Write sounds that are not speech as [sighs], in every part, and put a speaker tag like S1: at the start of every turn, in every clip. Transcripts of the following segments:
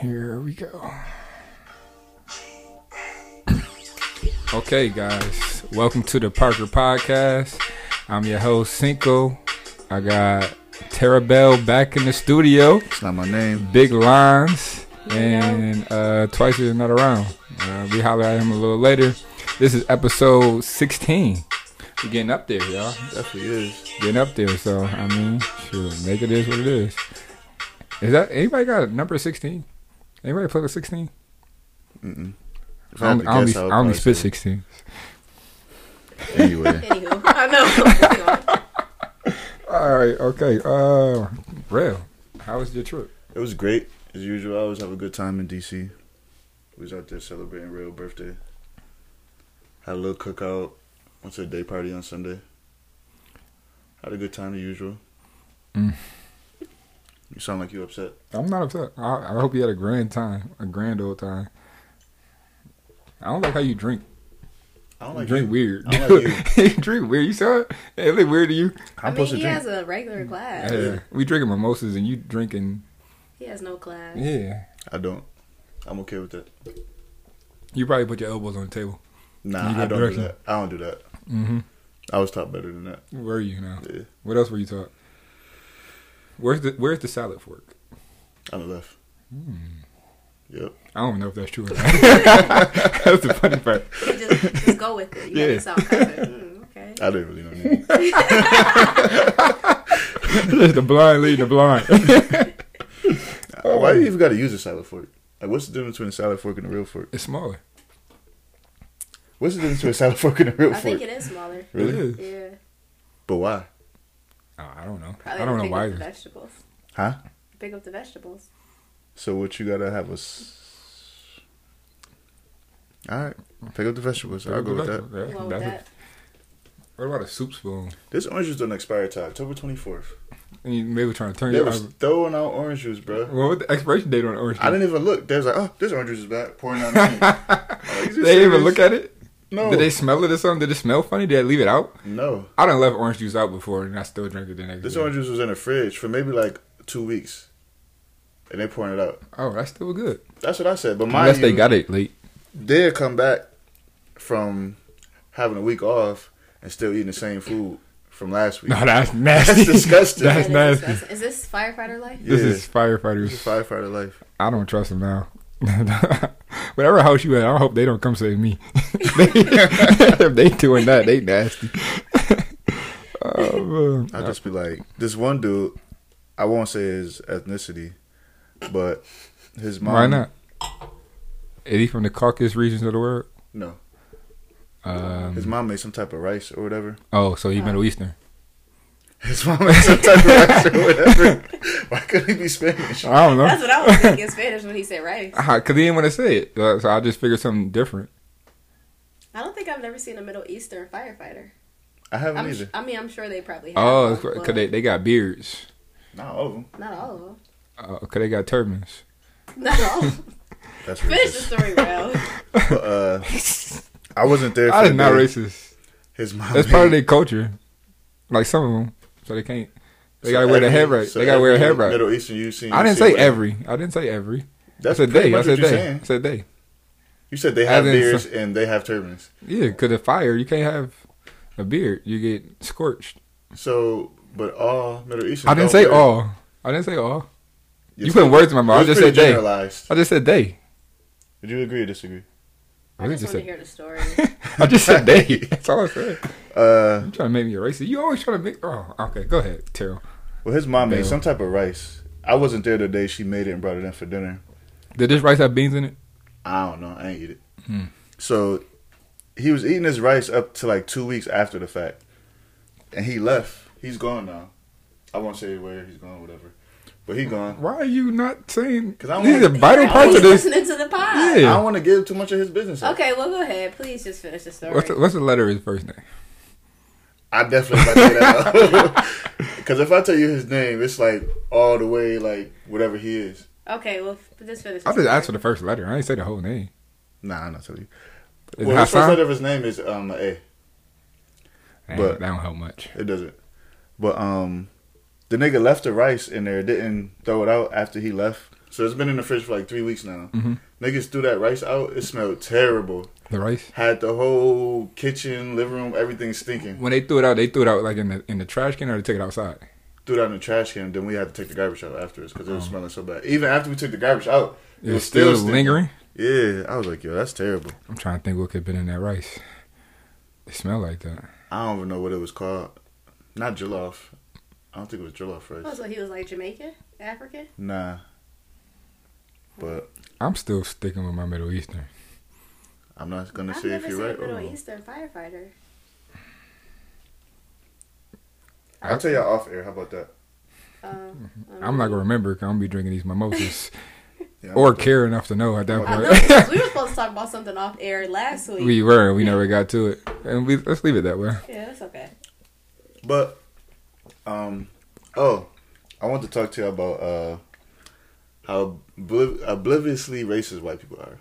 S1: Here we go.
S2: Okay, guys, welcome to the Parker Podcast. I'm your host Cinco. I got Terabell back in the studio.
S3: It's not my name.
S2: Big lines and uh, twice is not around. Uh, we holler at him a little later. This is episode 16. We're getting up there, y'all.
S3: Definitely is.
S2: Getting up there. So I mean, sure, make it is what it is. Is that anybody got a number 16? Anybody play with 16?
S3: Mm-mm. If
S2: I
S3: had to
S2: only, I only,
S3: guess, would
S2: I only
S3: probably
S2: spit
S3: say-
S2: 16.
S3: Anyway,
S4: Anywho, [laughs] I know.
S2: All right, okay. Uh, Rail, how was your trip?
S3: it was great as usual. I always have a good time in DC. We was out there celebrating real birthday. Had a little cookout. Went to a day party on Sunday. Had a good time as usual.
S2: Mm.
S3: You sound like you upset.
S2: I'm not upset. I, I hope you had a grand time, a grand old time. I don't like how you drink.
S3: I don't
S2: You
S3: like
S2: drink
S3: you.
S2: weird.
S3: I
S2: [laughs]
S3: don't like
S2: you drink weird. You saw it? It look weird to you.
S3: I'm
S4: I mean,
S3: supposed
S4: he
S3: to drink.
S4: has a regular class.
S2: Yeah. We drinking mimosas and you drinking.
S4: He has no class.
S2: Yeah.
S3: I don't. I'm okay with that.
S2: You probably put your elbows on the table.
S3: Nah,
S2: You
S3: I
S2: got
S3: don't
S2: direction.
S3: do that. I don't do that.
S2: Mm-hmm.
S3: I was taught better than that.
S2: Where are you now?
S3: Yeah,
S2: What else were you taught? Where's the Where's the salad fork?
S3: on the left.
S2: Hmm.
S3: Yep.
S2: I don't know if that's true. Or not. [laughs] that's the funny part.
S4: He just, just go with it. You
S2: Yeah.
S4: yeah.
S2: [laughs]
S4: It's all covered. Mm, okay.
S3: I didn't really know. Anything. [laughs]
S2: Just [laughs] the blind leading the blind. [laughs]
S3: Why do you even got to use a salad fork? Like, what's the difference between a salad fork and a real fork?
S2: It's smaller.
S3: What's the difference between a salad fork and a real
S4: I
S3: fork?
S4: think it is smaller.
S2: It
S3: really?
S2: is.
S4: Yeah.
S3: But why?
S2: Oh, I don't know.
S4: Probably
S2: I don't know
S4: to pick
S2: why.
S4: Up the
S2: there's-
S4: vegetables.
S3: Huh?
S4: Pick up the vegetables.
S3: So what you gotta have a. S- All right, pick up the vegetables. I'll go with that.
S2: Yeah,
S4: Well,
S2: that's
S4: with
S2: it.
S4: that,
S2: What about a soup spoon?
S3: This orange juice don't expire till October twenty fourth.
S2: And you, they were trying to turn
S3: They
S2: your.
S3: was throwing out orange juice, bro.
S2: well, what the expiration date on orange?
S3: I
S2: juice?
S3: didn't even look. They was like, "Oh, this orange juice is back." Pouring out. [laughs]
S2: [laughs]
S3: Like,
S2: They didn't even look at it.
S3: No,
S2: Did they smell it or something? Did it smell funny? Did I leave it out?
S3: no.
S2: I done left orange juice out before, and I still drank it the next
S3: This
S2: day.
S3: orange juice was in the fridge for maybe like two weeks, and they pouring it out.
S2: oh, that's still good.
S3: That's what I said. But mind
S2: Unless they
S3: you-
S2: got it late. [laughs]
S3: they'll come back from having a week off and still eating the same food from last week.
S2: No, that's nasty.
S3: That's disgusting.
S2: that's
S4: that is
S2: nasty.
S4: disgusting. Is this firefighter life?
S2: This
S3: Yeah.
S2: is firefighters.
S3: This is firefighter life.
S2: I don't trust them now. [laughs] Whatever house you at, I hope they don't come save me. [laughs] they, if they doing that, they nasty. oh, man.
S3: I'll just be like, this one dude, I won't say his ethnicity, but his mom.
S2: Why not? Is he from the Caucasus regions of the world?
S3: No. His
S2: Um,
S3: mom made some type of rice or whatever. [laughs]
S2: oh, so he Middle Eastern.
S3: His mom made some type of rice or whatever. [laughs] Why couldn't he be Spanish?
S2: I don't
S4: That's
S2: know.
S4: what I was
S2: [laughs]
S4: thinking in Spanish when he said rice.
S2: Because he didn't want to say it. Uh, So so I just figured something different.
S4: I don't think I've never seen a Middle Eastern firefighter.
S3: I haven't
S4: I'm,
S3: either.
S4: I mean, I'm sure they probably have.
S2: Oh,
S4: one,
S2: because
S4: but
S2: they, they got beards.
S3: Not all of them.
S4: Not all of them.
S2: Because they got turbans.
S4: Not
S2: [laughs]
S4: all of them.
S3: That's
S4: Finish the
S3: racist.
S4: story, bro.
S3: But, uh, I wasn't there for
S2: That is
S3: the
S2: not
S3: day.
S2: racist.
S3: His mom.
S2: That's
S3: made-
S2: part of their culture. Like some of them, so they can't. They
S3: So
S2: gotta wear the
S3: every-
S2: hair right.
S3: so
S2: they gotta wear a
S3: every
S2: hair right.
S3: Middle Eastern you've seen.
S2: I
S3: you've
S2: didn't
S3: seen
S2: say
S3: whatever.
S2: every. I didn't say every.
S3: That's
S2: I said
S3: pretty
S2: they. I
S3: much what
S2: said
S3: you're
S2: they.
S3: saying.
S2: I said they.
S3: You said they have
S2: As in
S3: beards
S2: some-
S3: and they have turbans.
S2: Yeah, because of fire, you can't have a beard. You get scorched.
S3: So, but all Middle Eastern.
S2: I didn't say all. I didn't say all. You put words in my mouth. I just said they.
S3: generalized.
S2: I just said
S3: [laughs]
S2: they.
S3: Did you agree or disagree?
S4: I
S2: really
S4: just
S2: just
S4: want to
S2: said.
S4: hear the story.
S2: I just said they. That's all I said.
S3: Uh,
S2: You trying to make me a racist? You always trying to make. Oh, okay. Go ahead, Terrell.
S3: well, his mom
S2: No.
S3: made some type of rice. I wasn't there the day she made it and brought it in for dinner.
S2: Did this rice have beans in it?
S3: I don't know. I ain't eat it.
S2: Hmm.
S3: So, he was eating his rice up to like two weeks after the fact, and he left. He's gone now. I won't say where he's gone, whatever. But he gone.
S2: Why are you not saying?
S3: 'Cause I don't
S2: These are
S3: wanna-
S2: vital
S3: I
S2: parts
S4: He's
S2: of this.
S4: listening to the pod.
S3: I
S2: Yeah.
S3: don't want to give too much of his business. up.
S4: Okay, well, go ahead. Please just finish the story.
S2: What's the, what's the letter of his first name?
S3: I definitely like that. [laughs] Because if I tell you his name, it's like all the way like whatever he is.
S4: okay, well, f- just finish. the
S2: I just
S4: story.
S2: asked for the first letter. I didn't say the whole name.
S3: Nah, I'm not telling you.
S2: Is
S3: well,
S2: it
S3: his first
S2: Hassan?
S3: letter of his name is um A.
S2: Nah,
S3: but-
S2: that don't help much.
S3: It doesn't. But um, the nigga left the rice in there. Didn't throw it out after he left. So it's been in the fridge for like three weeks now.
S2: Mhm.
S3: Niggas threw that rice out. It smelled terrible.
S2: The rice.
S3: Had the whole kitchen, living room, everything stinking.
S2: When they threw it out, they threw it out like in the in the trash can, or they took it outside.
S3: Threw that in the trash can. Then we had to take the garbage out afterwards because it was smelling so bad. Even after we took the garbage out,
S2: Oh. It was still,
S3: stinking.
S2: lingering.
S3: Yeah, I was like, yo, that's terrible.
S2: I'm trying to think what could have been in that rice. It smelled like that.
S3: I don't even know what it was called. Not jollof. I don't think it was jollof rice.
S4: Oh, so he was like Jamaican, African.
S3: Nah. But
S2: I'm still sticking with my Middle Eastern.
S3: I'm not gonna
S4: I've
S3: say
S4: never
S3: if
S4: seen
S3: you're right
S4: a
S3: or
S4: Middle
S3: wrong.
S4: Eastern firefighter.
S3: I'll tell y'all off air. How about that? [laughs]
S4: Um,
S2: I'm not gonna remember. i I'm gonna be drinking these mimosas
S3: Yeah, I'm
S2: or
S3: okay.
S2: care enough to know at that
S4: Oh, I know, 'cause we
S2: point.
S4: were supposed to talk about something off air last
S2: [laughs]
S4: week.
S2: we were. We never got to it, and we let's leave it that way.
S4: yeah, that's okay.
S3: But um, oh, I want to talk to you about uh how obliv- obliviously racist white people are.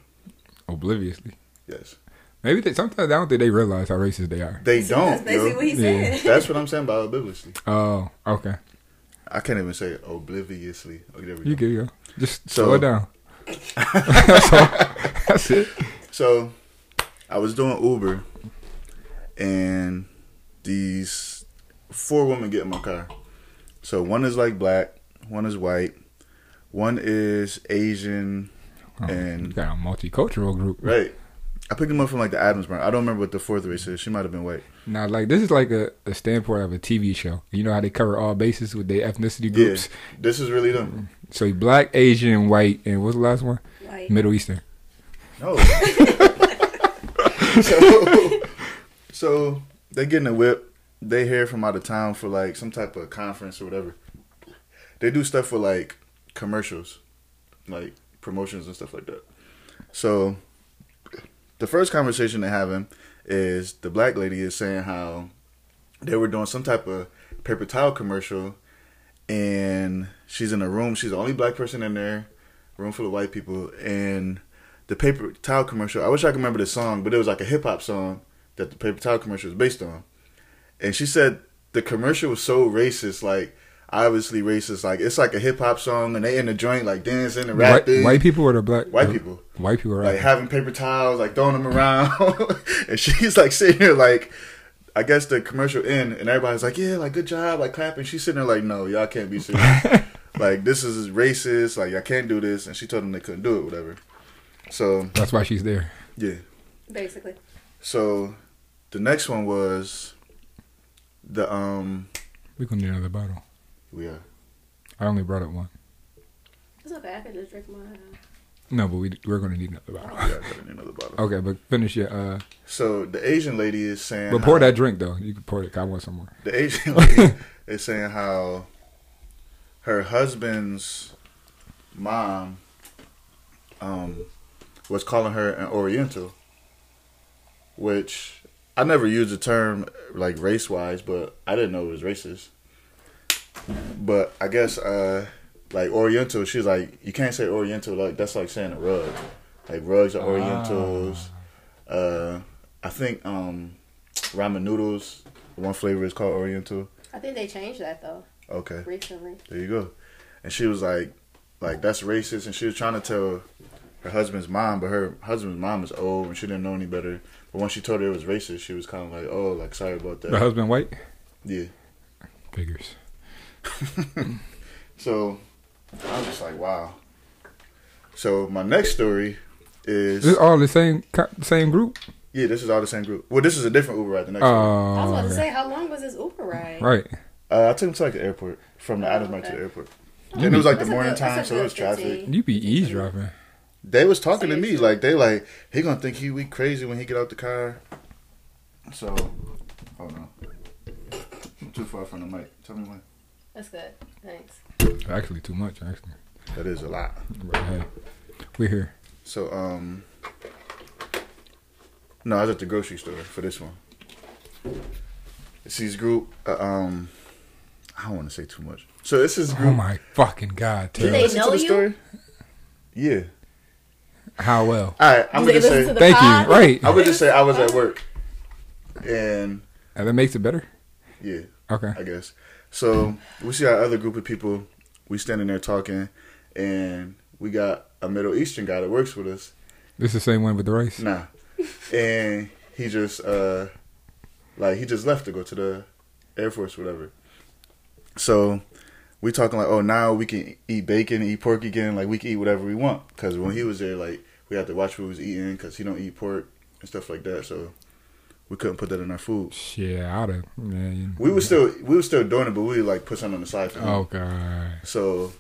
S2: Obliviously.
S3: Yes,
S2: Maybe they, sometimes I don't think they realize how racist they are.
S3: they
S4: See, That's
S3: don't.
S4: basically
S3: yo.
S4: what he
S2: Yeah.
S4: said. [laughs]
S3: That's what I'm saying about obliviously.
S2: Oh, okay.
S3: I can't even say it. obliviously. Okay, there we
S2: You
S3: go.
S2: can go. Just
S3: So-
S2: slow it down. [laughs] that's, all. that's it.
S3: So I was doing Uber and these four women get in my car. So one is like black, one is white, one is Asian,
S2: Oh,
S3: And-
S2: you got a multicultural group,
S3: right? I picked them up from like the Adamsburg. I don't remember what the fourth race is. She might have been white.
S2: Now, like this is like a, a standpoint of a TV show. You know how they cover all bases with their ethnicity
S3: Yeah,
S2: groups.
S3: this is really them.
S2: So black, Asian, white, and what's the last one?
S4: Like,
S2: Middle Eastern.
S3: No. so, so they get in a whip. They hear from out of town for like some type of conference or whatever. They do stuff for like commercials, like promotions and stuff like that. So the first conversation they're having is the black lady is saying how they were doing some type of paper towel commercial and she's in a room, she's the only black person in there, room full of white people, and the paper towel commercial. I wish I could remember the song, but it was like a hip hop song that the paper towel commercial was based on. And she said the commercial was so racist, like obviously racist. Like it's like a hip hop song, and they in the joint like dancing and
S2: White,
S3: rapping.
S2: white people or the black?
S3: White
S2: the-
S3: people.
S2: White people, right?
S3: like having paper towels, like throwing them around, [laughs] and she's like sitting here like. I guess the commercial end and everybody's like, "Yeah, like good job," like clapping. She's sitting there like, "No, y'all can't
S2: [laughs]
S3: be serious. like this is racist. Like I can't do this." And she told them they couldn't do it, whatever. So
S2: That's why she's there.
S3: yeah,
S4: basically.
S3: so the next one was the um
S2: We gonna need another bottle.
S3: we are
S2: I only brought up one.
S4: It's okay. I can just drink my. uh,
S2: No, but we we're gonna need another
S3: we
S2: bottle.
S3: are getting another bottle.
S2: Okay, but finish your. uh
S3: So the Asian lady is saying
S2: But pour
S3: how-
S2: that drink though. You can pour it. 'cause I want some more.
S3: the Asian lady is saying how her husband's mom um was calling her an Oriental, which I never used the term like race wise, but I didn't know it was racist. But I guess uh like Oriental, she's like you can't say Oriental like that's like saying a rug. Like rugs are Orientals. Uh I think um ramen noodles one flavor is called Oriental.
S4: I think they changed that though
S3: Okay,
S4: recently.
S3: there you go. And she was like, like that's racist, and she was trying to tell her husband's mom, but her husband's mom is old and she didn't know any better. But when she told her it was racist, she was kind of like, oh, like sorry about
S2: The
S3: that.
S2: husband white.
S3: Yeah.
S2: Figures.
S3: So I was just like, wow. So my next story
S2: Is this
S3: is
S2: all the same co- same group?
S3: yeah, this is all the same group. Well, this is a different Uber ride. The next one,
S2: Oh,
S4: I was about to
S2: okay.
S4: say, how long was this Uber ride?
S2: right.
S3: uh, I took him to like the airport from the
S4: Oh,
S3: Adams to
S4: okay.
S3: the airport. And it was like
S4: Oh, That's
S3: the
S4: a
S3: morning
S4: good- that's
S3: time, so
S4: a
S3: it was
S4: good
S3: traffic.
S4: 15.
S2: You be eavesdropping.
S3: They was talking to me
S4: Seriously.
S3: like they like he gonna think he we crazy when he get out the car. So, hold on. I'm too far from the mic. Tell me when.
S4: That's good. Thanks.
S2: Actually, too much. Actually,
S3: That is a lot.
S2: but hey, we're here.
S3: So um, no, I was at the grocery store for this one. It's these group. Uh, um, I don't want to say too much. So this is
S2: Oh
S3: group.
S2: my fucking god!
S3: Did you
S4: Do
S2: Taylor.
S4: they
S3: listen to
S4: know
S3: the
S4: you?
S3: story? Yeah.
S2: How well?
S3: All right. I'm
S4: Do they
S3: gonna
S4: listen
S3: say.
S4: to the
S2: Thank
S4: pod?
S2: you. Right.
S3: I'm gonna just say I was
S4: [laughs]
S3: at work, and
S2: And Uh, that makes it better.
S3: yeah.
S2: Okay.
S3: I guess. So we see our other group of people. We standing there talking, and we got a Middle Eastern guy that works with us.
S2: This is the same one with the rice.
S3: Nah. and he just uh like he just left to go to the Air Force, whatever. So we talking like, oh, now we can eat bacon, eat pork again. Like we can eat whatever we want. Because when he was there, like we had to watch what we was eating because he don't eat pork and stuff like that. So we couldn't put that in our food.
S2: Shit, I'd have. Man.
S3: We were still we were still doing it, but we like put something on the side for him.
S2: Oh god.
S3: So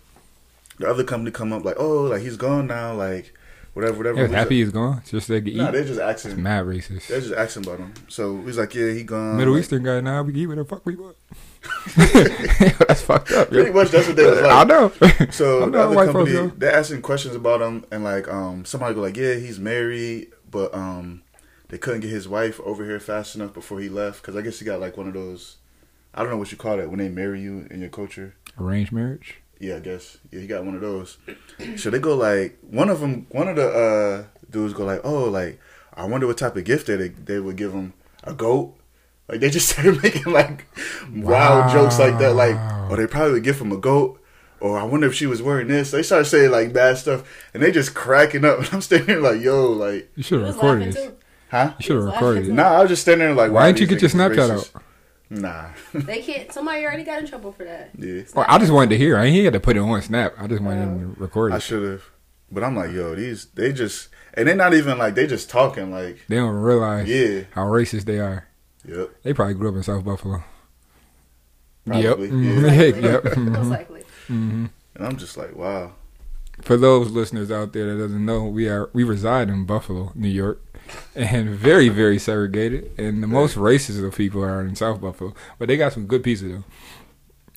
S3: the other company come up like, oh, like he's gone now, like whatever, whatever.
S2: They was
S3: We was
S2: happy he's gone. Just they could
S3: Like, nah,
S2: eat.
S3: they're just
S2: It's
S3: asking.
S2: mad
S3: They're
S2: racist.
S3: just asking about him. So we was like, yeah, he gone.
S2: Middle
S3: like,
S2: Eastern [laughs] guy now. we can eat what the fuck we
S3: [laughs]
S2: want. [laughs] That's fucked up. yo.
S3: Pretty much that's what they was like.
S2: I know.
S3: [laughs] So
S2: I
S3: the
S2: know
S3: other
S2: white folks,
S3: company,
S2: yo.
S3: they're asking questions about him, and like um, somebody go like, "Yeah, he's married, but um, they couldn't get his wife over here fast enough before he left because I guess he got like one of those, I don't know what you call that when they marry you in your culture.
S2: Arranged marriage.
S3: Yeah, I guess yeah, he got one of those. [clears throat] so they go like, one of them, one of the uh, dudes go like, "Oh, like I wonder what type of gift they they would give him a goat." Like they just [laughs] started making like wild jokes like that, like
S2: Wow.
S3: or they probably would give him a goat, or I wonder if she was wearing this. They started saying like bad stuff, and they just cracking up. [laughs] And I'm standing here like, yo, like,
S2: You should
S4: He
S2: have
S4: was
S2: recorded
S4: laughing
S2: this.
S4: too.
S3: huh?
S2: You should have
S4: He was
S2: recorded
S4: laughing
S2: it.
S4: too.
S3: Nah, I was just standing there like,
S2: Why
S3: wow,
S2: didn't you
S3: these
S2: get your
S3: niggas
S2: Snapchat
S3: racist.
S2: out?
S3: Nah, [laughs]
S4: They can't. Somebody already got in trouble for that.
S3: yeah,
S2: Well, I just wanted to hear. I ain't had to put it on Snap. I just wanted him to record
S3: I
S2: it.
S3: should have, but I'm like, yo, these they just and they're not even like they just talking like,
S2: They don't realize
S3: yeah,
S2: how racist they are.
S3: yep,
S2: They probably grew up in South Buffalo.
S3: probably,
S2: Yep. Mhm. [laughs]
S3: yeah.
S4: Likely.
S2: yep.
S4: [laughs] Most
S2: Mhm.
S4: likely.
S2: Mhm.
S3: And I'm just like, wow,
S2: For those listeners out there that doesn't know, we are we reside in Buffalo, New York, [laughs] and very very segregated. And the most racist of people are in South Buffalo, but they got some good pizza though.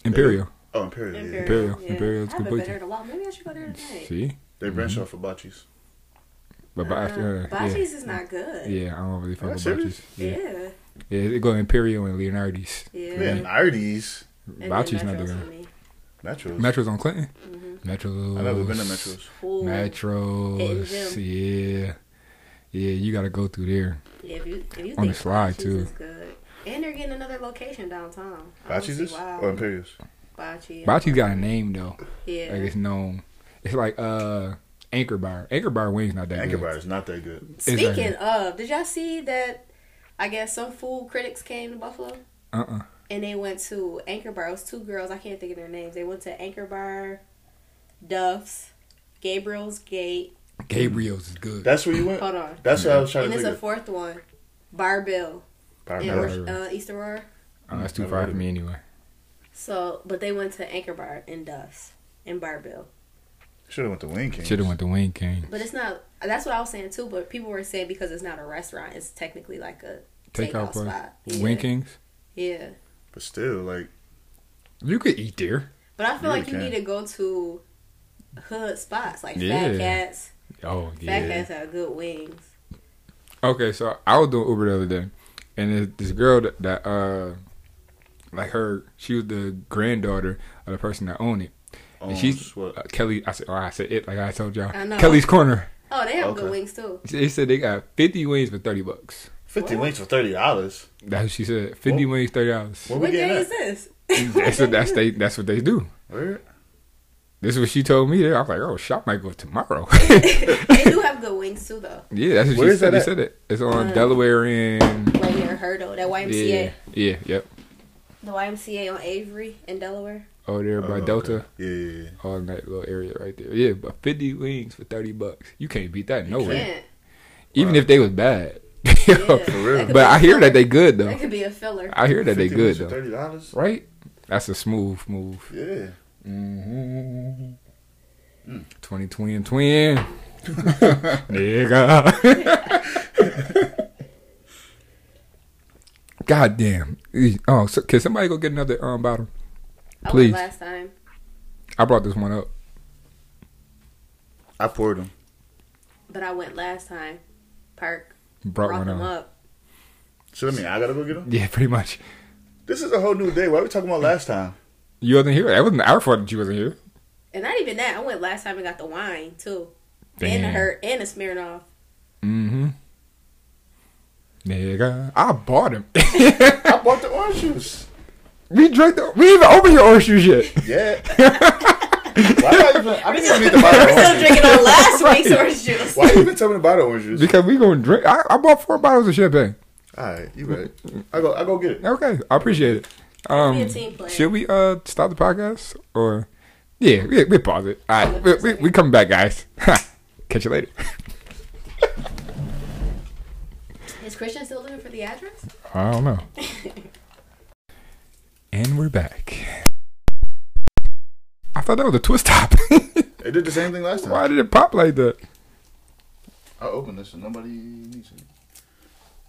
S2: Imperial,
S3: oh, Imperial, yeah.
S2: Imperial. Imperial is
S4: I haven't
S2: complete.
S4: been there in a while. Maybe I should go there tonight.
S2: see,
S3: they branch
S2: Mm-hmm.
S3: off of Bocce's.
S2: but by,
S3: Uh-huh.
S2: after,
S4: Bocce's
S2: yeah,
S4: is not good.
S2: yeah, I don't really fuck
S3: Are you
S2: with
S3: serious?
S2: Bocce's. Yeah.
S4: Yeah.
S2: yeah, they go Imperial and Leonardi's.
S4: Yeah.
S3: Man, nineties
S4: And
S2: Bocce's not
S4: then Metro's for
S2: doing.
S4: me.
S3: Metros.
S2: Metro's on Clinton. Metro's.
S3: Mm-hmm. I've never been to Metros.
S4: Cool.
S2: Metros,
S4: Hitting
S2: yeah, yeah. You got to go through there.
S4: Yeah, if you, if you
S2: On
S4: think
S2: the slide,
S4: Bocce's
S2: too.
S4: Is good. And they're getting another location downtown. I don't
S3: Bocce's
S4: see
S3: is
S4: why.
S3: or Imperials?
S4: Bocce.
S2: Bocce's got a name though.
S4: Yeah.
S2: Like it's known. It's like uh Anchor Bar. Anchor Bar wings not that
S3: Anchor
S2: good.
S3: Bar is not that good.
S2: like-
S4: Speaking of, did y'all see that? I guess some food critics came to Buffalo
S2: Uh uh
S4: and they went to Anchor Bar. It was two girls. I can't think of their names. They went to Anchor Bar, Duff's, Gabriel's Gate.
S2: Gabriel's is good.
S3: That's where you went.
S4: Hold on.
S3: That's what I was trying
S4: And
S3: to
S4: there's a
S3: think.
S4: fourth one, Bar Bill
S3: of.
S4: in
S2: never
S4: Or-
S2: heard of
S4: uh, East Aurora.
S2: oh, that's too far for me anyway.
S4: So, but they went to Anchor Bar and Duff's and Bar Bill.
S3: Should have went to Wing King.
S2: Should have went to Wing King.
S4: But it's not. That's what I was saying too. But people were saying because it's not a restaurant, it's technically like a
S2: Takeout
S4: takeout
S2: place.
S4: spot. Yeah.
S2: Wing Kings.
S4: Yeah.
S3: But still, like,
S2: You could eat there.
S4: But I feel
S3: Really
S4: like you
S3: can.
S4: need to go to hood spots like
S2: Yeah.
S4: Fat Cats.
S2: Oh
S4: Fat
S2: yeah.
S4: Cats have good wings.
S2: Okay, so I was doing Uber the other day, and this, this girl that, that uh like her, she was the granddaughter of the person that owned it.
S3: um,
S2: she's-
S3: what?
S2: Uh, Kelly, I said, oh, I said it like I told y'all.
S4: I know.
S2: Kelly's Corner.
S4: Oh, they have
S3: Okay.
S4: good wings too.
S2: They said they got fifty wings for thirty bucks.
S3: fifty
S4: what?
S3: wings for thirty dollars.
S2: That's what she said. Fifty
S3: What?
S2: wings, thirty dollars.
S3: What
S4: What,
S3: we
S4: day
S3: getting at?
S4: is this?
S2: That's
S4: [laughs]
S2: what that's they. That's what they do.
S3: Where?
S2: This is what she told me. I was like, oh, shop might go tomorrow. [laughs]
S4: they do have good wings too, though.
S2: yeah, that's what
S3: Where
S2: she
S3: is
S2: said. They
S3: that at?
S2: said it. It's on
S4: Uh,
S2: Delaware and
S4: Right near Hurdle, that YMCA,
S2: yeah, yeah, yep.
S4: the YMCA on Avery in Delaware.
S2: Over there
S3: Oh,
S2: by
S3: okay.
S2: Delta,
S3: Yeah, yeah, yeah.
S2: all in that little area right there. Yeah, but fifty wings for thirty bucks. You can't beat that
S4: You
S2: nowhere. [laughs]
S4: can't.
S2: Even
S3: Wow.
S2: if they was bad.
S4: Yeah,
S2: [laughs] but
S4: that
S3: real.
S4: could be a
S2: I hear that
S4: filler.
S2: they good
S4: That [laughs]
S2: though.
S4: could be a filler.
S2: I hear that they
S3: 50
S2: good
S3: wings for
S2: though.
S3: Thirty dollars.
S2: Right? That's a smooth move.
S3: Yeah.
S2: Mm-hmm. 2020 and twin. [laughs] Nigga. God damn. Oh, so, can somebody go get another um bottle?
S4: I
S2: Please.
S4: went last time.
S2: I brought this one up.
S3: I poured them.
S4: But I went last time. Park
S2: Brought
S4: brought,
S2: one
S4: them
S2: up.
S4: up.
S3: So I mean, I gotta go get them.
S2: Yeah, [laughs] pretty much.
S3: This is a whole new day. What we talking about last time?
S2: You wasn't here. That wasn't our fault that you wasn't here.
S4: And not even that. I went last time and got the wine too. And the
S2: Damn.
S4: hurt and
S2: [laughs]
S4: the Smirnoff.
S2: Mm-hmm. Nigga. I bought [laughs] him.
S3: [laughs] I bought the orange juice.
S2: we drank the we ain't even opened your orange juice yet.
S3: Yeah. [laughs] Why do I even? I didn't even need to buy
S4: We're
S3: the
S4: still
S3: orange juice.
S4: drinking on
S2: [laughs]
S4: last
S2: Right.
S4: week's orange juice.
S3: Why you even tell me to buy the orange
S2: [laughs]
S3: juice?
S2: Because we gonna drink. I, I bought four bottles of champagne.
S3: All right, you right. I go. I go get it.
S2: Okay, I appreciate it.
S4: be
S2: Um,
S4: a team player.
S2: should we uh stop the podcast or? Yeah, we we pause it. All right, we we, we coming back, guys. [laughs] Catch you later.
S4: Is Christian still looking for the address?
S2: I don't know. [laughs] and we're back. I thought that was a twist top.
S3: It did the same thing last time.
S2: [laughs] Why did it pop like that?
S3: I opened this and nobody needs it.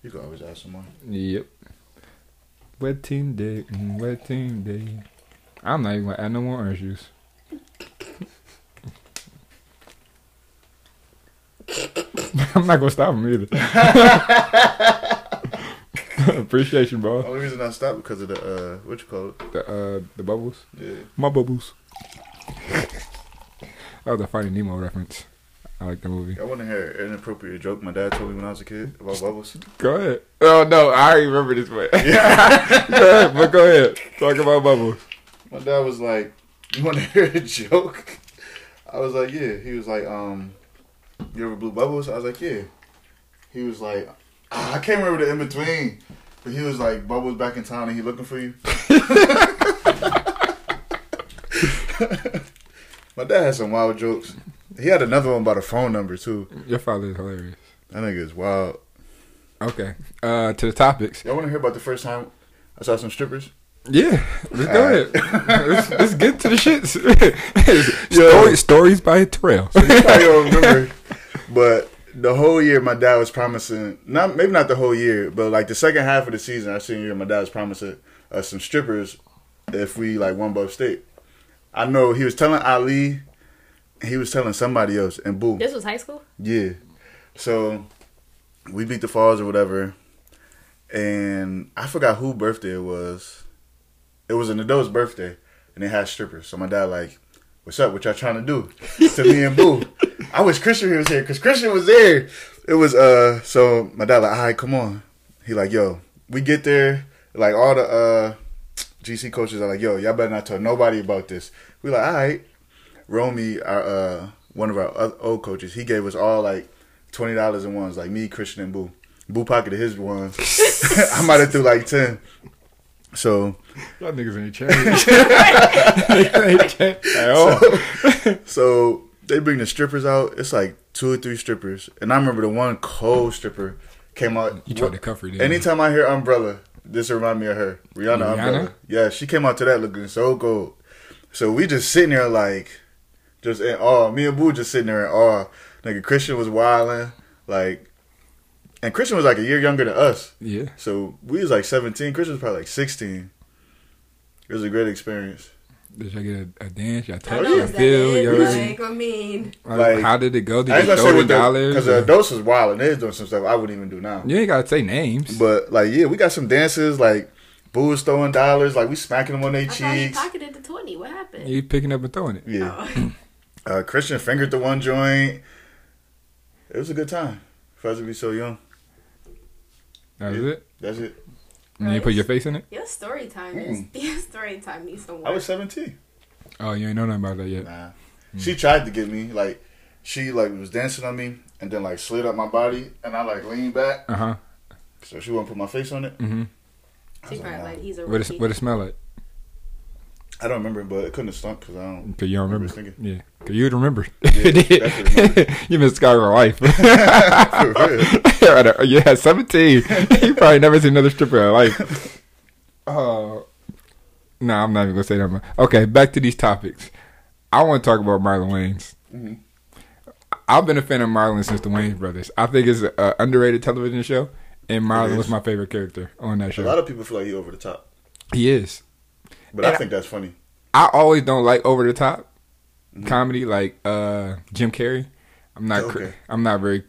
S3: You can always ask someone.
S2: Yep. Wet team day, mm, wet team day. I'm not even gonna add no more orange juice. [laughs] I'm not gonna stop him either. [laughs] Appreciation, bro.
S3: Only reason I stopped because of the uh, what you call it?
S2: The uh, the bubbles,
S3: Yeah.
S2: my bubbles. that was a Finding Nemo reference. I like the movie.
S3: I want to hear an inappropriate joke my dad told me when I was a kid about bubbles.
S2: Go ahead. Oh no, I already remember this [laughs] one.
S3: Yeah.
S2: go ahead, but go ahead. Talk about bubbles.
S3: my dad was like, "You want to hear a joke?" I was like, "Yeah." He was like, "Um, you ever blew bubbles?" I was like, "Yeah." He was like, ah, "I can't remember the in between." But he was like, "Bubbles back in town, and he looking for you." [laughs] my dad had some wild jokes. He had another one about a phone number too.
S2: Your father is hilarious.
S3: That nigga is wild.
S2: Okay. Uh, to the topics.
S3: Y'all want to hear about the first time I saw some strippers?
S2: Yeah. Let's go
S3: Alright.
S2: ahead. [laughs] let's, let's get to the shits.
S3: [laughs]
S2: Story, stories by Terrell.
S3: I don't remember. [laughs] But the whole year, my dad was promising not maybe not the whole year, but like the second half of the season, our senior year, my dad was promising us some strippers if we like won Buff State. I know he was telling Ali, he was telling somebody else, and boom,
S1: This was high school?
S3: yeah. So we beat the Falls or whatever, and I forgot who birthday it was. It was an adult's birthday, and they had strippers. So my dad like, "What's up? What y'all trying to do?" to me and Boo. I wish Christian was here because Christian was there. It was uh. So my dad like, "All right, come on." He like, "Yo, we get there." Like all the uh, GC coaches are like, "Yo, y'all better not tell nobody about this." We like, "All right." Romy, our uh, one of our oth- old coaches, he gave us all like twenty dollars in ones, like me, Christian, and Boo. Boo pocketed his ones. [laughs] I might have threw like ten. So,
S2: Y'all niggas ain't
S3: [laughs]
S2: changed.
S3: so, so they bring the strippers out. It's like two or three strippers, and I remember the one cold stripper came out.
S2: You tried to cover it. Anytime.
S3: Anytime I hear Umbrella, this remind me of her, Rihanna,
S2: Rihanna?
S3: Umbrella. Yeah, she came out to that looking so cold. So we just sitting there like, just in awe. Me and Boo just sitting there in awe. Nigga, Christian was wilding, like, and Christian was like a year younger than us.
S2: Yeah.
S3: So we was like seventeen. Christian was probably like sixteen. It was a great experience.
S2: Did y'all get a, a dance? Y'all
S4: I
S2: touch?
S4: know
S2: Y'all
S4: what that
S2: feel? Y'all
S4: is.
S2: really,
S4: Like, I mean,
S2: like,
S3: Like,
S2: how did it go?
S3: I
S2: Did
S3: ain't
S2: you
S3: gonna say
S2: throw the
S3: what the
S2: dollars?
S3: because the adults was wild and they was doing some stuff I wouldn't even do now.
S2: you ain't gotta say names.
S3: But like, yeah, we got some dances like. Boo was throwing dollars, like we smacking them on their
S4: I thought you
S3: cheeks.
S4: pocketed the 20. What happened?
S2: you picking up and throwing it.
S3: Yeah.
S2: [laughs]
S4: Oh.
S3: Uh, Christian fingered the one joint. It was a good time for us to be so young.
S2: That was
S3: Yeah.
S2: it.
S3: That's it.
S2: And you put your face in it.
S4: Your story time is
S2: Mm.
S4: [laughs] your story time needs some work.
S3: I was 17.
S2: Oh, you ain't know nothing about that yet.
S3: Nah.
S2: Hmm.
S3: She tried to get me. Like, she, like, was dancing on me and then, like, slid up my body and I, like, leaned back.
S2: Uh huh.
S3: So she wouldn't put my face on it.
S2: Mm-hmm.
S3: I,
S4: She
S3: was like,
S4: probably
S3: nah.
S4: like he's a
S2: What it,
S4: rookie.
S2: what it smell like?
S3: I don't remember, but it couldn't have stunk because I don't. [laughs]
S2: Cause you don't
S3: Remember
S2: remember.
S3: thinking.
S2: Yeah, cause you'd remember.
S3: [laughs]
S2: [laughs]
S3: that's what
S2: you missed Sky for life.
S3: [laughs] For real.
S2: At a- [laughs] yeah, seventeen. you probably never seen another stripper in
S3: [laughs]
S2: life.
S3: Uh,
S2: Oh, no, I'm not even gonna say that. much. Okay, back to these topics. I want to talk about Marlon Wayans.
S3: Mhm.
S2: I've been a fan of Marlon since the Wayans brothers. I think it's an underrated television show, and Marlon
S3: is.
S2: was my favorite character on that
S3: A
S2: show.
S3: lot of people feel like he over the top,
S2: He is. And
S3: but I
S2: I-
S3: think that's funny.
S2: I always don't like over the top
S3: Mm-hmm.
S2: comedy, like uh, Jim Carrey. I'm not. cr
S3: Okay.
S2: I'm not very.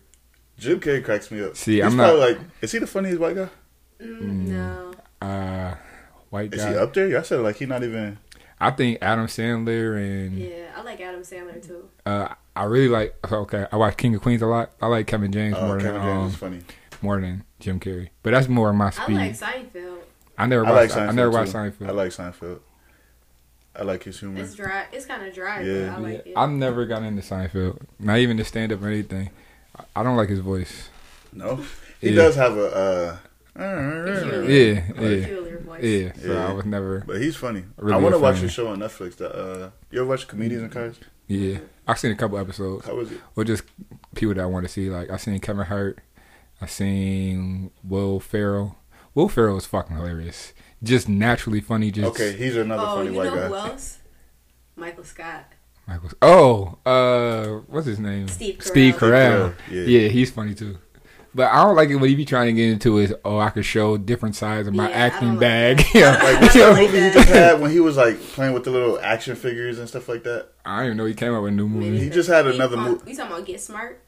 S3: Jim Carrey cracks me up.
S2: See,
S3: He's
S2: I'm not-
S3: probably like, is he the funniest white guy?
S4: Mm, no.
S2: uh White
S3: Is
S2: guy.
S3: he up there? Y'all said like he not even.
S2: I think Adam Sandler and
S4: Yeah, I like Adam Sandler too.
S2: uh, I really like. Okay, I watch King of Queens a lot. I like Kevin James
S3: Oh,
S2: more
S3: Kevin
S2: than
S3: James
S2: um,
S3: is funny.
S2: more than Jim Carrey, but that's more my
S4: I
S2: speed. I,
S4: like Seinfeld.
S2: never
S3: I
S2: watched.
S3: like
S2: I,
S3: Seinfeld.
S2: never
S3: too.
S2: watched Seinfeld.
S3: I like Seinfeld. I like his
S2: Mm.
S3: humor.
S4: It's dry. It's kind of dry,
S3: Yeah.
S4: but I like it.
S2: I've never gotten into Seinfeld, not even to stand up or anything. I- I don't like his voice.
S3: No, he
S2: Yeah.
S3: does have a. uh
S4: Peculiar.
S2: Yeah, yeah,
S4: Peculiar voice.
S2: yeah. So
S3: Yeah.
S2: I was never.
S3: But he's funny.
S2: Really
S3: I want to
S2: a
S3: watch
S2: fan.
S3: his show on Netflix. That uh, you ever watch Comedians in Cars?
S2: Yeah, I've seen a couple episodes.
S3: How was it?
S2: or just people that I want to see. Like I seen Kevin Hart, I seen Will Ferrell. Will Ferrell is fucking hilarious. Just naturally funny. Just
S3: Okay, he's another
S4: Oh,
S3: funny
S4: you
S3: white
S4: know who
S3: guy.
S4: else? Michael Scott.
S2: Michael's. Oh, uh, what's his name?
S4: Steve
S2: Steve Carell.
S3: Carell. Yeah.
S2: Yeah. he's funny too. But I don't like it when he be trying to get into his. Oh, I could show different sides of my
S4: Yeah, I
S2: acting
S4: don't like
S2: bag. [laughs]
S4: that.
S2: yeah,
S3: Like what's that
S4: Yeah.
S3: movie he just had when he was like playing with the little action figures and stuff like that?
S2: I don't even know he came out with a new
S4: Maybe
S2: movie.
S3: He
S4: the-
S3: just had
S4: you
S3: another
S4: talking-
S3: movie.
S4: You talking about Get Smart?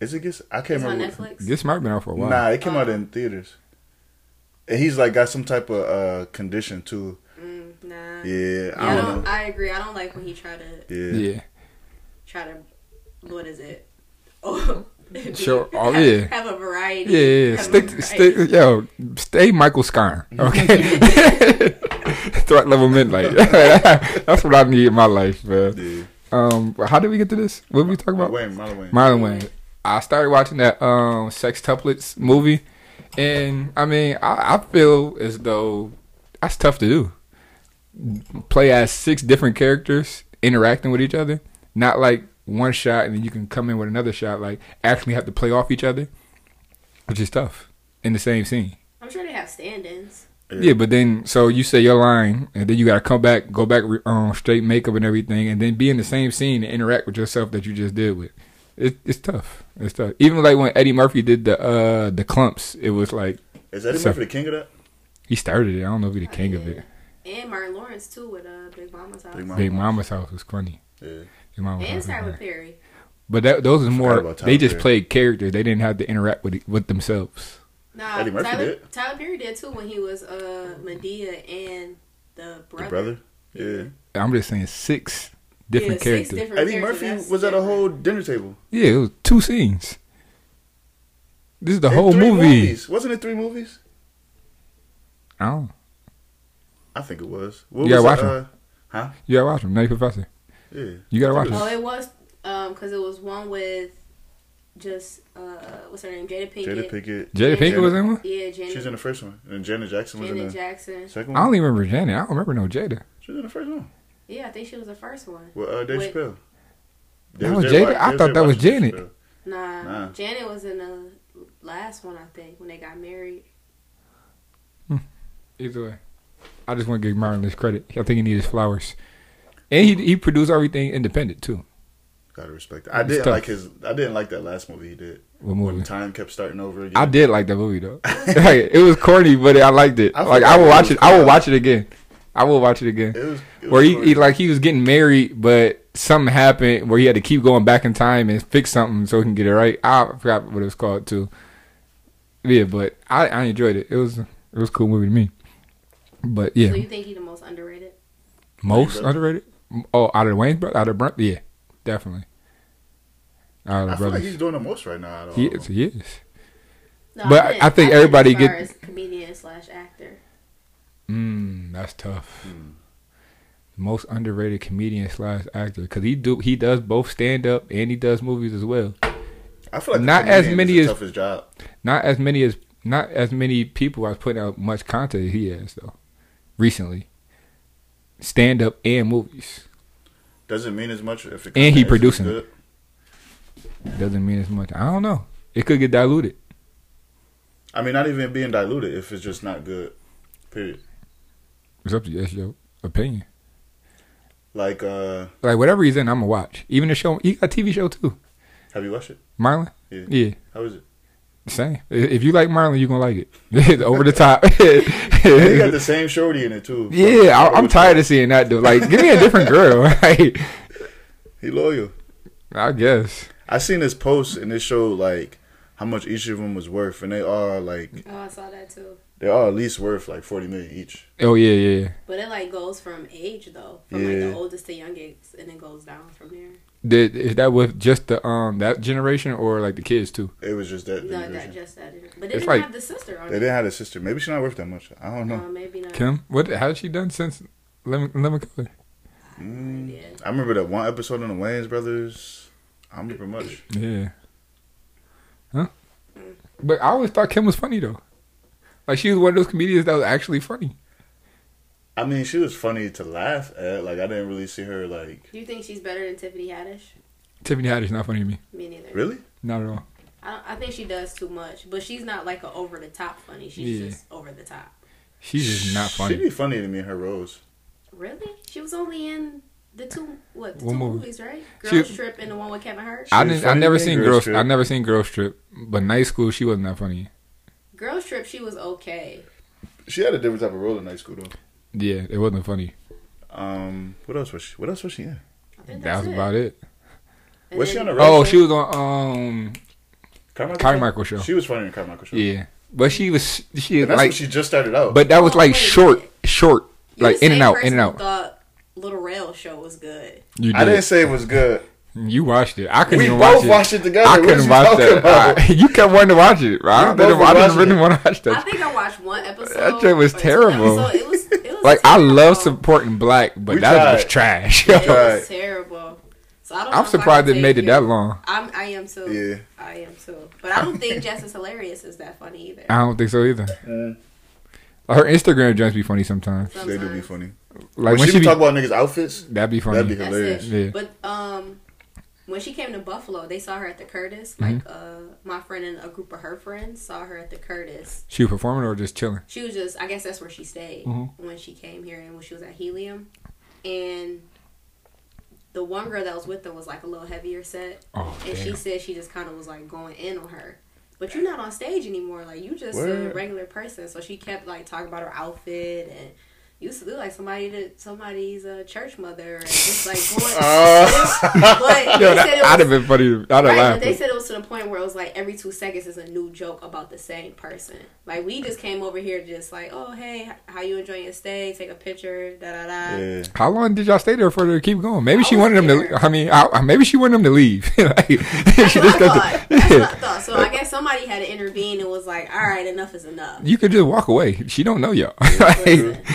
S3: Is it? Guess? I can't
S4: It's on
S3: remember.
S4: Netflix. Oh.
S2: This might have been out for a while.
S3: Nah, it came out in theaters. And he's like got some type of uh, condition too.
S4: Mm, nah.
S3: Yeah,
S4: Yeah,
S3: I don't know.
S4: I agree. I don't like when he try to
S3: Yeah,
S2: Yeah,
S4: try to. What is it? [laughs] Oh, be-
S2: Sure. Oh,
S4: have,
S2: yeah.
S4: Have a variety.
S2: yeah, yeah.
S4: Have a
S2: Stick, to,
S4: variety.
S2: stick, yo, stay Michael Scott. Okay, [laughs] threat level midnight. [laughs] That's what I need in my life, man.
S3: yeah.
S2: Um, how did we get to this? What were we talking about?
S3: Wayne, Marlon Wayne.
S2: Marlon Wayne. I started watching that um sextuplets movie, and I mean, I, I feel as though that's tough to do. Play as six different characters interacting with each other, not like one shot and then you can come in with another shot. Like actually have to play off each other, which is tough in the same scene.
S4: I'm sure they have stand-ins.
S3: Yeah.
S2: Yeah, but then so you say your line, and then you gotta come back, go back re- um, straight makeup and everything, and then be in the same scene and interact with yourself that you just did with. It, it's tough. It's tough. Even like when Eddie Murphy did the uh the clumps, it was like
S3: Is Eddie
S2: So-
S3: Murphy the king of that?
S2: he started it. I don't know if he the king of it.
S4: And Martin Lawrence too with uh, Big Mama's house.
S3: Big Mama.
S2: Big Mama's house was funny.
S3: Yeah.
S2: Big Mama's
S4: And
S2: house was
S4: Tyler
S2: funny.
S4: Perry.
S2: But that, those is more.
S3: about Tyler
S2: They just
S3: Perry.
S2: played characters. They didn't have to interact with with themselves.
S4: Nah,
S3: Eddie Murphy
S4: Tyler,
S3: did.
S4: Tyler Perry did too when he was uh Medea and the brother.
S3: The brother? Yeah.
S2: I'm just saying six different
S4: Yeah,
S2: characters.
S4: Six different
S3: Eddie
S4: characters,
S3: Murphy
S4: that's
S3: was at a
S4: different.
S3: whole dinner table.
S2: Yeah, it was two scenes. This is the
S3: In
S2: whole
S3: three
S2: movie.
S3: Movies. Wasn't it three movies?
S2: I don't.
S3: I think it was. What
S2: You gotta
S3: was it,
S2: watch You gotta watch them. Nutty Professor.
S3: Uh, yeah.
S2: You gotta watch
S4: Oh,
S2: them.
S4: it was um because it was one with just uh what's her name Jada Pinkett.
S3: Jada Pinkett.
S2: Jada Pinkett was in one.
S4: Yeah, Janet.
S3: She's in the first one. And Janet Jackson was
S4: Janet
S3: in the
S4: Jackson.
S3: second
S2: I
S3: one.
S2: don't even remember Janet. I don't remember no Jada.
S3: She was in the first one.
S4: Yeah, I think she was the first one.
S3: With uh, Dave
S4: Wait.
S3: Chappelle.
S2: That was Jada? I thought that was Janet.
S4: Nah,
S3: Nah.
S4: Janet was in the last one I think when they got married.
S2: Either way, I just want to give Martin this credit. I think he needs flowers, and he he produced everything independent too.
S3: Gotta respect that. I
S2: It's
S3: didn't
S2: tough.
S3: like his. I didn't like that last movie he did.
S2: What
S3: When
S2: movie?
S3: time kept starting over again.
S2: I [laughs] did like that movie though. Like, it was corny, but I liked it.
S3: I
S2: like
S3: forgot
S2: I will
S3: it
S2: watch
S3: was
S2: it. I will
S3: corny.
S2: watch it again. I will watch it again.
S3: It was. It
S2: where
S3: was
S2: he,
S3: funny.
S2: he like he was getting married, but something happened where he had to keep going back in time and fix something so he can get it right. I forgot what it was called too. Yeah, but I, I enjoyed it. It was it was a cool movie to me. But yeah,
S4: So you think he the most underrated?
S2: most
S3: Brothers?
S2: underrated. Oh, out of the Wayne's brother, out of Brent. Yeah, definitely. Out of
S3: I
S2: the
S3: feel like
S2: brothers,
S3: he's doing the most right now. out of
S2: he
S3: all of
S2: is.
S3: them.
S2: He is.
S4: No,
S2: But
S4: meant-
S2: I think
S4: meant
S2: everybody
S4: as far
S2: get-
S4: as comedian slash actor.
S2: Mm, that's tough.
S3: Hmm.
S2: Most underrated comedian slash actor because he do he does both stand up and he does movies as well.
S3: I feel like
S2: Not as many
S3: as
S2: as-
S3: toughest job.
S2: not as many as not as many people are putting out much content as he has though. Recently, stand up and movies
S3: Doesn't mean as much if it
S2: And he
S3: compares to
S2: producing.
S3: good.
S2: doesn't mean as much. I don't know. It could get diluted.
S3: I mean, not even being diluted if it's just not good. Period.
S2: It's up to you. That's your opinion.
S3: Like, uh
S2: Like whatever he's in, I'ma watch. Even the show. He got a TV show too.
S3: have you watched it?
S2: Marlon.
S3: Yeah.
S2: Yeah. [laughs]
S3: How is it?
S2: Same. I- If you like Marlon, you're gonna like it. [laughs] It's over the
S3: [laughs]
S2: top. [laughs]
S3: They got the same shorty in it too.
S2: yeah, I, I'm tired of seeing that dude. Like, give me a different girl. [laughs] Like,
S3: He loyal.
S2: I guess.
S3: I seen this post and it showed like how much each of them was worth, and they are like
S4: Oh, I saw that too.
S3: they are at least worth like forty million each.
S2: Oh yeah, yeah. yeah.
S4: But it like goes from age though, from like
S3: Yeah.
S4: the oldest to youngest, and it goes down from there.
S2: Did is that with just the um that generation or like the kids too?
S3: It was just that.
S4: No,
S3: generation.
S4: that just that. it- But they
S2: It's
S4: didn't
S2: like-
S4: have the sister on
S3: They
S4: it. Uh,
S3: didn't have a
S4: Mm.
S3: sister. Maybe she's not worth that much. I don't know.
S4: No, maybe not.
S2: Kim, what has she done since Lemon Lemon Color?
S3: Mm.
S4: Yeah.
S3: I remember that one episode on the Wayans Brothers. I don't remember much.
S2: Yeah. Huh? But I always thought Kim was funny though. Like she was one of those comedians that was actually funny.
S3: I mean, she was funny to laugh at. Like, I didn't really see her, like,
S4: Do you think she's better than Tiffany Haddish?
S2: Tiffany Haddish not funny to me.
S4: Me neither.
S3: really?
S2: Not at all.
S4: I, don't, I think she does too much, but she's not like a over the top funny. She's
S2: Yeah.
S4: just over the top.
S2: She's just not
S3: She'd
S2: funny.
S3: be funny to me in her roles.
S4: Really? She was only in the two what the
S2: One
S4: two
S2: movie.
S4: movies, right?
S2: She-
S4: Girls Trip and the one with Kevin Hart.
S2: I
S3: She was
S2: didn't. I
S3: funny
S2: never
S3: in
S2: seen
S3: Girls
S2: Girls.
S3: Trip.
S2: I never seen Girls Trip. But Night School, she wasn't that funny.
S4: Girls Trip, she was okay.
S3: She had a different type of role in high school, though.
S2: Yeah, it wasn't funny.
S3: Um, what else was she? What else was she in?
S4: I think
S2: that
S4: that's
S2: was about it.
S4: And
S3: Was she
S4: then
S3: on a
S2: Oh,
S3: Rachel?
S2: she was on um
S3: Carmichael?
S2: Carmichael show.
S3: She was funny in Carmichael show.
S2: Yeah, but she was she
S3: And that's
S2: like,
S3: when she just started out.
S2: but that was
S4: Oh,
S2: like
S4: wait a
S2: short,
S4: minute.
S2: short,
S4: you
S2: like
S4: the
S2: in and
S4: same
S2: out, in
S4: person
S2: and
S4: who
S2: out.
S4: Thought Little Rail show was good.
S2: You
S3: I didn't
S2: did.
S3: say it was good.
S2: You watched it. I [laughs] couldn't
S3: We
S2: even
S3: both
S2: watch it.
S3: watched it together.
S2: I
S3: What
S2: couldn't
S3: you
S2: watch
S3: talking
S2: that.
S3: about?
S2: I- [laughs] you kept wanting to watch it, bro. I
S3: We
S2: didn't,
S3: both
S2: I didn't
S3: watched
S2: really
S3: it.
S2: want to watch
S4: I
S2: that.
S4: think I watched one
S2: [laughs]
S4: episode.
S2: That shit was
S4: or two
S2: terrible.
S4: episodes. It was, it was
S2: [laughs] Like I love
S4: terrible.
S2: supporting black, but
S3: We
S2: that was
S3: tried.
S2: trash.
S4: It
S3: Right.
S4: was terrible. So I don't
S2: [laughs]
S4: know
S2: I'm
S4: if I can
S2: surprised it
S4: take
S2: made it that long.
S4: I'm, I am too.
S3: Yeah.
S4: I am too. But I
S2: [laughs]
S4: don't think Jess is hilarious is that funny either.
S2: I don't think so either.
S3: Mm.
S2: Her Instagram jokes be funny sometimes.
S3: [laughs] They do be
S4: Sometimes.
S3: funny.
S2: Like
S3: when, she,
S2: be,
S3: talk about niggas' outfits,
S2: that'd be funny.
S3: that'd be
S4: That's
S3: hilarious.
S2: Yeah.
S4: it. But um, when she came to Buffalo, they saw her at the Curtis.
S2: Mm-hmm.
S4: Like uh, my friend and a group of her friends saw her at the Curtis.
S2: She was performing or just chilling.
S4: She was just, I guess that's where she stayed
S2: Mhm.
S4: when she came here and when she was at Helium. And the one girl that was with them was like a little heavier set,
S2: Oh
S4: and
S2: damn.
S4: she said she just kind of was like going in on her. But you're not on stage anymore. Like you just a
S3: Word.
S4: regular person. So she kept like talking about her outfit and. Used to look like somebody that somebody's uh, church mother, and just like
S2: [laughs]
S4: going. [laughs] but
S2: Uh. Yo,
S4: they said
S2: that,
S4: it
S2: I'd
S4: was-
S2: have been funny. I'd have
S4: Right,
S2: laughed.
S4: but they said it was to the point where it was like every two seconds is a new joke about the same person. Like we just came over here just like, oh hey, how you enjoying your stay? Take a picture, da da da.
S3: Yeah.
S2: How long did y'all stay there for to keep going? Maybe
S4: I
S2: she
S4: was
S2: wanted them
S4: there.
S2: to. I mean, I, maybe she wanted them to leave. [laughs] like, [laughs] she
S4: That's what I
S2: just got
S4: thought.
S2: to-
S4: [laughs] That's
S2: Yeah. [laughs]
S4: what I thought. So I guess somebody had to intervene and was like, all right, enough is enough.
S2: You could just walk away. She don't know y'all. [laughs]
S4: Listen.
S2: Like,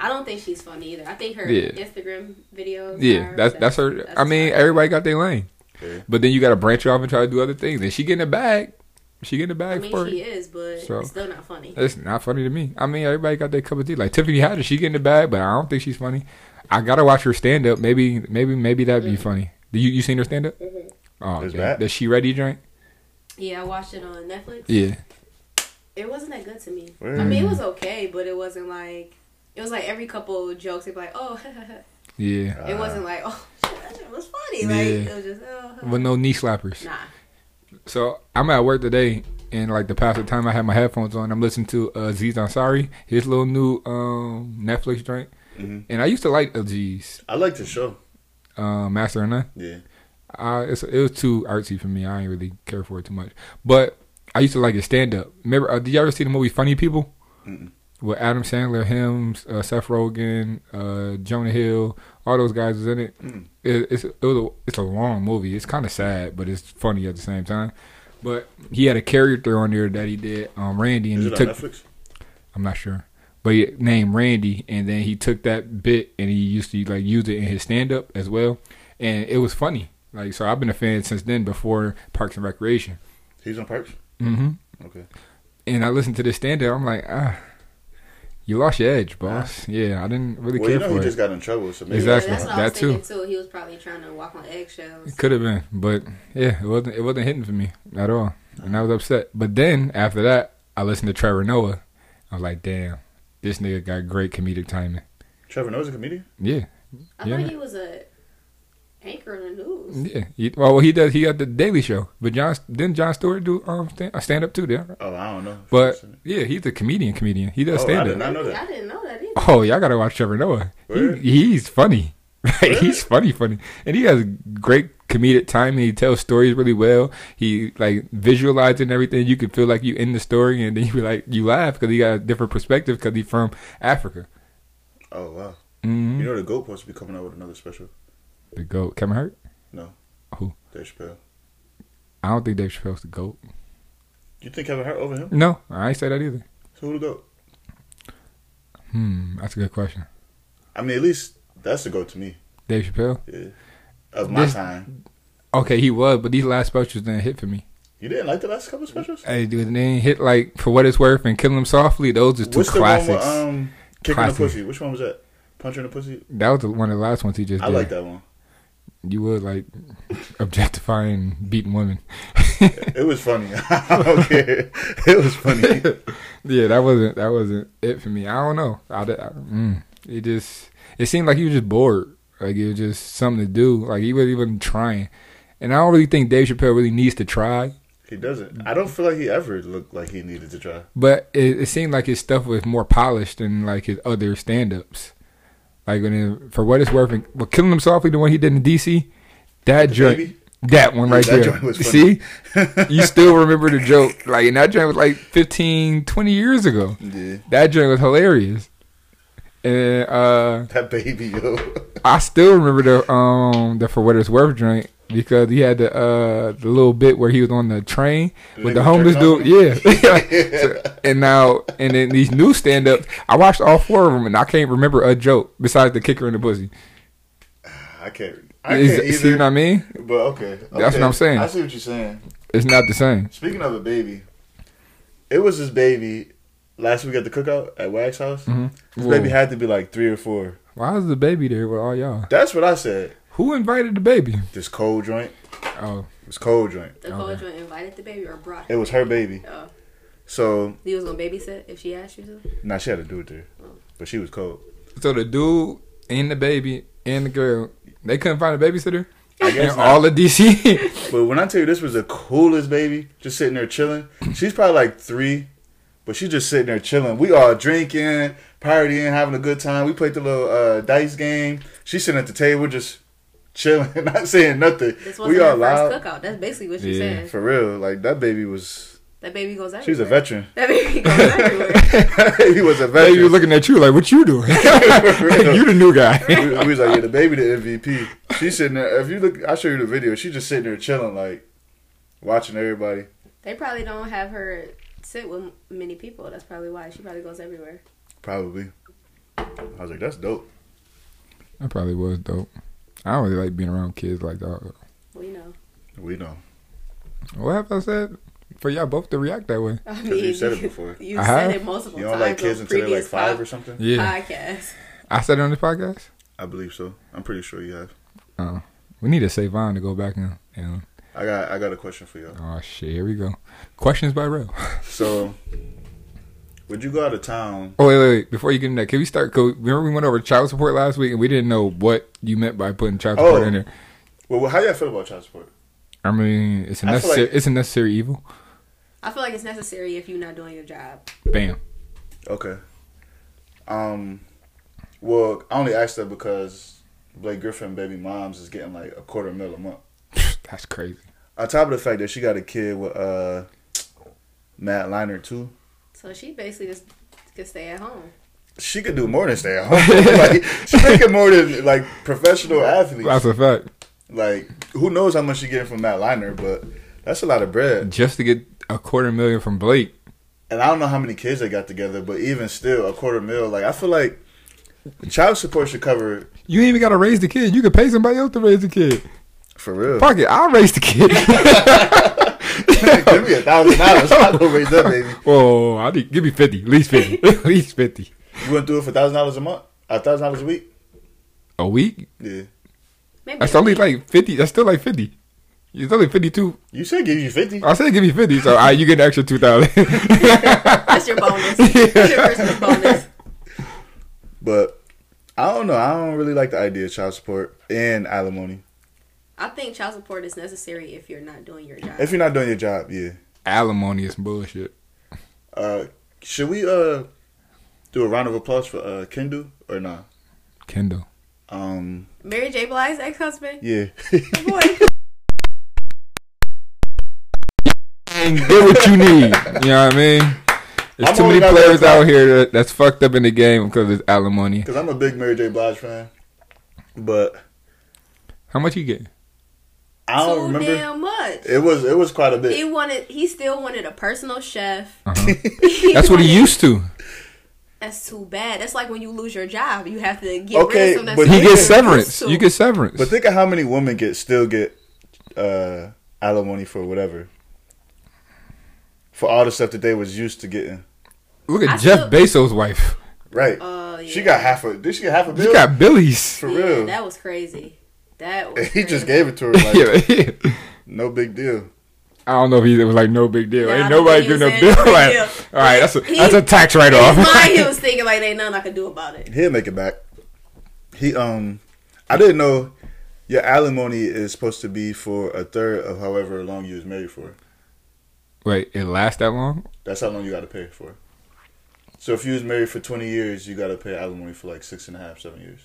S4: I don't think she's funny either. I think her
S2: Yeah.
S4: Instagram videos.
S2: yeah,
S4: are-
S2: that's that's her.
S4: that's
S2: I mean,
S4: fine.
S2: everybody got their lane,
S3: Yeah.
S2: but then you got to branch off and try to do other things. And she getting a bag. She getting a
S4: I
S2: bag for
S4: mean,
S2: it.
S4: she is, but
S2: So-
S4: it's still not funny.
S2: It's not funny to me. I mean, everybody got their cup of tea. Like Tiffany Haddish, she getting the bag, but I don't think she's funny. I gotta watch her stand up. Maybe, maybe, maybe that'd
S4: Mm.
S2: be funny. Do you you seen her stand up? Oh,
S3: Is
S2: damn.
S3: that-
S2: the she ready drink?
S4: Yeah, I watched it on Netflix.
S2: Yeah,
S4: it wasn't that good to me.
S3: Word.
S4: I mean, it was okay, but it wasn't like it was like every couple of jokes they'd be like, oh, [laughs]
S2: yeah.
S3: Ah.
S4: it wasn't like oh, [laughs] shit, that shit was funny. Like
S2: Yeah.
S4: it was just oh,
S2: With no knee slappers.
S4: nah.
S2: So I'm at work today, and like the past time I had my headphones on, I'm listening to uh, Aziz Ansari, his little new um, Netflix joint.
S3: Mhm.
S2: And I used to like Aziz,
S3: I liked the show.
S2: uh, Master and None.
S3: Yeah.
S2: I, it's, it was too artsy for me. I didn't really care for it too much. But I used to like his stand up. Remember, uh, did you ever see the movie Funny People?
S3: Mm-mm.
S2: With Adam Sandler, him, uh, Seth Rogen, uh, Jonah Hill, all those guys was in it.
S3: Mm.
S2: it it's it was a, it's a long movie. It's kind of sad, but it's funny at the same time. But he had a character on there that he did, um, Randy, and
S3: Is
S2: he
S3: it on
S2: took.
S3: Netflix?
S2: I'm not sure, but he named Randy, and then he took that bit and he used to like use it in his stand up as well, and it was funny. Like so, I've been a fan since then. Before Parks and Recreation,
S3: He's on Parks.
S2: mm-hmm.
S3: Okay.
S2: and I listened to this stand up. I'm like, ah, you lost your edge, boss. Yeah, I didn't really
S3: Well, you
S2: care
S3: know
S2: for
S3: he
S2: it.
S3: just got in trouble, so maybe
S2: Exactly.
S4: Yeah, that's what I
S2: That
S4: was
S2: too.
S4: thinking too. He was probably trying to walk on eggshells.
S2: It could have been, but yeah, it wasn't. It wasn't hitting for me at all, and I was upset. But then after that, I listened to Trevor Noah. I was like, damn, this nigga got great comedic timing.
S3: Trevor Noah's a comedian.
S2: Yeah,
S4: I
S2: Yeah.
S4: thought he was a anchor in the news.
S2: yeah. He, well, he does. He got the Daily Show, but John didn't John Stewart do um stand, stand up too there.
S3: Oh, I don't know.
S2: But yeah, he's a comedian. Comedian. He does
S3: Oh, I
S2: stand
S3: did
S2: up.
S3: not- know that.
S4: I didn't know that either.
S2: Oh, y'all gotta watch Trevor Noah. He,
S3: Word.
S2: he's funny. [laughs] Right? He's funny, funny, and he has great comedic timing. He tells stories really well. He like visualizing everything. You can feel like you in the story, and then you be like you laugh because he got a different perspective because he's from Africa.
S3: oh wow.
S2: hmm
S3: You know the goat supposed to be coming out with another special.
S2: the goat Kevin Hart.
S3: Dave Chappelle.
S2: I don't think Dave Chappelle's the goat.
S3: You think Kevin Hart over him?
S2: No, I ain't say that either.
S3: So who the goat?
S2: Hmm, that's a good question.
S3: I mean, at least That's the go to me.
S2: Dave Chappelle.
S3: Yeah. Of my
S2: This-
S3: time.
S2: Okay, he was, but these last specials didn't hit for me.
S3: You didn't like the last couple specials?
S2: Hey, dude, they didn't hit like for what it's worth and Kill 'Em Softly. Those are two
S3: What's
S2: classics.
S3: the one with um kicking
S2: Classic.
S3: the pussy? Which one was that? Puncher in the pussy?
S2: that was the, one of the last ones he just
S3: I
S2: did.
S3: like that one.
S2: You would like objectifying, beating women.
S3: It was funny. [laughs] I don't care. [laughs] It was [laughs] funny.
S2: [laughs] yeah, that wasn't that wasn't it for me. I don't know. I, d- I- mm, it just it seemed like you were just bored. Like it was just something to do. Like he wasn't even trying. And I don't really think Dave Chappelle really needs to try.
S3: He doesn't. I don't feel like he ever looked like he needed
S2: [laughs]
S3: to try.
S2: But it, it seemed like his stuff was more polished than like his other stand ups. Like when it, for what it's worth, and, well, killing him softly, the one he did in DC, that joint,
S3: Baby?
S2: that one right
S3: That
S2: there.
S3: joint was
S2: See,
S3: funny.
S2: you still remember the joke? Like and that joint was like 15, 20 years ago.
S3: Yeah.
S2: That joint was hilarious. And uh,
S3: That baby, yo.
S2: I still remember the um the for what it's worth joint because he had the uh the little bit where he was on the train
S3: The
S2: with
S3: nigga
S2: the homeless dude.
S3: jerking
S2: Yeah. [laughs] So- and now and then these new stand ups, I watched all four of them and I can't remember a joke besides the kicker in the pussy.
S3: [laughs] I can't. I
S2: Is-
S3: can't
S2: see
S3: either.
S2: what I mean?
S3: but okay,
S2: That's
S3: okay.
S2: what I'm saying.
S3: I see what you're saying.
S2: It's not the same.
S3: Speaking of a baby, it was his baby last week at the cookout at Wax House.
S2: Mhm.
S3: His
S2: Whoa.
S3: baby had to be like three or four.
S2: Why is the baby there with all y'all?
S3: That's what I said.
S2: Who invited the baby?
S3: This cold joint.
S2: Oh,
S3: It was cold joint.
S4: The cold
S2: Okay.
S4: joint invited the baby or brought
S3: It was her baby.
S4: Oh.
S3: So
S4: You was gonna babysit if she asked you to?
S3: now nah, she had to do it there, but she was cold.
S2: so the dude and the baby and the girl, they couldn't find a babysitter.
S3: I guess
S2: in
S3: not.
S2: all of
S3: [laughs]
S2: DC.
S3: But when I tell you this was the coolest baby, just sitting there chilling. She's probably like three, but she's just sitting there chilling. We all drinking, partying, having a good time. We played the little uh, dice game. She's sitting at the table just chilling, [laughs] not saying nothing.
S4: This wasn't
S3: We
S4: her
S3: all
S4: first
S3: loud
S4: cookout. That's basically what she
S2: Yeah.
S4: said.
S3: for real. Like that baby was.
S4: That baby goes everywhere.
S3: She was a veteran.
S4: That baby goes
S2: [laughs]
S4: everywhere.
S3: he was a
S2: They
S3: veteran.
S2: were looking at you like, "What you
S3: [laughs]
S2: doing? [laughs] you the new guy." [laughs]
S3: we, we was like, yeah, the baby, the MVP. She's sitting there. If you look, I'll show you the video. She's just sitting there chilling, like watching everybody.
S4: they probably don't have her sit with many people. That's probably why she probably goes everywhere.
S3: Probably. I was like, that's dope.
S2: That probably was dope. I don't really like being around kids like that.
S4: We know.
S3: We know.
S2: What have I said? For y'all both to react that way.
S4: I
S3: you said it
S4: [laughs]
S3: before.
S4: You
S2: I
S4: said
S2: have?
S4: it multiple
S3: You
S4: times.
S3: don't like kids
S4: on
S3: until they're like
S4: previous
S3: five
S4: pod-
S3: or something?
S2: Uh-huh. Yeah,
S4: Podcast.
S2: I said it on this podcast.
S3: I believe so. I'm pretty sure you have.
S2: We need a Savon to go back in. And,
S3: I got I got a question for y'all.
S2: oh shit, here we go. Questions by rail.
S3: So would you go out of town?
S2: [laughs] Oh wait, wait, wait. Before you get in that, can we start? Cause remember we went over child support last week and we didn't know what you meant by putting child
S3: Oh.
S2: support in there.
S3: Well, well, how y'all feel about child support?
S2: I mean, it's a
S3: I feel
S2: necessary.
S3: like-
S2: it's a necessary evil.
S4: I feel like it's necessary if you're not doing your job.
S2: Bam.
S3: Okay. Um well, I only asked that because Blake Griffin baby moms is getting like a quarter mil a month.
S2: That's crazy.
S3: On top of the fact that she got a kid with uh Matt Leinart too.
S4: So she basically just could stay at home.
S3: She could do more than stay at home. [laughs] like she's making more than like professional athletes.
S2: That's a fact.
S3: Like, who knows how much you're getting from Matt Liner, but that's a lot of bread.
S2: Just to get a quarter million from Blake.
S3: And I don't know how many kids they got together, but even still, a quarter mil. Like, I feel like child support should cover
S2: You ain't even gotta raise the kid. You can pay somebody else to raise the kid.
S3: for real.
S2: Fuck it, I'll raise the kid.
S3: [laughs]
S2: [laughs]
S3: Give me a thousand dollars. I'm gonna raise that
S2: [laughs]
S3: baby.
S2: Oh, I need, give me fifty, at least fifty, [laughs] at least fifty
S3: You wouldn't do it for a thousand dollars a month, a thousand dollars a week.
S2: a week.
S3: Yeah,
S4: Maybe
S2: That's
S4: not.
S2: only like fifty. That's still like fifty. It's only fifty-two.
S3: you said give you fifty.
S2: I said give me fifty, so I you get an extra two thousand. [laughs]
S4: That's your bonus. That's your Christmas bonus.
S3: But I don't know. I don't really like the idea of child support and alimony.
S4: I think child support is necessary if you're not doing your job.
S3: If you're not doing your job, yeah.
S2: Alimony is bullshit.
S3: Uh, should we uh do a round of applause for uh Kendu or not?
S2: Kendall.
S3: Nah? Um,
S4: Mary J. Blige's ex-husband.
S2: [laughs]
S3: yeah.
S4: Boy,
S2: And get what you need. You know what I mean? There's
S3: I'm
S2: too
S3: only
S2: many
S3: not
S2: players
S3: gonna-
S2: out here that, that's fucked up in the game because it's alimony.
S3: Because I'm a big Mary J. Blige fan, but
S2: How much you get?
S3: [laughs] I don't
S4: too
S3: remember.
S4: damn much.
S3: It was it was quite a
S4: He
S3: bit.
S2: Uh-huh.
S4: wanted. [laughs] He still wanted a personal chef.
S2: That's what he used to.
S4: That's too bad. That's like when you lose your job, you have to get
S3: Okay,
S4: rid of some.
S3: but
S4: that's
S2: He
S3: Yeah.
S2: gets
S4: used
S2: severance.
S4: to.
S2: You get severance.
S3: But think of how many women get still get uh, alimony for whatever. For all the stuff that they was used to getting.
S2: Look at
S4: I
S2: Jeff Bezos' wife.
S3: Right.
S4: Oh, yeah.
S3: She got half a did she get half a bill?
S2: She got Billy's.
S3: [laughs] for
S4: Yeah,
S3: real.
S4: That was crazy. That was
S3: [laughs] he
S4: crazy.
S3: just gave it to her
S2: [laughs]
S3: like
S2: yeah.
S3: no big deal.
S2: I don't know if he it was like no big deal.
S4: Yeah, I
S2: Ain't
S4: don't
S2: nobody
S4: think
S2: do
S4: he
S2: no
S4: was
S2: bill.
S4: saying no big
S2: Like,
S4: deal.
S2: all right, that's a
S4: He-
S2: that's a tax write
S4: His
S2: off. [laughs]
S4: mind, he was thinking like, "Ain't nothing I can do about it."
S3: He'll make it back. He um I didn't know your alimony is supposed to be for a third of however long you was married for.
S2: Wait, it lasts that long?
S3: That's how long you gotta pay for. So if you was married for twenty years, you gotta pay alimony for like six and a half, seven years.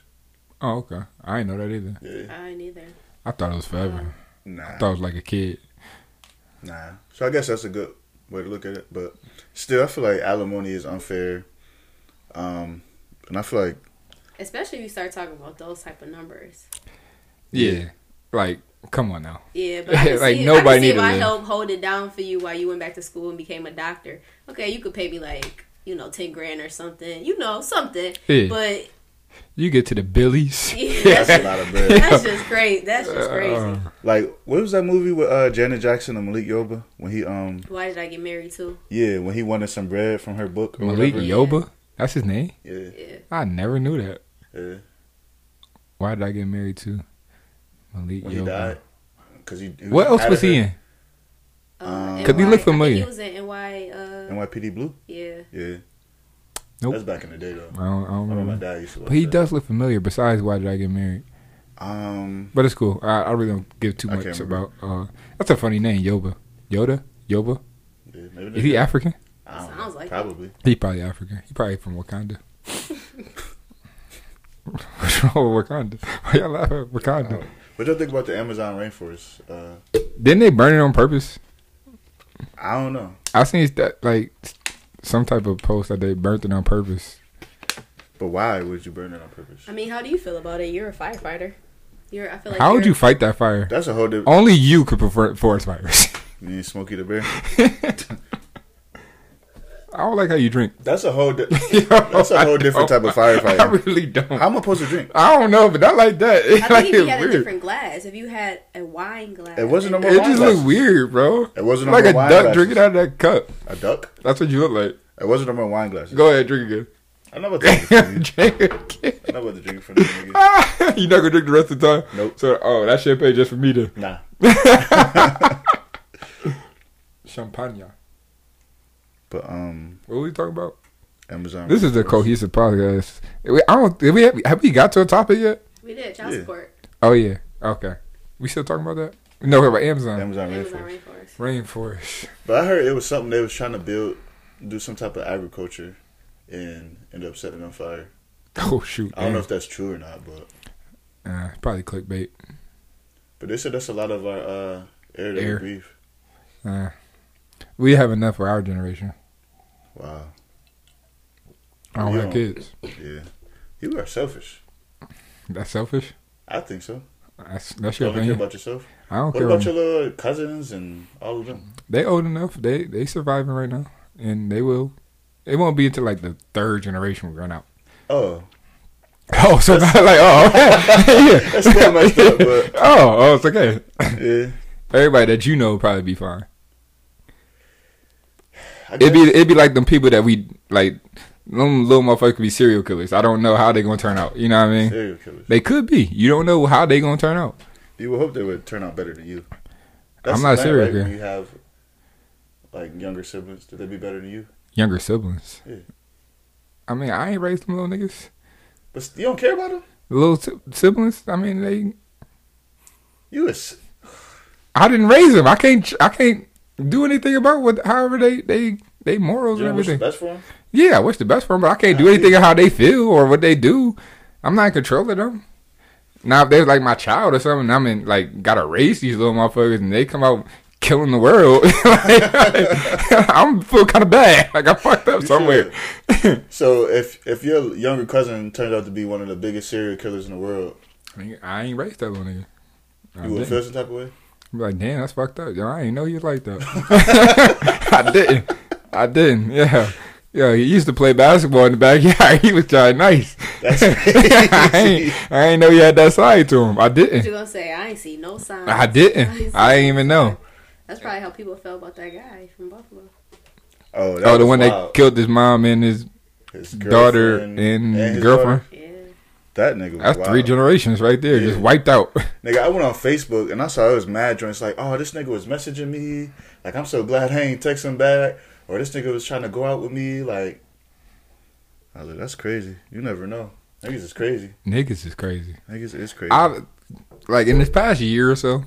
S2: Oh, okay. I didn't know that either.
S3: Yeah.
S4: I ain't either.
S2: I thought it was forever. I
S3: Nah.
S2: thought it was like a kid.
S3: Nah. So I guess that's a good way to look at it. But still, I feel like alimony is unfair. Um, and I feel like
S4: Especially if you start talking about those type of numbers.
S2: Yeah. Like, come on now.
S4: Yeah, but I can
S2: Like,
S4: see, I
S2: nobody
S4: can see
S2: needed
S4: if I
S2: that.
S4: help hold it down for you while you went back to school and became a doctor. Okay, you could pay me like you know ten grand or something. You know something.
S2: Yeah.
S4: But
S2: You get to the Billies. [laughs]
S4: Yeah,
S3: that's a lot of
S4: [laughs]
S3: bread.
S4: that's just great. That's
S2: Uh,
S3: Uh,
S4: just crazy.
S3: Like, what was that movie with uh, Janet Jackson and Malik Yoba when he um
S4: Why did I get married too?
S3: yeah when he wanted some bread from her book? Or
S2: Malik
S3: whatever?
S2: Yoba? That's his name?
S3: Yeah,
S4: Yeah.
S2: I never knew that.
S3: yeah.
S2: Why did I get married to Malik Yoba?
S3: When he died, because he, he
S2: What else
S3: mad
S2: was
S3: at
S2: he
S3: her.
S2: in?
S3: Um,
S4: Uh,
S2: Could he
S4: NY
S2: look familiar?
S4: I think he was in NY. Uh,
S3: NYPD Blue. [laughs]
S4: yeah.
S3: Yeah,
S2: Nope.
S3: that's back in the day though.
S2: I don't, I don't
S3: I remember my
S2: remember.
S3: dad used to. Watch
S2: But he
S3: that.
S2: does look familiar besides Why Did I Get Married?
S3: Um,
S2: But it's cool. I, I really don't give too
S3: I
S2: much
S3: can't
S2: about.
S3: remember.
S2: Uh, that's a funny name, Yoba. Yoda? Yoba?
S3: yeah, maybe they
S2: Is he
S3: did.
S2: African?
S3: I don't know.
S4: Sounds like
S3: probably.
S2: He probably African. He probably from Wakanda. [laughs] What's wrong with Wakanda? Why y'all laugh at Wakanda?
S3: What do you think about the Amazon rainforest? Uh,
S2: Didn't they burn it on purpose?
S3: I don't know.
S2: I seen that like some type of post that they burnt it on purpose.
S3: But why would you burn it on purpose?
S4: I mean, how do you feel about it? You're a firefighter. You're. I feel like.
S2: How would
S4: you're-
S2: you fight that fire?
S3: That's a whole different.
S2: Only you could prevent forest fires. [laughs]
S3: You mean Smokey the Bear?
S2: I don't like how you drink.
S3: That's a
S2: [laughs]
S3: whole. Di- that's a whole different type of
S2: I
S3: firefighter.
S2: really don't.
S3: How am I supposed to drink?
S2: I don't know, but not like that. [laughs] It,
S4: I
S2: like,
S4: think if you
S2: it's
S4: had
S2: weird.
S4: a different glass, if you had a wine glass,
S3: It wasn't
S4: and-
S3: no
S2: It
S3: more
S2: just looked weird, bro.
S3: It wasn't on
S2: like
S3: my
S2: a
S3: wine
S2: duck
S3: glasses.
S2: drinking out of that cup.
S3: A duck?
S2: That's what you look like.
S3: It wasn't on my wine glasses.
S2: Go ahead, drink again. [laughs]
S3: I'm not about to drink it from you.
S2: drink again. [laughs]
S3: I'm not about to drink it from you, nigga.
S2: you not gonna drink the rest of the time.
S3: Nope.
S2: So, oh, that champagne just for me to
S3: Nah.
S2: champagne.
S3: But um,
S2: What were we talking about?
S3: Amazon.
S2: This is a
S3: rainforest.
S2: cohesive podcast. We, I don't. Did we have, have we got to a topic yet?
S4: We did child
S3: Yeah.
S4: support.
S2: Oh yeah. Okay. We still talking about that? No, we're about Amazon
S3: Amazon
S4: Amazon
S3: rainforest.
S4: rainforest.
S2: rainforest. [laughs]
S3: But I heard it was something they was trying to build, do some type of agriculture, and end up setting on fire.
S2: Oh shoot.
S3: I don't know
S2: man.
S3: if that's true or not, but
S2: Uh, probably clickbait.
S3: but they said that's a lot of our uh, air that
S2: Air.
S3: we breathe.
S2: Uh, we have enough for our generation.
S3: Wow.
S2: I don't
S3: You
S2: have
S3: don't.
S2: kids.
S3: Yeah. You are selfish.
S2: That's selfish.
S3: I think so.
S2: That's, that's
S3: You
S2: your
S3: don't care
S2: opinion.
S3: about yourself.
S2: I don't
S3: What
S2: care. Mm-hmm.
S3: about your little cousins and all of them?
S2: They old enough. They they surviving right now, and they will. It won't be until like the third generation we run out. [laughs]
S3: Oh,
S2: Oh, so not [laughs] like oh, okay. yeah.
S3: [laughs] that's
S2: [laughs]
S3: still messed up, but
S2: oh, oh, it's okay.
S3: yeah.
S2: Everybody that you know will probably be fine.
S3: I
S2: It'd be it'd be like them people that we like. Them little motherfuckers could be serial killers. I don't know how they gonna turn out. You know what I mean?
S3: serial killers.
S2: They could be. You don't know how they gonna turn out.
S3: You would hope they would turn out better than you.
S2: I'm not
S3: the thing,
S2: serial
S3: right? When
S2: killer.
S3: you have like younger siblings, do they be better than you?
S2: Younger siblings.
S3: Yeah.
S2: I mean, I ain't raised them little niggas.
S3: But s- you don't care about them.
S2: Little si- siblings. I mean, they.
S3: You is
S2: I didn't raise them. I can't. ch- I can't do anything about what. However, they they they morals
S3: you
S2: and
S3: know what's the
S2: everything.
S3: best for them.
S2: Yeah, I wish the best for them, but I can't do anything of how they feel or what they do. I'm not in control of them. Now, if they're like my child or something, and I'm in like gotta raise these little motherfuckers, and they come out killing the world. [laughs] like, [laughs] I'm feel kind of bad. Like I fucked up
S3: You
S2: somewhere.
S3: So if if your younger cousin turns out to be one of the biggest serial killers in the world,
S2: I ain't- I ain't raised that little nigga. I
S3: you would
S2: didn't.
S3: feel some type of way.
S2: I'm like, damn, that's [laughs]
S3: [laughs]
S2: fucked up. Yo, I ain't know you was like that. I didn't. I didn't. Yeah. Yo, he used to play basketball in the backyard. [laughs] He was trying nice. [laughs]
S3: That's
S2: I, ain't, I ain't know he had that side to him. I
S4: You
S2: didn't.
S4: gonna say I ain't see no sign.
S2: I didn't. I didn't even know.
S4: That's probably how people felt about that guy from Buffalo.
S3: Oh, that
S2: Oh, the one
S3: was wild.
S2: that killed his mom and his
S3: His
S2: daughter
S3: girlfriend
S2: and,
S3: his
S2: girlfriend.
S3: daughter.
S4: Yeah.
S3: That nigga was
S2: That's
S3: wild.
S2: three generations right there, just
S3: Yeah.
S2: wiped out. [laughs]
S3: Nigga, I went on Facebook and I saw it was mad joints like, oh, this nigga was messaging me. Like, I'm so glad I ain't text him back. Or this nigga was trying to go out with me. Like, I was like, that's crazy. You never know. Niggas is crazy.
S2: Niggas is crazy.
S3: Niggas is crazy.
S2: I like in this past year or so,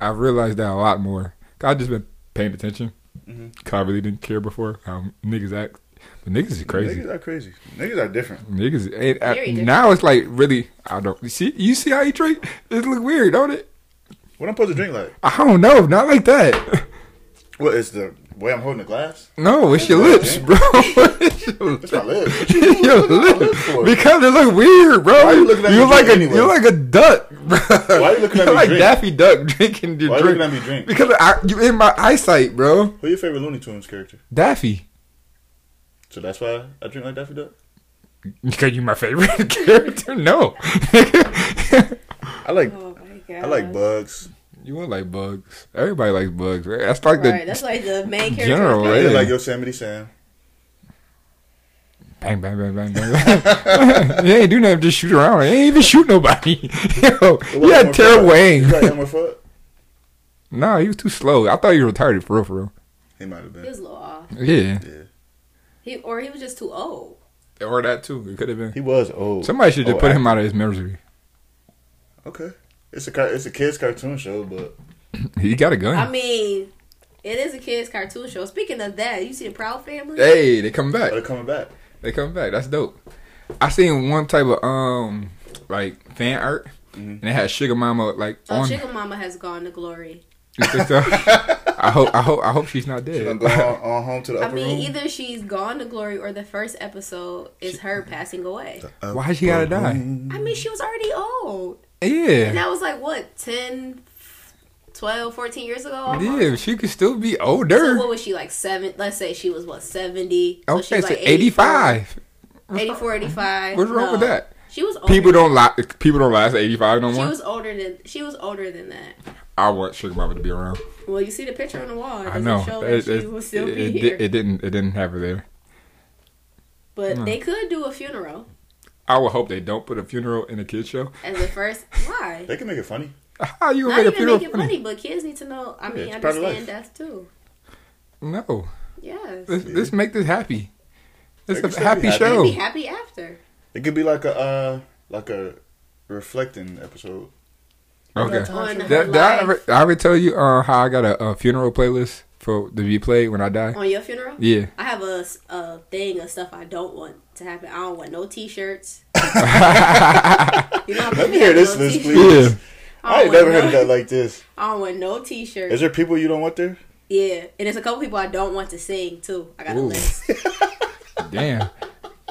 S2: I've realized that a lot more. I've just been paying attention.
S3: Mhm.
S2: 'Cause I really didn't care before how niggas act. But niggas is crazy.
S3: Niggas are crazy. Niggas are different.
S2: Niggas, it, I-
S4: Very different.
S2: now it's like really. I don't you see. You see how he treat? It look weird, don't it?
S3: What I'm supposed to drink like?
S2: I don't know. Not like that. [laughs]
S3: What is the way I'm holding the glass?
S2: No, it's your lips, bro. [laughs] it's your,
S3: It's
S2: [laughs]
S3: my lips. What [laughs] you-
S2: your
S3: what you looking at my lips
S2: lips
S3: for?
S2: because it look weird, bro.
S3: Why you looking at me
S2: you're like a
S3: drink anyway?
S2: you're like a duck, bro.
S3: Why you looking
S2: [laughs]
S3: at
S2: You're
S3: me
S2: like
S3: drink?
S2: Daffy Duck drinking your
S3: Why you
S2: drink?
S3: looking at me drink?
S2: Because I, you in my eyesight, bro.
S3: Who your favorite Looney Tunes character?
S2: Daffy.
S3: So that's why I drink like Daffy Duck?
S2: Because you my favorite [laughs] character. No, [laughs]
S3: I like
S4: Oh my god.
S3: I like Bugs.
S2: you would like bugs. Everybody likes bugs, right? That's like
S4: Right,
S2: the
S4: that's like the main character.
S2: General,
S3: I
S2: Yeah.
S3: like Yosemite Sam.
S2: [laughs] Bang, bang, bang, bang, bang. [laughs] you ain't do nothing, just shoot around. You ain't even shoot nobody. [laughs] Yo, you had terrible aim.
S3: You like Elmer Fudd?
S2: nah, he was too slow. I thought you were retarded for real, for real.
S3: He might have been.
S4: He was a little off.
S2: Yeah.
S3: Yeah.
S4: He or he was just too old.
S2: Or that too. It could have been.
S3: He was old.
S2: Somebody should just
S3: Oh,
S2: put
S3: I-
S2: him out of his misery.
S3: Okay. It's a car- it's a kids cartoon show, but
S2: He got a gun.
S4: I mean, it is a kids' cartoon show. Speaking of that, you see the Proud Family?
S2: hey, they come back.
S3: they're coming back.
S2: They come back. That's dope. I seen one type of um like fan art,
S3: Mhm.
S2: and it had Sugar Mama like
S4: Mm-hmm. Oh,
S2: on.
S4: Chicken Mama has gone to glory.
S2: I hope. I hope. I hope she's not
S3: She's gonna
S2: dead.
S3: go on, on home to the upper
S4: I mean,
S3: room.
S4: either she's gone to glory or the first episode is her passing away.
S2: Why she gotta
S3: Upper
S2: die?
S3: room.
S4: I mean, she was already old. And
S2: Yeah.
S4: that was like, what, 10, 12, 14 years ago? almost?
S2: Yeah. She could still be
S4: So
S2: older.
S4: what was she like seven? Let's say she was what seventy. So she
S2: Okay,
S4: was
S2: so
S4: like
S2: 85.
S4: 84, 85.
S2: What's wrong with
S4: No.
S2: that?
S4: She was older.
S2: People don't la- people don't last 85 no
S4: She
S2: more.
S4: was older than she was older than that.
S2: I want Sugar Mama to be around.
S4: Well, you see the picture on the wall.
S2: I
S4: It doesn't
S2: know.
S4: show that
S2: It,
S4: she
S2: it,
S4: will still
S2: it-
S4: be
S2: it di-
S4: here.
S2: it didn't it didn't have her there.
S4: but
S2: no.
S4: they could do a funeral
S2: I would hope they don't put a funeral in a kid show.
S4: as the first. Why?
S3: They can make it funny.
S2: How you
S4: Not
S2: gonna make a
S4: even
S2: funeral
S4: make it
S2: funny?
S4: funny, but kids need to know. I mean,
S3: it's part of
S4: understand
S3: life.
S4: death too.
S2: No.
S4: Yes,
S2: Let's,
S3: Yeah.
S2: let's make this happy. It's
S3: Make it
S2: a
S3: so
S2: happy
S3: happy.
S4: They'd be
S2: show.
S4: happy after.
S3: It could be like a uh, like a reflecting episode.
S2: Okay.
S4: On her
S2: That, that I,
S4: life,
S2: ever, I ever tell you uh, how I got a, a funeral playlist for to be played when I die?
S4: on your funeral.
S2: Yeah. [laughs]
S4: I have a, s- a thing of stuff I don't want to happen. I don't want no t-shirts. you know,
S3: [laughs] Let me hear this list, please.
S2: Yeah.
S4: Oh,
S3: I ain't never heard of that like this.
S4: I don't want no t-shirts.
S3: Is there people you don't want there?
S4: yeah, and there's a couple people I don't want to sing too. I got
S2: Ooh.
S4: a list.
S2: Damn.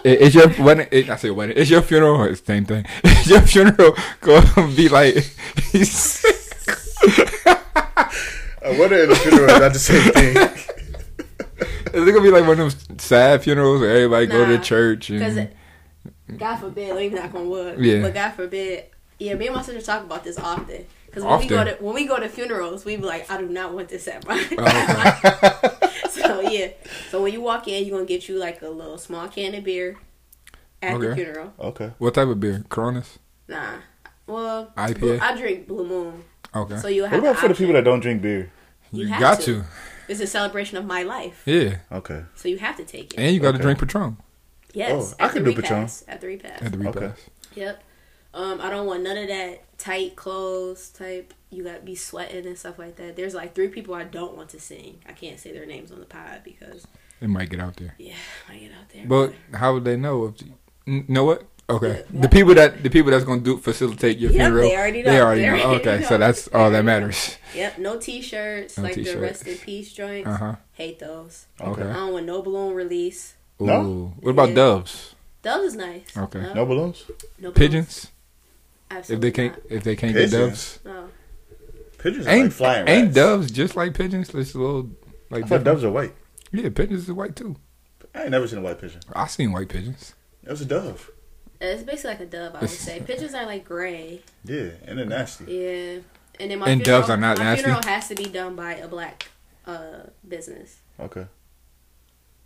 S2: It, it's your wedding. It, I say wedding. It's your funeral. It's the same thing. [laughs] It's your funeral. Go be like. [laughs]
S3: I wonder if the funeral is not the same thing.
S2: Is it gonna be like one of those sad funerals where everybody go to
S4: Nah,
S2: church
S4: Because
S2: and
S4: God forbid, let me knock on wood.
S2: Yeah.
S4: But God forbid, yeah. Me and my sister talk about this often. Because when we
S2: Often.
S4: go to when we go to funerals, we be like, I do not want this at my.
S2: Oh,
S4: [laughs] so yeah. So when you walk in, you're gonna get you like a little small can of beer at the
S2: Okay.
S4: funeral.
S3: [laughs] okay.
S2: what type of beer? Coronas.
S4: Nah. Well,
S2: IPA?
S4: Blue- I drink Blue Moon,
S2: Okay.
S4: so you'll
S3: What
S4: have.
S3: about for the people
S4: option.
S3: that don't drink beer?
S4: You
S2: you
S4: have
S2: got
S4: to.
S2: to.
S4: It's a celebration of my life,
S2: Yeah.
S3: Okay.
S4: so you have to take it.
S2: And you got to
S3: Okay.
S2: drink Patron
S4: yes,
S3: Oh, I
S4: at
S3: can
S4: the
S3: do Patron.
S4: repass. At the repass.
S2: at the repass.
S3: Okay.
S4: Yep. Um, I don't want none of that tight clothes type. You got to be sweating and stuff like that. There's like three people I don't want to sing. I can't say their names on the pod because
S2: It might get out there.
S4: yeah, I get out there.
S2: But how would they know? If you N- know what? Okay.
S4: Yeah.
S2: The people that the people that's gonna do facilitate your
S4: Yeah, they
S2: funeral.
S4: already know.
S2: They already
S4: They
S2: know.
S4: already
S2: okay.
S4: know.
S2: So that's all
S4: They [laughs]
S2: that
S4: already
S2: matters.
S4: yep, no t-shirts
S2: No
S4: like the
S2: t-shirts.
S4: rest in peace joints.
S2: Uh huh.
S4: Hate those.
S3: Okay.
S4: I
S2: Okay.
S4: don't want no balloon release.
S3: No?
S2: Ooh. What about
S4: Yeah.
S2: doves?
S4: Those is nice.
S2: Okay.
S4: No,
S3: No balloons?
S4: no balloons.
S2: Pigeons? If
S4: Absolutely
S2: they can't if they can't get doves.
S3: Pigeons?
S4: No.
S3: Pigeons are
S2: Ain't
S3: like flying
S2: ain't
S3: rats.
S2: doves just like pigeons? Just a little like
S3: I thought
S2: different?
S3: doves are white.
S2: Yeah, pigeons is white too.
S3: I ain't never seen a white pigeon.
S2: I seen white pigeons.
S3: That was a dove.
S4: It's basically like a dove, I
S2: [laughs]
S4: would say. Pigeons are like gray.
S3: Yeah, and they're nasty.
S4: Yeah. And then my
S2: And
S4: funeral,
S2: doves are not
S4: my
S2: nasty?
S4: funeral has to be done by a black uh, business.
S3: Okay.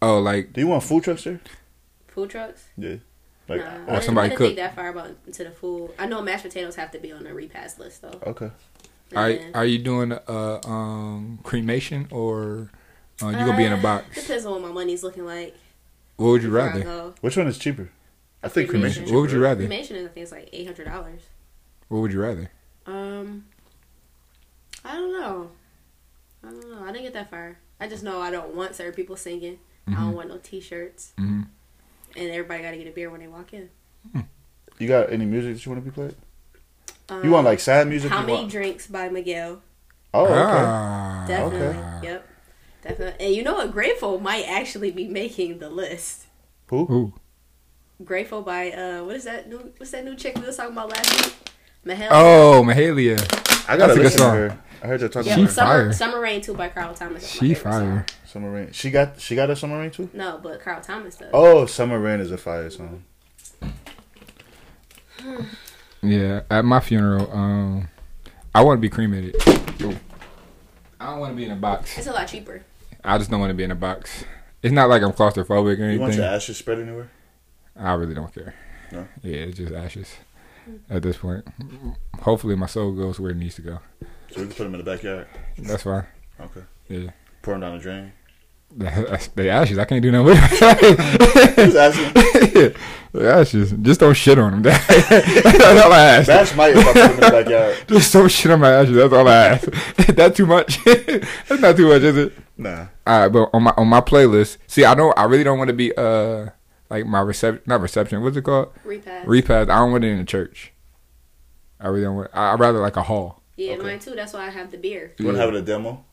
S2: Oh, like
S3: Do you want food trucks there?
S4: Food trucks?
S3: Yeah. Like
S4: nah,
S2: or
S4: I didn't,
S2: somebody
S4: I didn't
S2: cook.
S4: think that far about into the food. I know mashed potatoes have to be on the repast list though.
S3: okay.
S2: are
S4: And
S2: are you doing uh um cremation or uh, you gonna be in a
S4: Uh,
S2: box?
S4: Depends on what my money's looking like.
S2: What would you
S4: before I
S2: rather?
S4: go.
S3: Which one is cheaper? I think cremation.
S4: Cremation.
S2: What would you rather?
S4: Cremation is I think it's like eight hundred dollars.
S2: What would you rather?
S4: Um, I don't know. I don't know. I didn't get that far. I just know I don't want certain people singing. I don't
S2: Mhm.
S4: want no T-shirts,
S2: Mhm.
S4: and everybody got to get a beer when they walk in.
S3: You got any music that you want to be played?
S4: Um,
S3: You want like sad music?
S4: how
S3: you
S4: many
S3: want-
S4: drinks by Miguel?
S3: Oh, okay.
S2: Ah,
S4: Definitely. Yep. Definitely. And you know what? Grateful might actually be making the list.
S3: Who?
S2: Ooh.
S4: Grateful by uh, what is that new? What's that new chick we was talking about last week? Mahel.
S2: Oh, Mahalia.
S3: I
S2: That's
S3: gotta
S2: a good
S3: listen
S2: song.
S3: to her. I heard you talking
S4: Yep.
S2: She
S3: about her.
S4: Summer,
S2: fire.
S4: Summer Rain too by Carl Thomas. is my
S2: She
S4: favorite
S2: fire.
S4: song.
S3: Summer Rain. She got she got a Summer Rain too.
S4: No, but Carl Thomas does.
S3: Oh, Summer Rain is a fire song.
S2: Yeah, at my funeral, um, I want to be cremated. I don't want to be in a box.
S4: It's a lot cheaper.
S2: I just don't want to be in a box. It's not like I'm claustrophobic or
S3: You want your
S2: anything.
S3: ashes spread anywhere?
S2: I really don't care.
S3: No?
S2: Yeah, it's just ashes at this point. Hopefully, my soul goes where it needs to go.
S3: So we can put them in the backyard.
S2: That's fine.
S3: Okay.
S2: Yeah.
S3: Pour them down the drain.
S2: That's, [laughs] they ashes. I can't do nothing
S3: [laughs]
S2: with them.
S3: Who's asking?
S2: [laughs] they ashes. Just don't shit on them. [laughs] That's all I ask.
S3: Bash might if I put them in the backyard.
S2: [laughs] Just don't shit on my ashes. That's all I ask. [laughs] that too much? [laughs] That's not too much, is it?
S3: Nah.
S2: All right, but on my on my playlist, see, I don't, I really don't want to be uh like my reception, not reception. What's it called?
S4: Repass.
S2: Repast. I don't want it in a church. I really don't want. I I'd rather like a hall.
S4: yeah,
S3: Okay.
S4: mine too. That's why I have the beer.
S3: You want to have it a demo?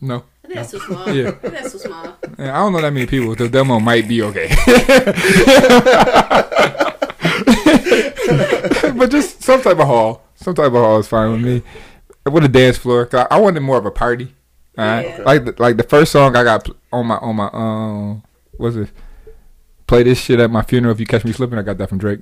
S2: No,
S4: I think that's
S3: [laughs]
S4: too small.
S2: Yeah.
S4: I think that's too small.
S2: Yeah, I don't know that many people. The demo might be okay, [laughs] but just some type of hall. Some type of hall is fine with me. With a dance floor, 'cause I, I wanted more of a party. All right,
S4: Yeah.
S2: like the, like the first song I got pl- on my on my um what's it? Play this shit at my funeral. If you catch me slipping, I got that from Drake.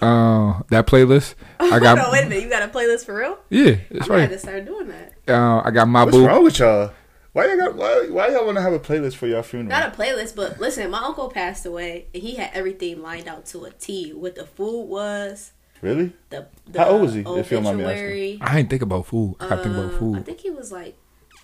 S2: Uh, that playlist I got.
S4: [laughs] Hold on, Oh, wait a minute. You got a playlist for real?
S2: Yeah, it's
S4: I'm gonna
S2: right.
S4: have to start doing that.
S2: Uh, I got my
S3: What's
S2: boo.
S3: wrong with y'all? Why y'all got, why, why y'all want to have a playlist for y'all funeral?
S4: Not a playlist, but listen, my uncle passed away, and he had everything lined out to a T. What the food was,
S3: really?
S4: the, the
S3: How old was he, if you don't mind me
S4: obituary.
S2: I ain't think about food. I gotta think
S4: Uh,
S2: about food.
S4: I think he was like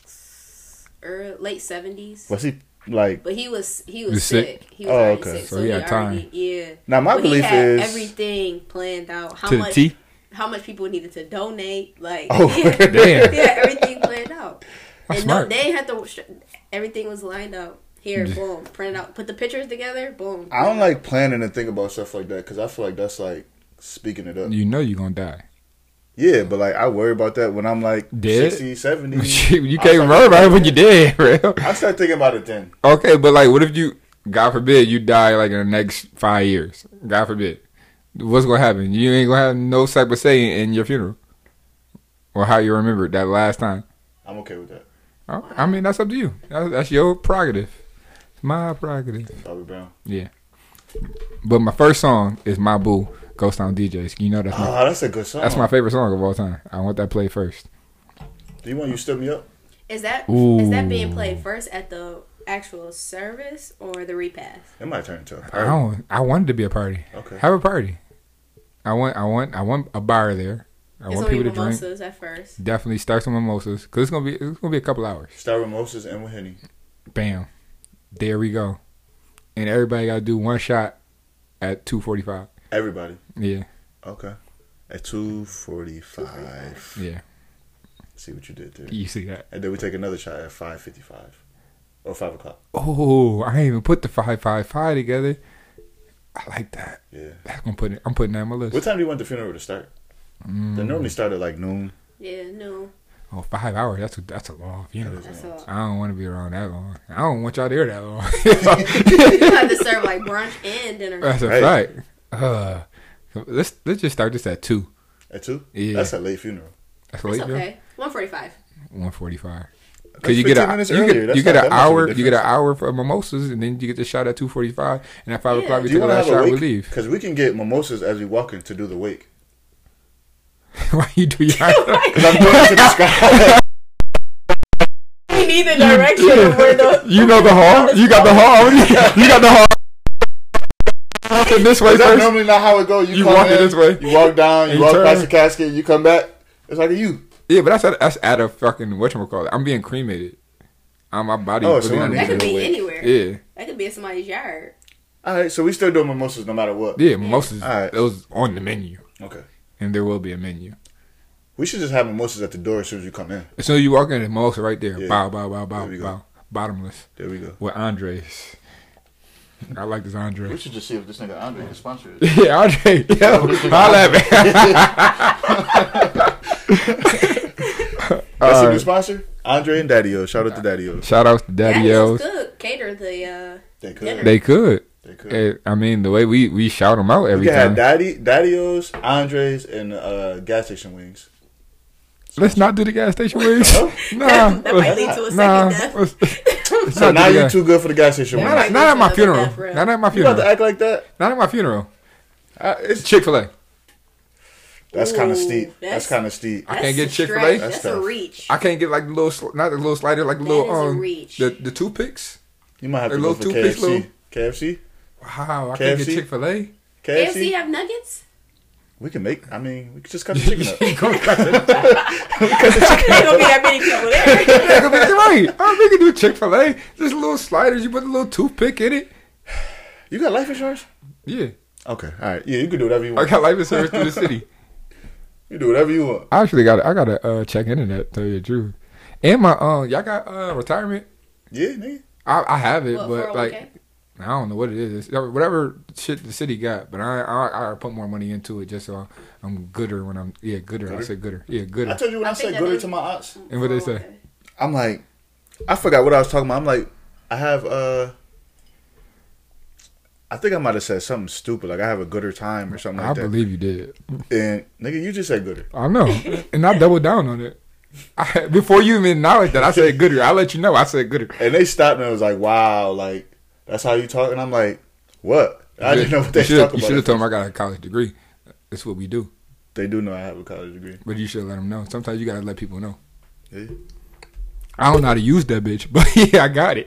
S4: s- early, late seventies,
S3: Was he like?
S4: but he was he was
S2: You sick?
S4: sick. He was
S3: Oh,
S4: already
S3: okay.
S4: sick,
S2: So
S4: so,
S2: he
S4: he,
S2: had
S4: already, Yeah.
S3: Now my
S4: But
S3: belief
S4: he had
S3: is
S4: everything planned out. How
S2: to the
S4: much
S2: T.
S4: how much people needed to donate. Like,
S3: Oh,
S4: [laughs] yeah,
S2: [laughs] damn.
S4: yeah, everything planned out.
S2: That's
S4: and no,
S2: smart.
S4: they ain't had to. Everything was lined up. Here, boom, print it out, put the pictures together, boom.
S3: I don't like planning and think about stuff like that because I feel like that's like speaking it up.
S2: You know you're gonna die.
S3: Yeah, but like I worry about that when I'm like
S2: Dead?
S3: 60, 70.
S2: [laughs] you
S3: I
S2: can't
S3: start
S2: remember
S3: thinking
S2: when you're [laughs] dead, bro.
S3: I start thinking about it then.
S2: Okay, but like, what if you, God forbid, you die like in the next five years? God forbid. What's gonna happen? You ain't gonna have no type of say in your funeral or how you remembered that last time.
S3: I'm okay with that.
S2: I I mean, that's up to you. That's, that's your prerogative. It's my prerogative.
S3: Bobby Brown.
S2: But my first song is my boo, Ghost Town DJs. You know that's my
S3: Oh, that's a good song.
S2: that's my favorite song of all time. I want that played first.
S3: Do you want you stood me up?
S4: Is that is
S2: Ooh.
S4: that being played first at the actual service or the repast?
S3: It might turn into a
S2: I
S3: party.
S2: don't. I wanted to be a party.
S3: Okay.
S2: Have a party. I want, I want, I want a bar there. I
S4: It's
S2: want
S4: only
S2: people to drink.
S4: mimosas at first.
S2: Definitely start some mimosas because it's gonna be it's gonna be a couple hours.
S3: Start with Moses and with Henny.
S2: Bam, there we go, and everybody gotta do one shot at two forty five.
S3: Everybody.
S2: Yeah,
S3: Okay. At two forty five.
S2: yeah,
S3: See what you did there.
S2: you see that?
S3: And then we take another shot at five fifty five. Or five o'clock.
S2: Oh, I ain't even put the five five five together. I like that.
S3: Yeah.
S2: That's gonna put it. I'm putting that on my list.
S3: What time do you want the funeral to start? They
S2: Mm.
S3: normally start at like noon.
S4: Yeah, no,
S2: Oh, five hours. That's a, that's a long funeral.
S4: that's a lot.
S2: I don't want to be around that long. I don't want y'all there that long.
S3: [laughs]
S4: You have to serve like brunch and dinner.
S2: That's a
S3: Hey.
S2: fact. Uh, let's let's just start this at two.
S3: At two?
S2: Yeah.
S3: That's a late funeral.
S2: That's
S4: It's
S2: late,
S4: okay. One forty-five.
S2: One forty-five. Because you get
S3: 15
S2: a
S3: minutes
S2: you
S3: earlier.
S2: get,
S3: That's
S2: you get
S3: not
S2: an
S3: that much of a
S2: hour you get an
S3: difference.
S2: hour for mimosas and then you get the shot at two forty five and at five
S4: Yeah.
S2: o'clock we
S3: Do
S4: Do
S3: you
S2: take the
S3: want
S2: last
S3: to have
S2: shot
S3: a
S2: we
S3: wake?
S2: leave. [laughs]
S3: Because we can get mimosas as we walk in to do the wake.
S2: Why you do
S4: [laughs]
S2: your
S3: Because I'm going to [laughs] describe.
S4: We need the direction of where the
S2: [laughs] You know the hall. You got the hall.
S4: [laughs]
S2: You got the hall. [laughs] Walking this way
S3: Is that
S2: first.
S3: normally not how it goes?
S2: You
S3: come
S2: walk it
S3: in,
S2: this way.
S3: You walk down. You
S2: And you
S3: walk
S2: turn.
S3: past the casket. You come back. It's like a you.
S2: Yeah, but that's at, that's at a fucking whatchamacallit. I'm being cremated. I'm my body.
S3: Oh,
S2: really
S3: so we're
S2: not
S3: on
S4: that could
S2: even-
S4: be
S3: Wait.
S4: anywhere.
S2: Yeah,
S4: [laughs] That could be in somebody's yard.
S3: All right, so we still doing mimosas no matter what.
S2: yeah. Mimosas.
S3: All right.
S2: It was on the menu,
S3: Okay.
S2: and there will be a menu.
S3: We should just have mimosas at the door as soon as you come in.
S2: As soon as you walk in, the mimosa right there.
S3: Yeah.
S2: Bow, bow, bow, bow,
S3: There we go.
S2: bow. Bottomless
S3: There we go.
S2: with
S3: [laughs]
S2: Andres. I like this
S3: We
S2: Andre.
S3: should just see if this nigga Andre can sponsor [laughs] it.
S2: [laughs] yeah, Andre. Yo,
S3: this nigga
S2: holla at me. [laughs]
S3: That's a
S2: All
S3: new
S2: right.
S3: sponsor, Andre and Daddy O. Shout out to Daddy O.
S2: Shout outs to Daddy
S4: Daddy
S2: O's.
S4: could cater the uh
S3: They could.
S4: Dinner.
S2: They could.
S3: They could.
S2: Eh, I mean, the way we we shout them out
S3: we
S2: every
S3: can have
S2: time.
S3: Daddy Daddy O's, Andre's, and uh, gas station wings.
S2: Let's not do the gas
S3: [laughs]
S2: station wings.
S3: No?
S2: nah,
S4: [laughs] that might
S2: let's-
S4: lead to a second
S2: Oh, nah.
S4: death.
S2: let's-
S4: [laughs]
S2: let's
S3: So
S2: not
S3: now
S2: do the
S3: you're
S2: gas-
S3: too good for the gas station
S4: Yeah.
S2: Not,
S3: wings.
S2: at- not at my
S4: Another
S2: funeral.
S4: bathroom.
S2: Not at my
S3: You about
S2: funeral.
S3: to act like that?
S2: Not at my funeral.
S3: Uh, it's,
S2: Chick Fil A.
S3: that's kind
S4: Ooh,
S3: of steep. That's,
S4: that's-
S3: kind of steep.
S2: I
S4: That's
S2: can't get
S4: a
S2: Chick-fil-A?
S4: stretch.
S3: That's
S4: That's, a
S3: tough.
S4: reach.
S2: I can't get like the little, sl- not the little slider, like the
S4: That
S2: little
S4: is a
S2: um,
S4: reach.
S2: the the toothpicks.
S3: You might have
S2: A
S3: to go for
S2: little toothpick,
S3: KFC.
S2: little-
S3: KFC.
S2: Wow, I can't get
S3: KFC?
S2: Chick Fil A.
S4: AFC
S3: KFC.
S4: have
S2: [laughs]
S4: nuggets?
S3: We can make. I mean, we can just cut the chicken [laughs] up.
S2: [laughs]
S4: There don't be that many people [laughs] there.
S2: Right, oh, we can do Chick Fil A. Just little sliders. You put a little toothpick in it.
S3: You got life insurance?
S2: Yeah,
S3: Okay. All right. Yeah, you can do whatever you
S2: I
S3: want.
S2: got life insurance through the city.
S3: [laughs] You do whatever you want.
S2: [laughs] I actually got I gotta uh, check into that. Tell you the truth. And my um, y'all got uh, retirement.
S3: Yeah, nigga.
S2: I, I have it,
S4: What,
S2: but
S4: 401k?
S2: like I don't know what it is. It's uh, whatever shit the city got, but I I, I put more money into it just so I'm gooder when I'm yeah gooder. I
S3: Gooder?
S2: said gooder. Yeah
S3: I
S2: gooder.
S3: told you when I,
S4: I think
S3: said
S4: that
S3: good
S4: is-
S3: to my aunts.
S2: And what they say?
S4: 401k.
S3: I'm like, I forgot what I was talking about. I'm like, I have uh. I think I might have said something stupid, like I have a gooder time or something
S2: I
S3: like that.
S2: believe you did.
S3: and nigga, you just said gooder.
S2: I know, and I doubled down on it. I, before you even acknowledged that, I said gooder. I let you know I said gooder.
S3: And they stopped and was like, "Wow, like that's how you talk." And I'm like, "What?" I didn't know what they
S2: you should,
S3: talk
S2: You
S3: about.
S2: should have told them I got a college degree. That's what we do.
S3: They do know I have a college degree.
S2: But you should let them know. Sometimes you gotta let people know.
S3: Yeah.
S2: I don't know how to use that bitch, but [laughs] yeah, I got it.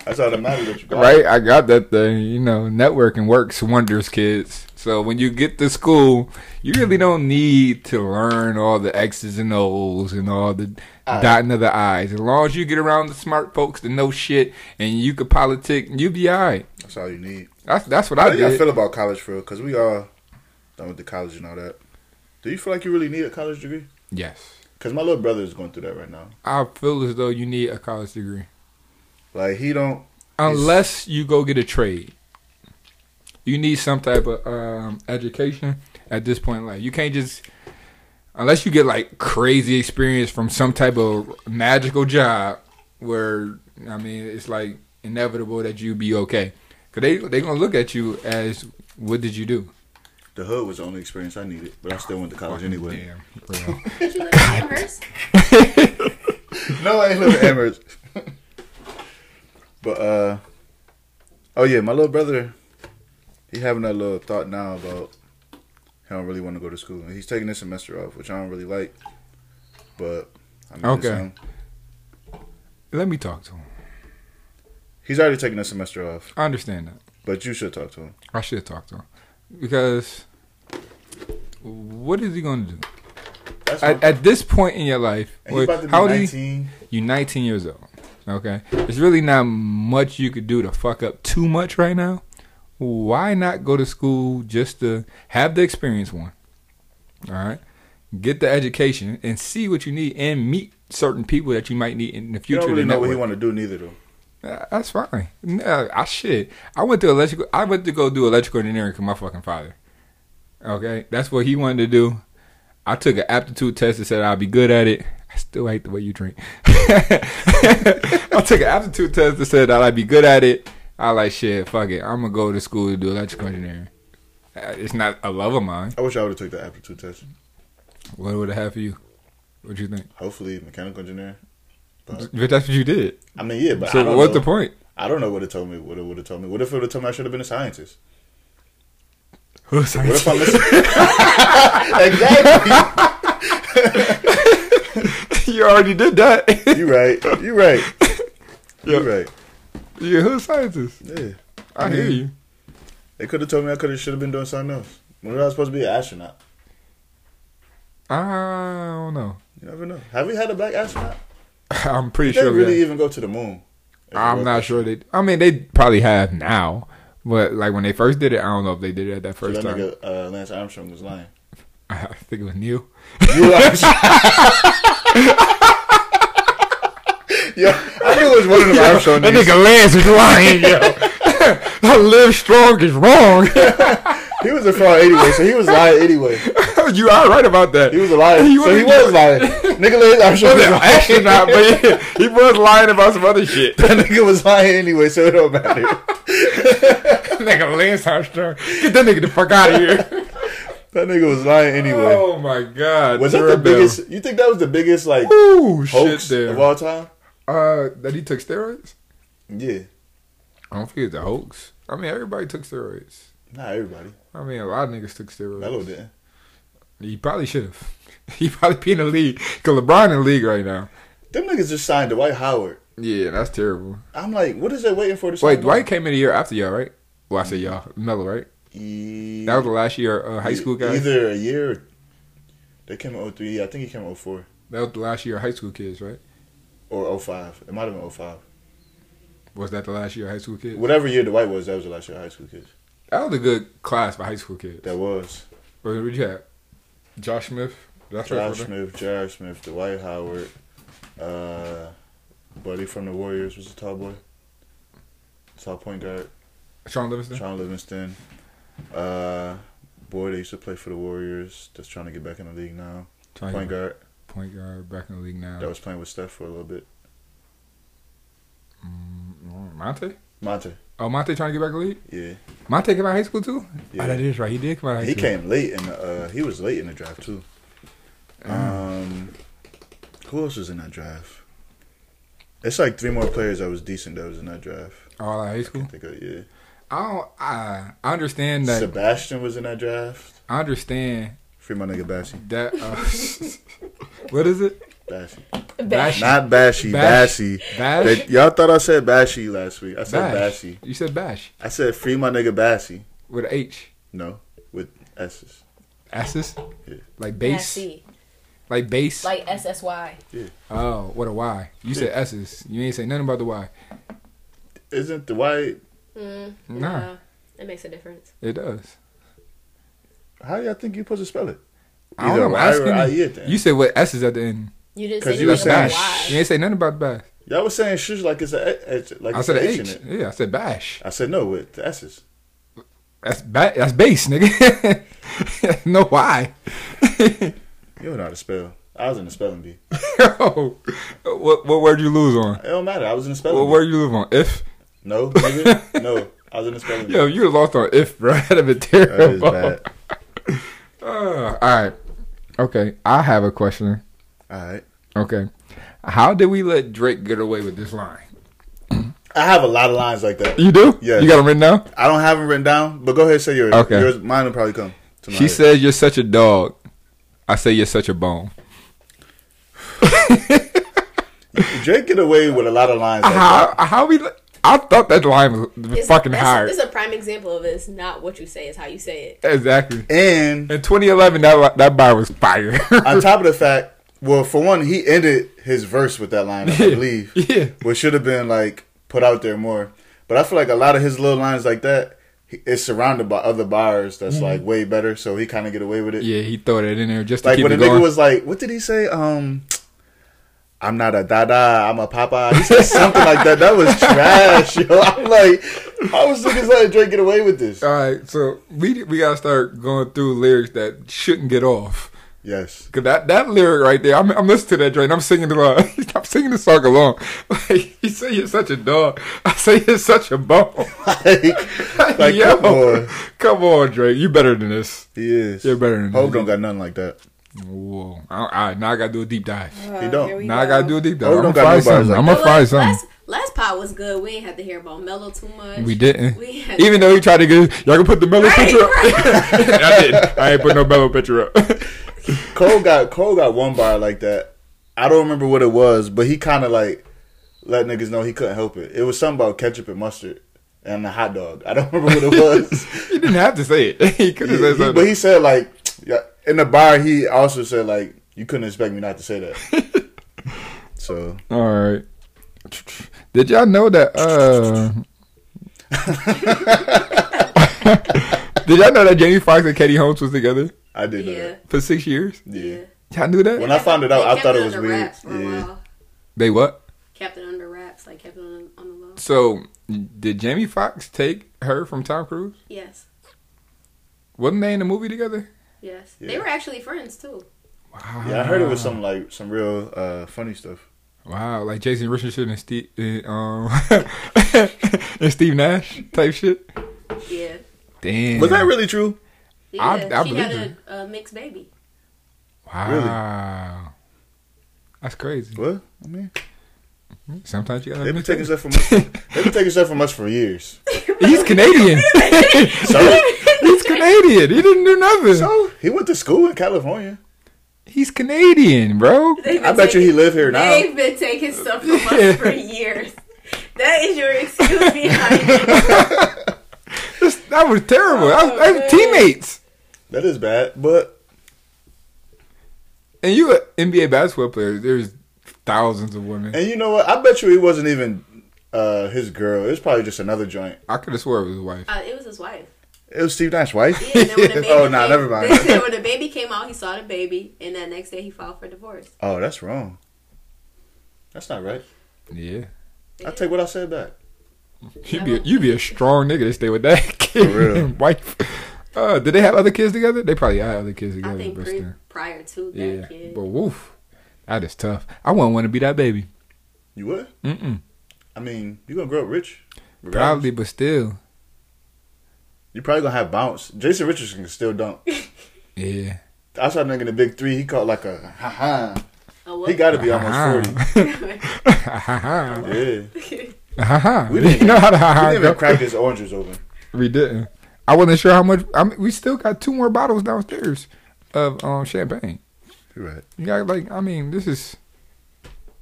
S3: [laughs] That's all that matters. That you got.
S2: Right, I got that thing. You know, networking works wonders, kids. So when you get to school, you really don't need to learn all the X's and O's and all the
S3: Aye.
S2: dotting of the I's. As long as you get around the smart folks that know shit and you could politic, you be alright.
S3: That's all you need.
S2: That's that's what
S3: How
S2: I
S3: do y'all
S2: did.
S3: Oh, feel about college, Phil? Because we all done with the college and all that. Do you feel like you really need a college degree?
S2: yes,
S3: Because my little brother is going through that right now.
S2: I feel as though you need a college degree
S3: Like he don't.
S2: unless you go get a trade. You need some type of um, education at this point in life. You can't just unless you get like crazy experience from some type of magical job where I mean it's like inevitable that you be okay. Cause they they gonna look at you as what did you do?
S3: The hood was the only experience I needed, but I still went to college anyway.
S2: Damn, bro. [laughs]
S4: Did you live in Amherst?
S3: [laughs] No, I ain't living in Amherst. [laughs] but uh, oh yeah, my little brother, he having that little thought now about he don't really want to go to school. He's taking this semester off, which I don't really like. But I mean, it's
S2: Okay.
S3: him.
S2: Let me talk to him.
S3: he's already taking a semester off.
S2: I understand that.
S3: But you should talk to him.
S2: I should talk to him because what is he gonna do
S3: That's
S2: at,
S3: my-
S2: at this point in your life?
S3: and he's
S2: wait,
S3: about to be
S2: how old is he?
S3: 19.
S2: You're 19 years old. Okay, there's really not much you could do to fuck up too much right now. Why not go to school just to have the experience one? All right, get the education and see what you need and meet certain people that you might need in the
S3: You
S2: future.
S3: don't really
S2: to
S3: know what he
S2: network.
S3: want to do neither, though.
S2: Uh, That's fine. No, I shit. I went to electrical. I went to go do electrical engineering for my fucking father. Okay, that's what he wanted to do. I took an aptitude test that said I'd be good at it. I still hate the way you drink. [laughs] I took an aptitude test that said that I'd be good at it. I like shit. Fuck it. I'm gonna go to school to do electrical engineering. Uh, It's not a love of mine.
S3: I wish I would have took the aptitude test.
S2: What would it have for you? What you think?
S3: Hopefully, mechanical engineer. But
S2: But that's what you did.
S3: I mean, yeah, but I
S2: So
S3: don't
S2: what's
S3: know.
S2: the point?
S3: I don't know what it told me. What it would have told me. What if it would have told me I should have been a scientist? What if I listen? exactly.
S2: [laughs] you already did that.
S3: You right. You right.
S2: [laughs]
S3: You right. Mm-hmm.
S2: You're a scientist.
S3: Yeah.
S2: I hear you.
S3: They could have told me I could have should have been doing something else. When was I supposed to be an astronaut?
S2: I don't know. [laughs]
S3: You never know. Have we had a black astronaut?
S2: I'm pretty
S3: Did they
S2: sure.
S3: really
S2: that-
S3: even go to the moon? If
S2: I'm
S3: it
S2: not
S3: was-
S2: sure they. I mean, they probably have now, but like when they first did it, I don't know if they did it at that
S3: So
S2: first
S3: that
S2: time. [laughs]
S3: nigga uh, Lance Armstrong was lying.
S2: I think it was
S3: [laughs]
S2: Neil.
S3: You are. [laughs] yeah, I knew it was one of them Armstrong
S2: that
S3: niggas.
S2: nigga Lance is lying, yo. [laughs] I live strong is wrong. [laughs]
S3: He was a fraud anyway, so he was lying anyway.
S2: you are right about that.
S3: He was
S2: [laughs]
S3: a liar,
S2: He
S3: so he
S2: wasn't-
S3: was lying.
S2: [laughs]
S3: Nigga Lance Armstrong
S2: was
S3: was
S2: an
S3: lying.
S2: astronaut, but yeah, he was lying about some other shit.
S3: [laughs] That nigga was lying anyway, so it don't
S2: [laughs]
S3: matter. [laughs]
S2: nigga Lance Armstrong, get that nigga the fuck out of here.
S3: That nigga was lying anyway.
S2: [laughs] Oh my god,
S3: Was that
S2: Jordan
S3: the
S2: Bell.
S3: biggest? You think that was the biggest like
S2: Ooh, shit
S3: hoax
S2: there.
S3: of all time?
S2: uh, that he took steroids.
S3: Yeah,
S2: I don't think it's a hoax. I mean, everybody took steroids.
S3: not everybody.
S2: I mean, a lot of niggas took steroids.
S3: Melo didn't.
S2: He probably should have. [laughs] He probably be in the league because LeBron in the league right now.
S3: Them niggas just signed Dwight Howard.
S2: Yeah, that's terrible.
S3: I'm like, what is they waiting for to sign?
S2: Wait,
S3: him?
S2: Dwight came in a year after y'all, right? Well, I said y'all, Melo, right?
S3: E-
S2: That was the last year uh, high school guys.
S3: Either a year. Or, they came in 03. I think he came in 04
S2: That was the last year of high school kids, right?
S3: or 05. It might have been 05.
S2: Was that the last year of high school kids?
S3: Whatever year Dwight was, that was the last year of high school kids.
S2: That was a good class for high school kids.
S3: That was
S2: What did you have? Josh Smith. That's
S3: Josh
S2: right.
S3: Smith, Jared Smith, Dwight Howard, uh, Buddy from the Warriors was a tall boy, tall point guard.
S2: Sean Livingston.
S3: Sean Livingston, uh, boy, they used to play for the Warriors. That's trying to get back in the league now.
S2: Trying to
S3: Point
S2: get
S3: guard
S2: point guard back in the league now.
S3: that was playing with Steph for a little bit.
S2: Mm, Monte.
S3: Monte,
S2: Oh, Monte trying to get back in the league.
S3: yeah,
S2: Monte came out of high school too.
S3: Yeah.
S2: Oh, that is right. He did come out. Of high
S3: he
S2: school.
S3: came late in the. Uh, he was late in the draft too.
S2: Mm.
S3: Um, who else was in that draft? It's like three more players that was decent that was in that draft.
S2: All out of high
S3: I
S2: school.
S3: think of, yeah.
S2: I don't. I, I understand that.
S3: Sebastian was in that draft.
S2: I understand
S3: Free my nigga Bashy.
S2: that. Uh, [laughs] what is it?
S3: Bashy.
S2: Bash.
S3: Not Bashy,
S2: Bash.
S3: Bashy.
S2: Bash.
S3: They- y'all thought I said Bashy last week. I said
S2: bash.
S3: Bashy.
S2: You said bash
S3: I said free my nigga Bashy.
S2: with a H.
S3: No, with S's.
S2: Asses.
S3: Yeah.
S2: Like
S4: That's
S2: bass.
S4: it.
S2: Like bass.
S4: Like SSY.
S2: oh, what a Y. You said S's. You ain't say nothing about the Y.
S3: Isn't the white?
S4: Mm,
S2: Nah.
S4: nah. It makes a difference.
S2: It does.
S3: How y'all think you supposed to spell it?
S2: I don't know, I'm
S3: Y
S2: asking you.
S3: or IE at the end.
S2: You said what S's at the end.
S4: You didn't
S3: 'Cause
S4: say
S3: you were
S4: anything about
S3: saying
S4: why.
S2: You ain't say nothing about bash.
S3: Y'all was saying shush like it's a H- like
S2: I
S3: it's
S2: said
S3: a
S2: a H.
S3: H in it.
S2: Yeah, I said bash.
S3: I said no with the S's.
S2: That's ba- That's bass, nigga. [laughs] no Y.
S3: You don't know how to spell. I was in the spelling bee.
S2: [laughs] Yo, what what word you lose on?
S3: It don't matter. I was in the spelling
S2: What
S3: bee.
S2: word you lose on? If [laughs]
S3: No, nigga. no. I was in the spelling bee.
S2: yo, you lost on if, bro. [laughs] That'd have been
S3: That is
S2: terrible.
S3: bad.
S2: [laughs] Uh, all right. Okay, I have a question.
S3: All right.
S2: Okay, how did we let Drake get away with this line?
S3: I have a lot of lines like that.
S2: You do?
S3: Yes.
S2: You got them written down?
S3: I don't have them written down, but go ahead and say yours.
S2: Okay.
S3: Yours, mine will probably come. to my
S2: She
S3: head.
S2: says you're such a dog. I say you're such a bone.
S3: Drake get away with a lot of lines like
S2: How how we? let- I thought that line was
S4: It's-
S2: fucking
S4: that's-
S2: hard.
S4: This is a prime example of it's not what you say, it's how you say it.
S2: Exactly.
S3: that. And
S2: In 2011, that li- that bar was fire. [laughs]
S3: on top of the fact, well, for one, he ended his verse with
S2: [laughs]
S3: that line, I
S2: Yeah.
S3: believe.
S2: Yeah.
S3: Which should have been like put out there more. But I feel like a lot of his little lines like that he- is surrounded by other bars that's like way better, so he kind of get away with it.
S2: Mm-hmm. yeah, he throw that in there just to
S3: Like
S2: keep
S3: when
S2: it
S3: a nigga
S2: going.
S3: was like, "What did he say?" Um, I'm not a dada, I'm a papa.
S2: [laughs]
S3: He said something like that. That was trash, yo. I'm like, how was niggas letting Drake get away with this?
S2: All right, so we we gotta start going through lyrics that shouldn't get off.
S3: Yes, [laughs]
S2: Cause that, that lyric right there, I'm, I'm listening to that joint. I'm singing along. [laughs] I'm singing the song along. [laughs] Like, you say you're such a dog. [laughs] I say you're such a bone.
S3: like, [laughs] like come on,
S2: come on, Drake. You better than this.
S3: he is.
S2: You're better than
S3: Hope
S2: this.
S3: don't got nothing like that.
S2: Whoa! All right, now I gotta do a deep dive.
S4: Uh,
S3: He don't.
S4: here we
S2: Now I
S4: go.
S2: gotta do a deep dive.
S3: Oh, we
S2: I'm
S3: don't
S2: gonna
S3: got
S2: find
S3: nobody
S2: something.
S3: like
S2: I'm
S3: that.
S2: gonna
S4: But
S2: find
S4: last,
S2: something.
S4: Last, last pod was good. We ain't had to hear about Mello too much.
S2: We didn't. [laughs]
S4: We had
S2: Even though he tried to get, y'all can put the mellow
S4: Right,
S2: picture up. [laughs] I did. I ain't put no mellow picture
S3: [laughs]
S2: up.
S3: Cole got Cole got one bar like that. I don't remember what it was, but he kind of like let niggas know he couldn't help it. It was something about ketchup and mustard and a hot dog. I don't remember
S2: [laughs]
S3: what it was,
S2: he didn't have to say it. [laughs] He could
S3: He-
S2: have said
S3: he-
S2: something.
S3: but he said like yeah, in the bar. He also said like you couldn't expect me not to say that.
S2: [laughs]
S3: so
S2: All right. Did y'all know that? uh [laughs] [laughs] Did y'all know that Jamie Foxx and Katie Holmes was together
S3: I did know
S4: Yeah.
S3: that.
S2: for six years?
S3: Yeah.
S2: Y'all knew that?
S3: When I found it out,
S4: They
S3: I
S4: kept
S3: thought it was
S4: under
S3: weird.
S4: Wraps for a
S3: Yeah.
S4: while.
S2: They what?
S4: Kept it under wraps, like kept it on, on the low.
S2: So did Jamie Foxx take her from Tom Cruise?
S4: Yes,
S2: Wasn't they in the movie together?
S4: yes.
S3: Yeah.
S4: They were actually friends too.
S2: Wow.
S3: Yeah, I heard it was some like some real uh, funny stuff.
S2: Wow, like Jason Richardson and Steve and, um, [laughs] and Steve Nash type shit.
S4: Yeah.
S2: Damn.
S3: Was that really true?
S4: Yeah,
S2: I- I
S4: she
S2: believe
S4: had
S2: it.
S4: a, a mixed baby. [laughs]
S2: Wow. That's crazy.
S3: What? I mean,
S2: Sometimes you gotta
S3: they've been
S2: mix
S3: taking
S2: it.
S3: stuff from us. They've been taking stuff from us for years.
S2: [laughs] He's
S3: [laughs]
S2: Canadian.
S3: So
S2: [laughs] He's Canadian. He didn't do nothing.
S3: So he went to school in California.
S2: He's Canadian,
S3: [laughs]
S2: bro.
S4: They've
S3: I
S4: been
S3: bet you he
S4: taking-
S3: live here now.
S4: They've been taking stuff from
S2: [laughs]
S4: us for years. That is your
S2: [laughs]
S4: excuse behind it.
S2: This- that was terrible. That was, that was
S4: Oh, man.
S2: teammates.
S3: That is bad, but
S2: And you, a NBA basketball player, there's thousands of women.
S3: and you know what? I bet you he wasn't even uh, his girl. It was probably just another joint.
S2: I could have swore it was his wife.
S4: Uh, it was his wife.
S3: It was Steve Nash's wife.
S4: Yeah, and then when the baby
S3: [laughs] Oh, nah,
S4: came-
S3: never mind.
S4: [laughs] They said when the baby came out, he saw the baby, and that next day he filed for divorce.
S3: Oh, that's wrong. That's not right.
S2: Yeah.
S3: I take what I said back.
S2: You be a, you be a strong nigga to stay with that [laughs] kid
S3: For real.
S2: and wife. Uh, did they have other kids together? They probably had other kids together.
S4: I think
S2: but
S4: pre-
S2: still.
S4: prior to that
S2: yeah,
S4: kid.
S2: but woof, that is tough. I wouldn't want to be that baby.
S3: You would?
S2: Mm-mm.
S3: I mean, you gonna grow up rich. regardless.
S2: Probably, but still,
S3: You probably gonna have bounce. Jason Richardson can still dunk.
S2: yeah.
S3: I saw a nigga in the big three. He caught like a ha ha.
S4: Oh, well.
S3: He
S4: [laughs]
S3: got to be almost forty.
S2: [laughs] Ha
S3: Yeah,
S2: ha. [laughs]
S3: We
S2: We
S3: didn't
S2: didn't know how to ha
S3: he
S2: ha.
S3: didn't even
S2: go.
S3: crack his oranges open.
S2: We didn't. I wasn't sure how much. I mean, we still got two more bottles downstairs of um champagne.
S3: You're right.
S2: You got like, I mean, this is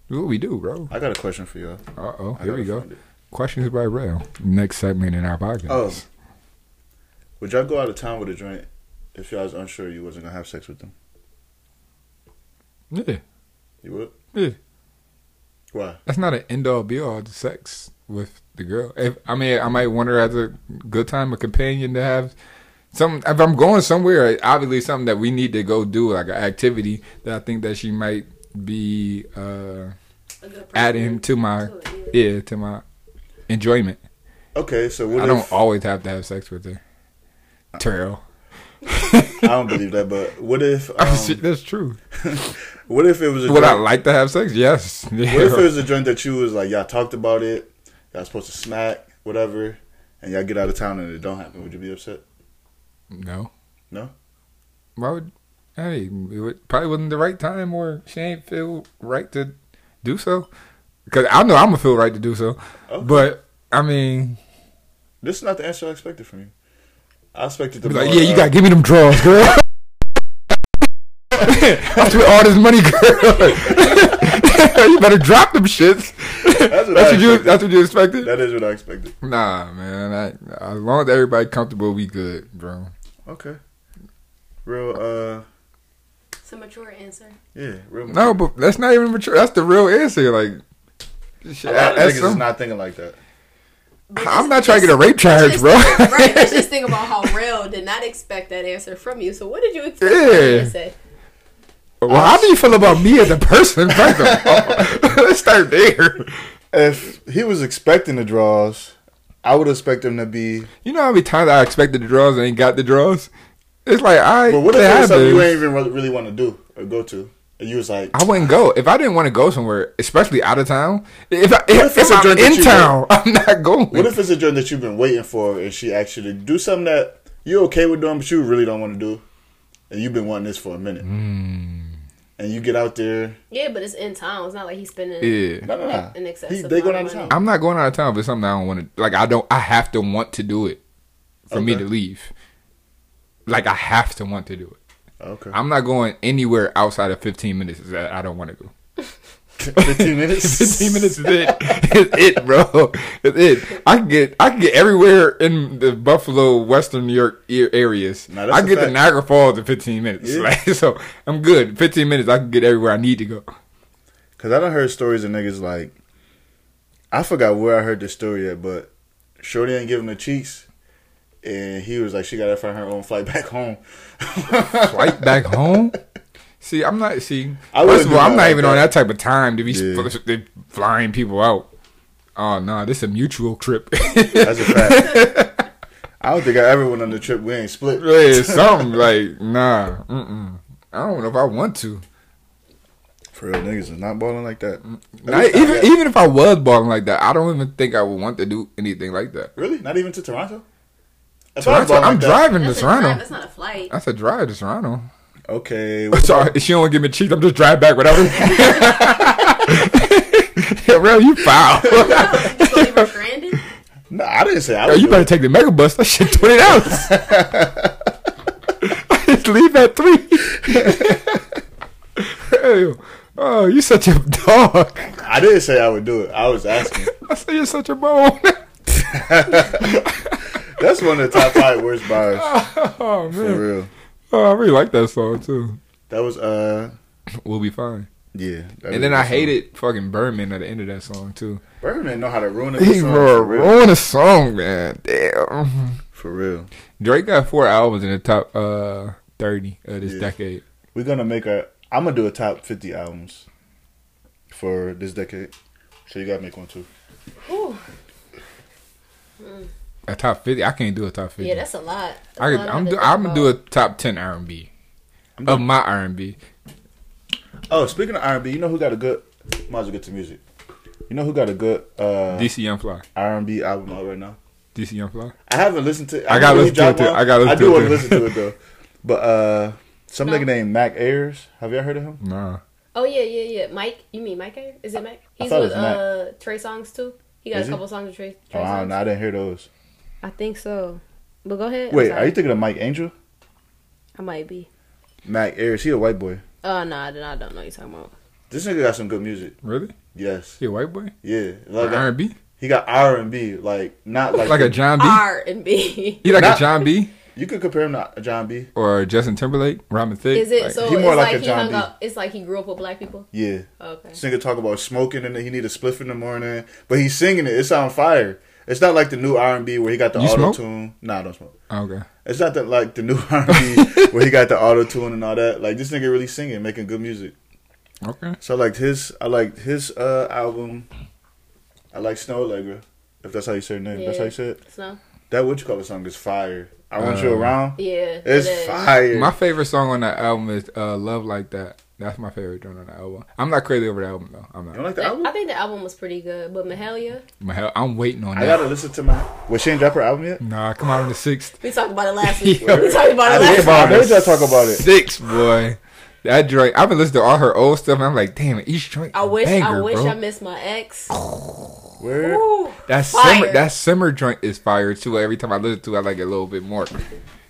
S2: what we do, bro.
S3: I got a question for y'all.
S2: Uh oh,
S3: I
S2: here we
S3: gotta
S2: go.
S3: find it.
S2: Questions by rail. Next segment in our podcast.
S3: Oh. Would y'all go out of town with a joint if y'all was unsure you wasn't gonna have sex with them?
S2: yeah,
S3: You would?
S2: yeah.
S3: Why?
S2: That's not an end all be all to sex with the girl. If I mean, I might want her as a good time, a companion to have. Some if I'm going somewhere, obviously something that we need to go do, like an activity that I think that she might be uh
S4: A good
S2: adding
S4: person.
S2: to my
S4: To it, yeah.
S2: yeah to my enjoyment.
S3: Okay, so what
S2: I
S3: if Uh,
S2: don't always have to have sex with her. Terrell,
S3: I don't believe that, but
S2: [laughs]
S3: what if um,
S2: that's true.
S3: what if it was a
S2: Would I
S3: joint,
S2: like to have sex? Yes. [laughs]
S3: what if it was a joint that you was like y'all talked about it, y'all supposed to smack whatever, and y'all get out of town and it don't happen? Would you be upset?
S2: No.
S3: No?
S2: Why would? Hey, it would, probably wasn't the right time, or she ain't feel right to do so. Because I know I'm gonna feel right to do so.
S3: Okay.
S2: But I mean,
S3: This is not the answer I expected from you. I expected the
S2: be like,
S3: more,
S2: yeah, you
S3: uh,
S2: gotta give me them draws, girl.
S3: [laughs]
S2: [laughs] I spent all this money, girl. [laughs] you better drop them shits.
S3: That's what I
S2: you.
S3: expected.
S2: [laughs] That's what you expected.
S3: uh, That is what I expected.
S2: Nah, man. I, as long as everybody comfortable, we good, bro.
S3: Okay. Real uh
S4: It's a mature answer.
S3: yeah, real
S2: No, but that's not even mature. That's the real answer. Like,
S3: a lot of
S2: that's
S3: niggas is
S2: some-
S3: not thinking like that.
S4: But
S2: I'm
S4: just-
S2: not trying to get
S4: just-
S2: a rape charge,
S4: just
S2: bro.
S4: think- right,
S2: [laughs]
S4: let's just think about how real did not expect that answer from you. So what did you expect
S2: Yeah.
S4: her to say?
S2: well, how do you feel about me as a person? First of all, [laughs] let's start there.
S3: If he was expecting the draws, I would expect him to be
S2: You know how many times I expected the draws and ain't got the draws? It's like I.
S3: But what if
S2: it
S3: it was something you
S2: happens.
S3: ain't even re- really want to do or go to? And you was like,
S2: I wouldn't go if I didn't want to go somewhere, especially out of town. If I,
S3: if
S2: if, if
S3: it's a
S2: I'm
S3: drink that
S2: in
S3: you
S2: town, [laughs] I'm not going.
S3: what if it's a joint that you've been waiting for and she actually do something that you okay with doing but you really don't want to do? and you've been wanting this for a minute,
S2: Mm.
S3: and you get out there.
S4: Yeah, but it's in town. It's not like he's spending
S2: Yeah.
S3: No, no, no.
S4: an excessive
S3: He, they going out
S4: amount
S3: of
S4: of
S3: town.
S4: money.
S2: I'm not going out of town, but something I don't want to. Like I don't. I have to want to do it for me
S3: Okay.
S2: to leave. Like I have to want to do it.
S3: Okay. [laughs]
S2: I'm not going anywhere outside of 15 minutes that I don't want to go.
S3: 15
S2: [laughs]
S3: minutes?
S2: 15 minutes is it. It's it, bro. It's it. I can get I can get everywhere in the Buffalo, Western New York e- areas.
S3: Nah, that's
S2: I
S3: a
S2: can get to
S3: fact.
S2: Niagara Falls in 15 minutes.
S3: Yeah.
S2: Like, [laughs] so I'm good. 15 minutes, I can get everywhere I need to go.
S3: Because I done heard stories of niggas like, I forgot where I heard this story at, but Shorty ain't giving the cheeks. And he was like, she got to find her own flight [laughs] back home.
S2: Flight back home. See, I'm not. See,
S3: I wouldn't
S2: first of
S3: do
S2: all, I'm
S3: that
S2: not
S3: like
S2: even on that
S3: that.
S2: type of time to be
S3: Yeah.
S2: sp- they flying people out. Oh no, this is a mutual trip. [laughs]
S3: [laughs] That's a fact. I don't think I ever went on the trip. We ain't split.
S2: yeah, something like nah. Mm-mm. I don't know if I want to.
S3: For real, niggas is not balling like that. At
S2: Mm, Not,
S3: least not
S2: even
S3: yet.
S2: even if I was balling like that, I don't even think I would want to do anything like that.
S3: Really? Not even to Toronto? If I was
S2: Toronto,
S3: balling
S2: I'm
S3: like that-
S2: driving
S4: That's
S2: to
S4: a drive,
S2: Toronto.
S4: That's not
S2: [laughs]
S4: a flight. [laughs]
S2: That's a drive to
S3: [laughs]
S2: Toronto.
S3: Okay.
S2: Sorry, she don't give me cheeks. I'm just drive back without her. [laughs] yeah, bro, you foul. [laughs]
S4: no, you gonna leave her stranded?
S3: No, I didn't say I
S2: Yo,
S3: was.
S2: you better take the mega bus. That shit twenty dollars. [laughs] Leave at three. [laughs] Hell, oh, you such a dog.
S3: I didn't say I would do it. I
S2: [laughs]
S3: was asking. [laughs]
S2: I say you're such a bone.
S3: That's one of the top five worst bars.
S2: [laughs] oh
S3: For
S2: man,
S3: real.
S2: oh, I really like that song too.
S3: That was, uh,
S2: We'll be fine.
S3: yeah. that was
S2: And then
S3: a
S2: I
S3: good song.
S2: hated fucking Birdman at the end of that song too.
S3: Birdman know how to ruin a good
S2: He
S3: song.
S2: wrote
S3: For real.
S2: ruin a song, man. Damn.
S3: For real.
S2: Drake got four albums in the top uh thirty of this
S3: Yeah.
S2: decade.
S3: We're gonna make a. I'm gonna do a top 50 albums for this decade. So you gotta make one too.
S4: Ooh,
S2: A top fifty. I can't do a top fifty.
S4: yeah, that's a lot. That's
S2: I,
S4: a lot
S2: I'm
S4: to
S2: do,
S4: think
S2: I'm gonna do
S4: about.
S2: a top ten R and B of
S3: doing-
S2: my R and B.
S3: Oh, speaking of R&B, you know who got a good? Might as well get to music. You know who got a good uh,
S2: DC Young Fly,
S3: R&B album out right now?
S2: DC Young Fly.
S3: I haven't listened to.
S2: I gotta
S3: know he
S2: listen to it
S3: dropped
S2: too.
S3: one.
S2: I gotta listen
S3: I do
S2: to it
S3: want to
S2: too.
S3: listen to
S2: [laughs]
S3: it though. But uh, some
S4: No.
S3: nigga named Mac Ayers. Have y'all heard of him?
S2: Nah,
S4: Oh yeah, yeah, yeah. Mike, you mean Mike? Ayers? Is it Mike? He's
S3: thought it
S4: with
S3: was Mac.
S4: uh Trey Songs too. He got
S3: Is
S4: a
S3: he?
S4: couple songs with Trey,
S3: Oh,
S4: Trey
S3: I don't
S4: Songs.
S3: know. I didn't hear those.
S4: I think so. But go ahead. I'm
S3: Wait,
S4: sorry.
S3: are you thinking of Mike Angel?
S4: I might be.
S3: Mac Ayers. He a white boy.
S4: Oh no, I don't I don't know what you're talking about.
S3: This nigga got some good music.
S2: really?
S3: Yes.
S2: He a white boy?
S3: Yeah. Like
S2: R and B?
S3: He got R and B. Like not like, Ah.
S2: Like a John B?
S4: R
S2: [laughs]
S4: and B.
S2: He like
S3: Not-
S2: a John B?
S3: You could compare him to John B.
S2: Or Justin Timberlake? Robin Thicke?
S4: Is it
S2: Like,
S4: so?
S3: he
S4: it's
S3: more like
S4: like,
S3: a
S4: he
S3: John
S4: hung
S3: B.
S4: up. It's like he grew up with black people. Oh,
S3: Yeah.
S4: Okay.
S3: This nigga talk about smoking and he need a spliff in the morning, but he's singing it. It's on fire. It's not like the new R and B where he got the
S2: You
S3: auto
S2: smoke?
S3: tune. Nah, I don't smoke.
S2: Okay.
S3: It's not that like the new [laughs] R and B where he got the auto tune and all that. Like this nigga really singing, making good music.
S2: Okay.
S3: So I liked his. I liked his uh, album. I like Snow Allegra. If that's how you say her name, that's how you say it.
S4: Snow.
S3: That what you call it song is fire. I want you
S2: Uh,
S3: around.
S4: Yeah. it
S3: It's
S4: is.
S3: fire.
S2: My favorite song on that album is uh, "Love Like That." That's my favorite joint on the album. I'm not crazy over the album though. I'm
S3: you don't
S2: not.
S3: like the album?
S4: I think the album was pretty good, but Mahalia,
S2: My hell, I'm waiting on
S3: I
S2: that.
S3: gotta listen to my. Was she ain't drop her album yet?
S2: Nah, come out on the sixth.
S4: we talked about it last
S3: [laughs]
S4: week.
S2: Yeah.
S4: we talked about
S3: I
S4: it last
S3: did.
S4: week.
S3: Come on, let's just talk about it.
S2: Six, boy. That joint. I've been listening to all her old stuff, and I'm like, damn, each joint.
S4: I wish I
S2: banger,
S4: wish
S2: bro.
S4: I missed my ex.
S3: Where?
S4: Ooh,
S2: That
S4: Fire.
S2: simmer, that simmer joint is fire too. Every time I listen to, it, I like it a little bit more.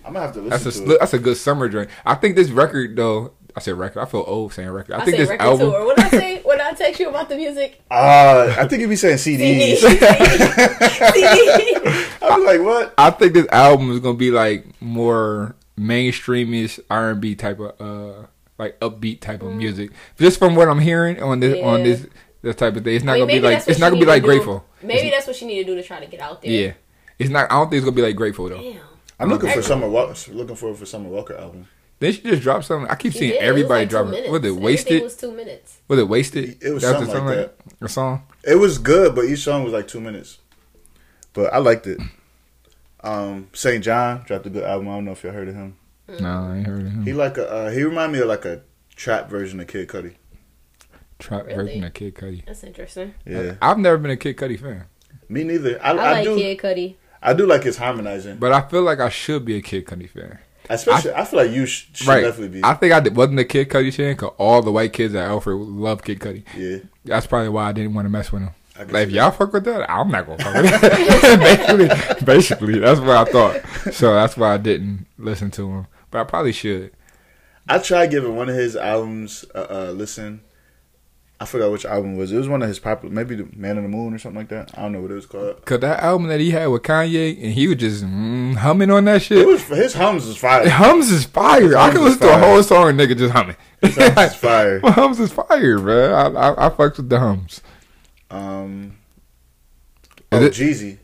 S3: I'm gonna have to listen
S2: That's a
S3: to
S2: sli- that's a good summer joint. I think this record though. I said record. I feel old saying record. I,
S4: I,
S2: think
S4: say
S2: this
S4: record
S2: album.
S4: tour. What did I say when I text you about the music?
S3: Uh, I think you be saying CDs.
S4: CD. [laughs] CD.
S3: I was like, what?
S2: I think this album is gonna be like more mainstreamish R and B type of uh like upbeat type of music. Just from what I'm hearing on this on
S4: Mm. Yeah.
S2: this this type of thing, it's not
S4: Wait,
S2: gonna be
S4: maybe
S2: like
S4: that's what
S2: it's not
S4: she
S2: gonna be
S4: need to
S2: like
S4: do.
S2: grateful.
S4: Maybe that's what she need to do to try to get out there.
S2: Yeah, it's not. I don't think it's gonna be like grateful though.
S4: Damn.
S3: I'm looking for
S4: Actually-
S3: Summer Walker. Looking for for Summer Walker album.
S2: Then she just dropped something. I keep
S4: She
S2: seeing
S4: did. It was
S2: everybody
S4: like two
S2: drop it.
S4: minutes.
S2: Was it
S4: Everything
S2: wasted?
S4: was two minutes.
S2: Was it wasted?
S3: It was
S2: That the
S3: something like that.
S2: A song.
S3: It was good, but each song was like two minutes. But I liked it. Um, Saint John dropped a good album. I don't know if y'all heard of him.
S4: Mm.
S2: No, I ain't heard of him.
S3: He like a uh, he remind me of like a trap version of Kid Cudi.
S2: Trap
S4: Really?
S2: version of Kid Cudi.
S4: That's interesting.
S3: Yeah,
S2: I've never been a Kid Cudi fan,
S3: me neither. I,
S4: I,
S3: I,
S4: like
S3: do
S4: Kid Cudi.
S3: I do like his harmonizing.
S2: but I feel like I should be a Kid Cudi fan
S3: Especially, I, feel like you sh- should
S2: right.
S3: definitely be.
S2: I think I did, wasn't the Kid Cudi fan because all the white kids at Alfred love Kid Cudi.
S3: yeah.
S2: That's probably why I didn't want to mess with him.
S3: I can
S2: Like if
S3: see
S2: y'all fuck with that, I'm not gonna fuck with that. [laughs] basically, basically, that's what I thought. So that's why I didn't listen to him. But I probably should.
S3: I tried giving one of his albums a uh, listen. I forgot which album it was. It was one of his popular, maybe the Man on the Moon or something like that. I don't know what it was called.
S2: Cause that album that he had with Kanye, and he was just mm, humming on that
S3: It
S2: shit.
S3: was his hums was
S2: [laughs]
S3: fire.
S2: Hums is fire. I
S3: Hums
S2: can
S3: is
S2: listen to a
S3: fire.
S2: whole song and nigga just humming.
S3: His hums is fire.
S2: Well, [laughs] hums is fire, bro. I, I I fucks with the hums.
S3: Um,
S2: Is
S3: oh,
S2: it-
S3: Jeezy,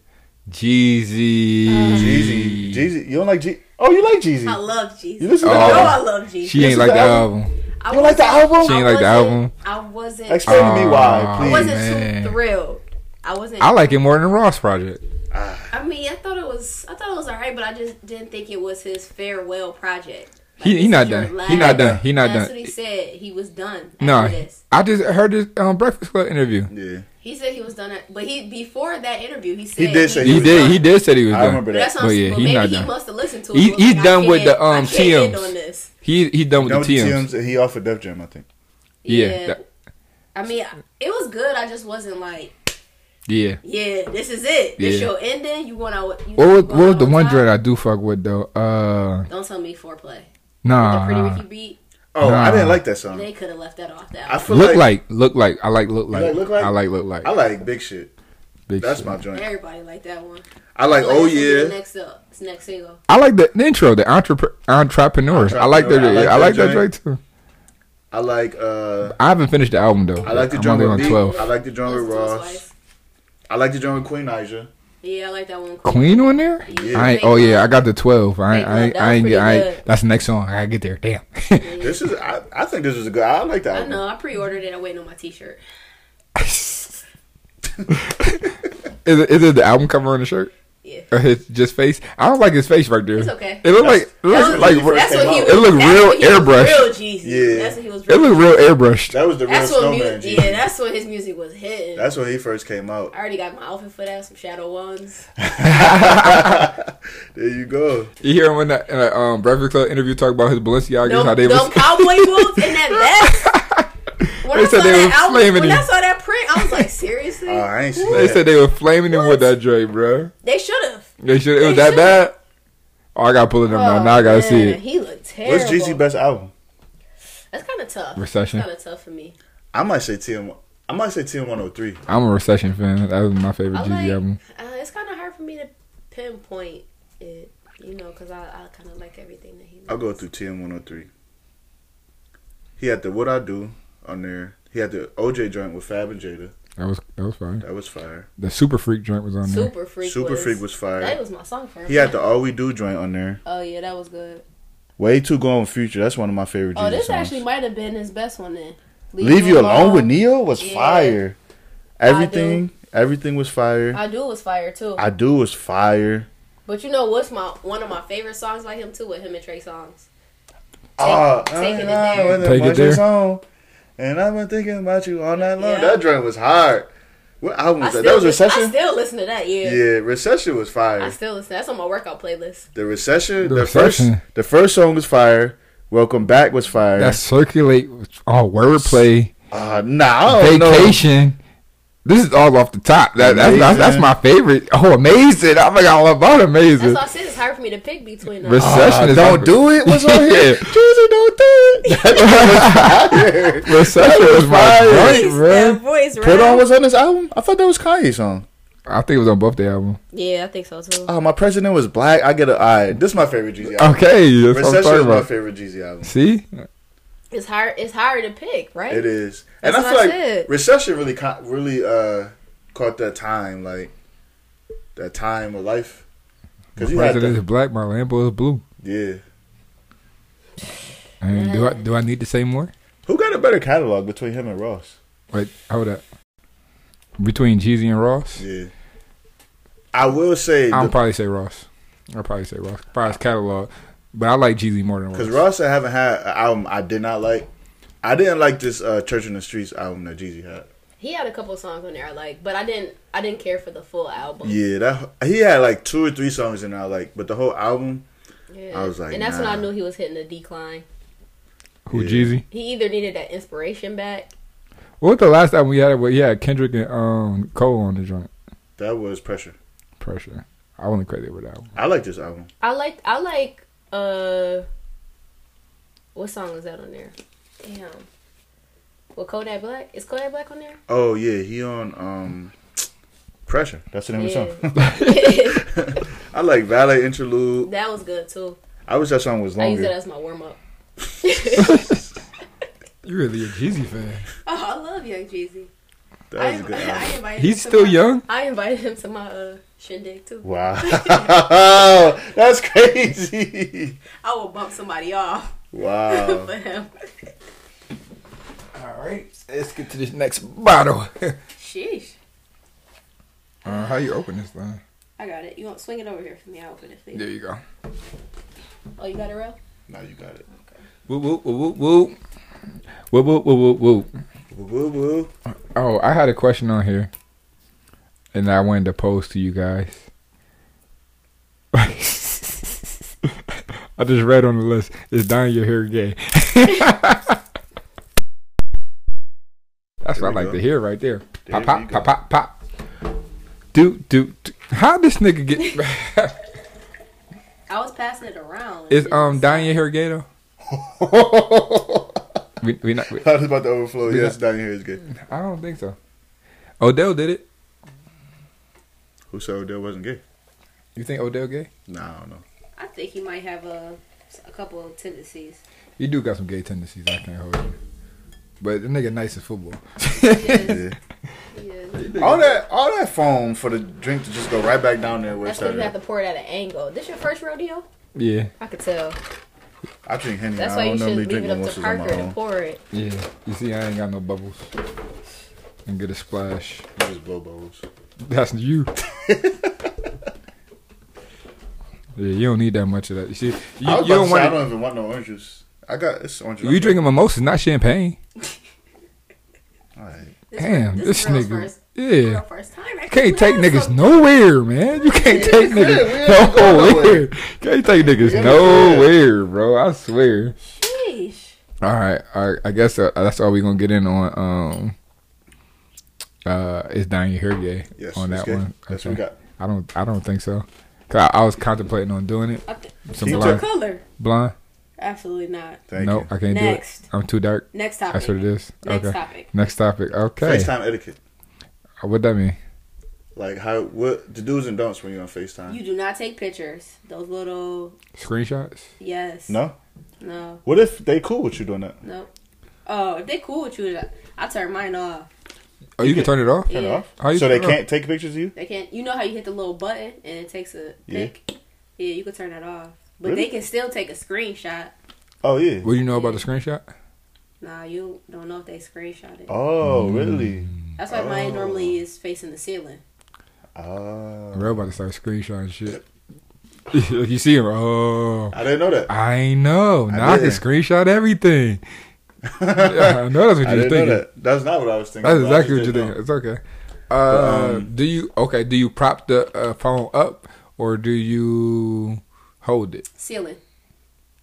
S2: Jeezy.
S3: Jeezy, Jeezy. You don't like Jeezy? Oh, you like
S4: I
S3: Jeezy?
S4: love Jesus.
S3: You listen
S2: to
S4: I
S2: that
S4: know I
S2: album?
S4: love Jesus.
S2: Oh. She ain't
S3: is
S2: like
S3: the
S2: the
S3: album.
S2: album.
S4: I
S3: You don't like the
S4: wasn't-
S3: album?
S2: She ain't
S4: I
S2: like the
S4: wasn't-
S2: album.
S4: I wasn't.
S3: Explain to me why,
S2: Ah.
S4: I
S3: please.
S4: wasn't
S2: Man.
S4: too thrilled. I wasn't.
S2: I like it more than Ross Project.
S4: I mean, I thought it was. I thought it was alright, but I just didn't think it was his farewell project.
S2: He- he
S4: this
S2: not
S4: is your
S2: done. He
S4: last-
S2: not done. He not
S4: That's
S2: done.
S4: what he said. He was done. After
S2: No,
S4: This.
S2: I just heard this um, Breakfast Club interview.
S3: Yeah,
S4: He said he was done, at, but he before that interview he said
S3: He did say
S2: He,
S3: was
S2: did.
S3: done.
S2: He did said he was
S3: I
S2: done.
S3: remember
S4: But that's
S3: that.
S4: what I'm
S2: But
S4: saying.
S2: yeah,
S4: but
S2: he
S4: maybe
S2: not
S4: he
S2: done.
S4: must have listened to it.
S2: He-
S4: was
S2: he
S4: I
S2: done with
S4: can't-
S2: the, um,
S4: I can't end
S2: TMs.
S4: on this.
S2: He he done
S3: You
S2: with
S3: know,
S2: the TMs.
S3: TMs. He offered Def Jam, I think.
S2: Yeah,
S4: Yeah.
S2: that-
S4: I mean, it was good. I just wasn't like,
S2: yeah.
S4: yeah, this is it. This
S2: Yeah.
S4: your ending. You want out? You
S2: What was,
S4: going
S2: what was
S4: out
S2: the
S4: on
S2: one
S4: top?
S2: dread I do fuck with though? Uh,
S4: Don't tell me foreplay. the
S2: nah.
S4: pretty
S2: nah.
S4: Ricky beat.
S3: Oh,
S2: Nah.
S3: I didn't like that song.
S4: They could have left that off. That
S3: I
S4: album.
S3: feel
S2: Look
S3: like,
S2: like, look like. I like look like.
S3: like Look Like?
S2: I like look like.
S3: I like Big Shit.
S2: Big
S3: That's
S2: shit.
S3: my joint.
S4: everybody liked that one.
S3: I like Oh
S4: this will be the
S3: Yeah.
S4: next up, it's next single.
S2: I like the, the intro, the entrepre- entrepreneur. I like that.
S3: Entrepreneur.
S2: I like that joint too.
S3: I like uh.
S2: I haven't finished the album though.
S3: I like the
S2: I'm
S3: joint
S2: only
S3: with
S2: on
S3: B.
S2: twelve.
S3: I like the joint with
S4: Listen to his
S3: Ross.
S4: wife.
S3: I like the joint with Queen Aja.
S4: Yeah, I like that
S3: Oh,
S4: one.
S2: Queen on there?
S3: Yeah.
S2: I ain't, oh yeah, I got the twelve. I ain't,
S4: Hey,
S2: I ain't,
S4: that
S2: I
S4: was
S2: ain't get. I
S4: pretty
S2: ain't,
S4: good.
S2: that's the next song. I gotta get there. Damn. [laughs]
S3: This is I, I think this is a good. I like that.
S4: I
S3: album.
S4: know. I pre-ordered it. I'm waiting on my T-shirt.
S2: is, it, is it the album cover on the shirt
S4: Yeah.
S2: or his just face? I don't like his face right there.
S4: It's okay.
S2: It look like it
S4: That
S2: look
S4: was-
S2: like
S3: that's what
S4: that's what he
S3: it
S4: was.
S2: looked
S4: that's
S2: real
S4: what he was
S2: airbrushed.
S4: Real Jeezy.
S3: Yeah.
S4: That's what he was.
S2: it
S4: Real.
S2: look real airbrushed.
S3: That was the real
S4: that's what
S3: snowman.
S4: music.
S3: G.
S4: Yeah, that's what his music was hitting.
S3: that's when he first came out. [laughs]
S4: I already got my outfit for that. Some Shadow Ones.
S3: there you go.
S2: You hear him in that in a, um, Breakfast Club interview talk about his Balenciagas
S4: Them,
S2: how they
S4: them
S2: was [laughs]
S4: cowboy boots and that vest. When
S2: They
S4: I
S2: said
S4: saw
S2: they
S4: that
S2: was
S4: album,
S2: flaming
S4: when I
S2: him.
S4: saw that print, I
S2: [laughs]
S4: was like, seriously?
S3: Uh, I ain't seen
S2: they
S3: that.
S2: said they were flaming him with
S4: What?
S2: that Dre, bro.
S4: they should have.
S2: They should. It
S4: They
S2: was that
S4: should've.
S2: bad. Oh, I gotta pull it up now. Now I gotta see it.
S4: He looked terrible.
S3: What's Jeezy best album?
S4: That's kind of tough.
S2: Recession.
S4: That's kind of tough for me.
S3: I might say TM. I might say TM 103.
S2: I'm a recession fan. That was my favorite
S4: I
S2: Jeezy
S4: like.
S2: album.
S4: Uh, it's kind of hard for me to pinpoint it, you know, because I, I kind of like everything that he.
S3: I'll go
S4: makes.
S3: through TM 103. He had the What I Do on there. He had the OJ joint with Fab and Jada.
S2: That was that was fine.
S3: That was fire.
S2: The Super Freak joint was on there.
S4: Super freak.
S3: Super
S4: was,
S3: Freak was
S4: That
S3: fire.
S4: was my song for him.
S3: He had the All We Do joint on there.
S4: Oh yeah, that was good.
S3: Way Too Gone with Future. That's one of my favorite Jeezy
S4: Oh, this
S3: songs.
S4: actually might have been his best one then.
S3: Leave You Alone with Neo was
S4: Yeah.
S3: fire. Everything, everything was fire.
S4: I do was fire too.
S3: I do was fire.
S4: but you know what's my one of my favorite songs by him too with him and Trey Songs.
S3: Ah,
S4: Take It
S3: ah,
S4: There.
S3: when the
S2: Take It
S3: bunch
S2: There.
S3: is on, and I've been thinking about you all night long.
S4: Yeah.
S3: That joint was hard. What album
S4: I
S3: was that?
S4: still
S3: That was
S4: listen- I
S3: Recession.
S4: still listen to that. Yeah.
S3: yeah. Recession was
S4: I
S3: fire.
S4: still listen. That's on my workout playlist.
S3: The Recession.
S2: The
S3: The,
S2: Recession.
S3: first. The first song was fire. Welcome back was fire.
S2: That circulate. Oh, wordplay.
S3: uh, nah, I don't know.
S2: vacation. This is all off the top. That, that's, that's that's
S3: Amazing.
S2: my favorite. Oh, amazing! Oh my god, I love all
S4: That's
S2: amazing.
S4: why I said it's hard for me to pick between them.
S2: Recession.
S3: Ah,
S2: is
S3: don't
S2: my-
S3: do it. What's
S2: [laughs]
S3: on
S2: Yeah.
S3: here? Jeezy, don't do it. [laughs]
S2: [laughs]
S3: That joint was fire.
S2: Recession
S3: That
S2: was my
S3: fire.
S2: joint,
S4: Voice, Oh, that
S2: bro.
S4: voice, right?
S3: Put on was on this album. I thought that was Kanye's song.
S2: I think it was on both the album.
S4: Yeah, I think so too.
S3: Oh, my president was black. I get a eye. This is my favorite Jeezy album.
S2: Okay, that's what I'm
S3: Recession
S2: talking
S3: is my
S2: about.
S3: favorite Jeezy album.
S2: See,
S4: It's hard. It's hard to pick, right?
S3: It is, and
S4: That's
S3: I
S4: what
S3: feel
S4: I
S3: like
S4: said.
S3: recession really, ca- really uh, caught that time, like that time of life.
S2: my
S3: Because you had
S2: president is
S3: the,
S2: black. My Lambo is blue.
S3: yeah.
S2: And do I do I need to say more?
S3: Who got a better catalog between him and Ross?
S2: Wait, hold up. Between Jeezy and Ross,
S3: Yeah, I will say
S2: I'll probably say Ross. I'll probably say Ross. Probably his catalog, but I like Jeezy more than Ross.
S3: because Ross, I haven't had an album I did not like. I didn't like this uh, Church in the Streets album that Jeezy had.
S4: He had a couple songs on there I like, but I didn't. I didn't care for the full album.
S3: Yeah, that he had like two or three songs in there I like, but the whole album,
S4: Yeah.
S3: I was like,
S4: and that's when
S3: nah.
S4: I knew he was hitting the decline.
S2: Who
S3: Yeah.
S2: Jeezy?
S4: He either needed that inspiration back.
S2: What was the last time we had it? Well, yeah, Kendrick and um, Cole on the joint.
S3: That was pressure.
S2: Pressure. I wasn't crazy with that one.
S3: I like this album.
S4: I like I like uh what song is that on there? Damn. Well Kodak Black is Kodak Black
S2: [laughs]
S4: on there? [laughs]
S3: Oh yeah, he on um pressure. That's the name of the song. [laughs]
S4: Yeah.
S3: I like Valet Interlude.
S4: that was good too.
S3: I wish that song was
S4: I use that
S3: longer.
S4: as my warm
S2: [laughs]
S4: up.
S2: You really a Jeezy fan?
S4: Oh, I love Young Jeezy.
S3: That was a good album.
S4: invited
S2: He's still young.
S4: I invited him to my uh, shindig too.
S3: Wow,
S4: [laughs]
S3: [laughs] that's crazy.
S4: I will bump somebody off [laughs]
S2: Oh.
S3: Wow.
S4: for him.
S2: All right, let's get to this next bottle.
S4: Sheesh.
S2: uh, how you open this thing?
S4: I got it. You want swing it over here for me? I'll open it for you.
S2: There you go.
S4: Oh, you got it, real?
S3: Now you got it.
S2: Woo woo woo woo woo. Woo woo woo woo woo.
S3: Woo [laughs] woo.
S2: Oh, I had a question on here, and I wanted to pose to you guys. I just read on the list: Is dyeing your hair gay? [laughs] That's
S3: There
S2: what I
S3: we
S2: like
S3: go.
S2: to hear right there.
S3: There
S2: pop, pop,
S3: we
S2: pop,
S3: go.
S2: pop, pop. Do, do, do. How this nigga get? [laughs]
S4: I was passing it around.
S2: Is um dyeing your hair gay though? We we not. we-
S3: I was about to overflow.
S2: We
S3: Yes, down here is good.
S2: I don't think so. Odell did it.
S3: Who said Odell wasn't gay?
S2: You think Odell gay?
S3: Nah, I don't know.
S4: I think he might have a, a couple of tendencies.
S2: You do got some gay tendencies. I can't hold you. But the nigga nice as football.
S4: [laughs] Yes,
S3: Yeah.
S4: yes.
S3: all that, all that foam for the drink to just go right back down there where it
S4: That's when you
S3: started.
S4: have to pour it at an angle. This your first rodeo?
S2: yeah,
S4: I could tell.
S3: I drink Henny.
S4: That's
S3: I
S4: why
S3: don't
S4: you should
S3: normally
S4: leave
S3: drink
S4: it
S3: one
S4: up
S3: once
S4: to
S3: it's on my
S4: Parker to
S3: own.
S4: pour it.
S2: yeah. You see, I ain't got no bubbles. And get a splash.
S3: I just blow bubbles.
S2: That's you. [laughs] yeah, you don't need that much of that. You see, you, you
S3: I, was about
S2: don't
S3: to say, I
S2: want.
S3: don't even want no orange juice. I got it's orange.
S2: You drinking mimosas, not champagne.
S3: All right.
S4: This
S2: Damn,
S4: fir-
S2: this,
S4: girl's
S2: nigga.
S4: First, girl
S2: Yeah.
S4: first time. I
S2: Can't take
S4: have
S2: niggas
S4: some-
S2: nowhere, man. You can't take
S3: we ain't
S2: niggas
S3: going
S2: nowhere.
S3: nowhere.
S2: Can't take niggas
S3: ain't
S2: nowhere, bro. I swear.
S4: Sheesh.
S2: All right, all right. I guess uh, that's all we're gonna get in on. Um, uh, is Don your hair gay?
S3: Yes,
S2: on
S3: it's
S2: that
S3: good.
S2: one.
S3: That's what we got.
S2: I don't. I don't think so. 'Cause I, I was contemplating on doing it.
S4: I th-
S2: Some
S3: You
S2: blonde.
S3: took-
S4: Color?
S2: blonde?
S4: Absolutely not.
S3: Thank
S2: no,
S3: you.
S2: I can't do
S4: Next.
S2: it. I'm too dark.
S4: Next topic.
S2: That's what it is.
S4: Next
S2: okay.
S4: topic.
S2: Next topic. Okay.
S3: FaceTime etiquette.
S2: What that mean?
S3: Like how what the do's and don'ts when you're on FaceTime.
S4: You do not take pictures. Those little
S2: Screenshots.
S4: yes.
S3: no.
S4: No.
S3: What if they cool with you doing that?
S4: No. Oh, if they cool with you, I turn mine off.
S2: Oh, you can turn it off.
S4: Yeah.
S3: Turn it off.
S2: How you
S3: so they
S2: turn it off?
S3: can't take pictures of you.
S4: They can't. You know how you hit the little button and it takes a
S3: Yeah.
S4: pic. Yeah, you can turn that off. But
S3: Really?
S4: they can still take a screenshot.
S3: Oh yeah.
S2: What do you know about the screenshot?
S4: Nah, you don't know if they screenshot it.
S3: Oh
S2: Mm.
S3: really?
S4: That's why mine normally is facing the ceiling.
S3: Oh.
S2: We're about to start screenshotting shit. [laughs] you see him? Oh.
S3: I didn't know that.
S2: I know.
S3: I
S2: Now I can
S3: did.
S2: screenshot everything. Yeah, I know that's what
S3: [laughs] I
S2: you was
S3: didn't
S2: thinking.
S3: know that. That's not what I was thinking.
S2: That's
S3: but I
S2: exactly what
S3: just
S2: you're
S3: didn't
S2: thinking.
S3: know.
S2: It's okay. Uh, do you okay? Do you prop the uh, phone up or do you hold it?
S4: Ceiling.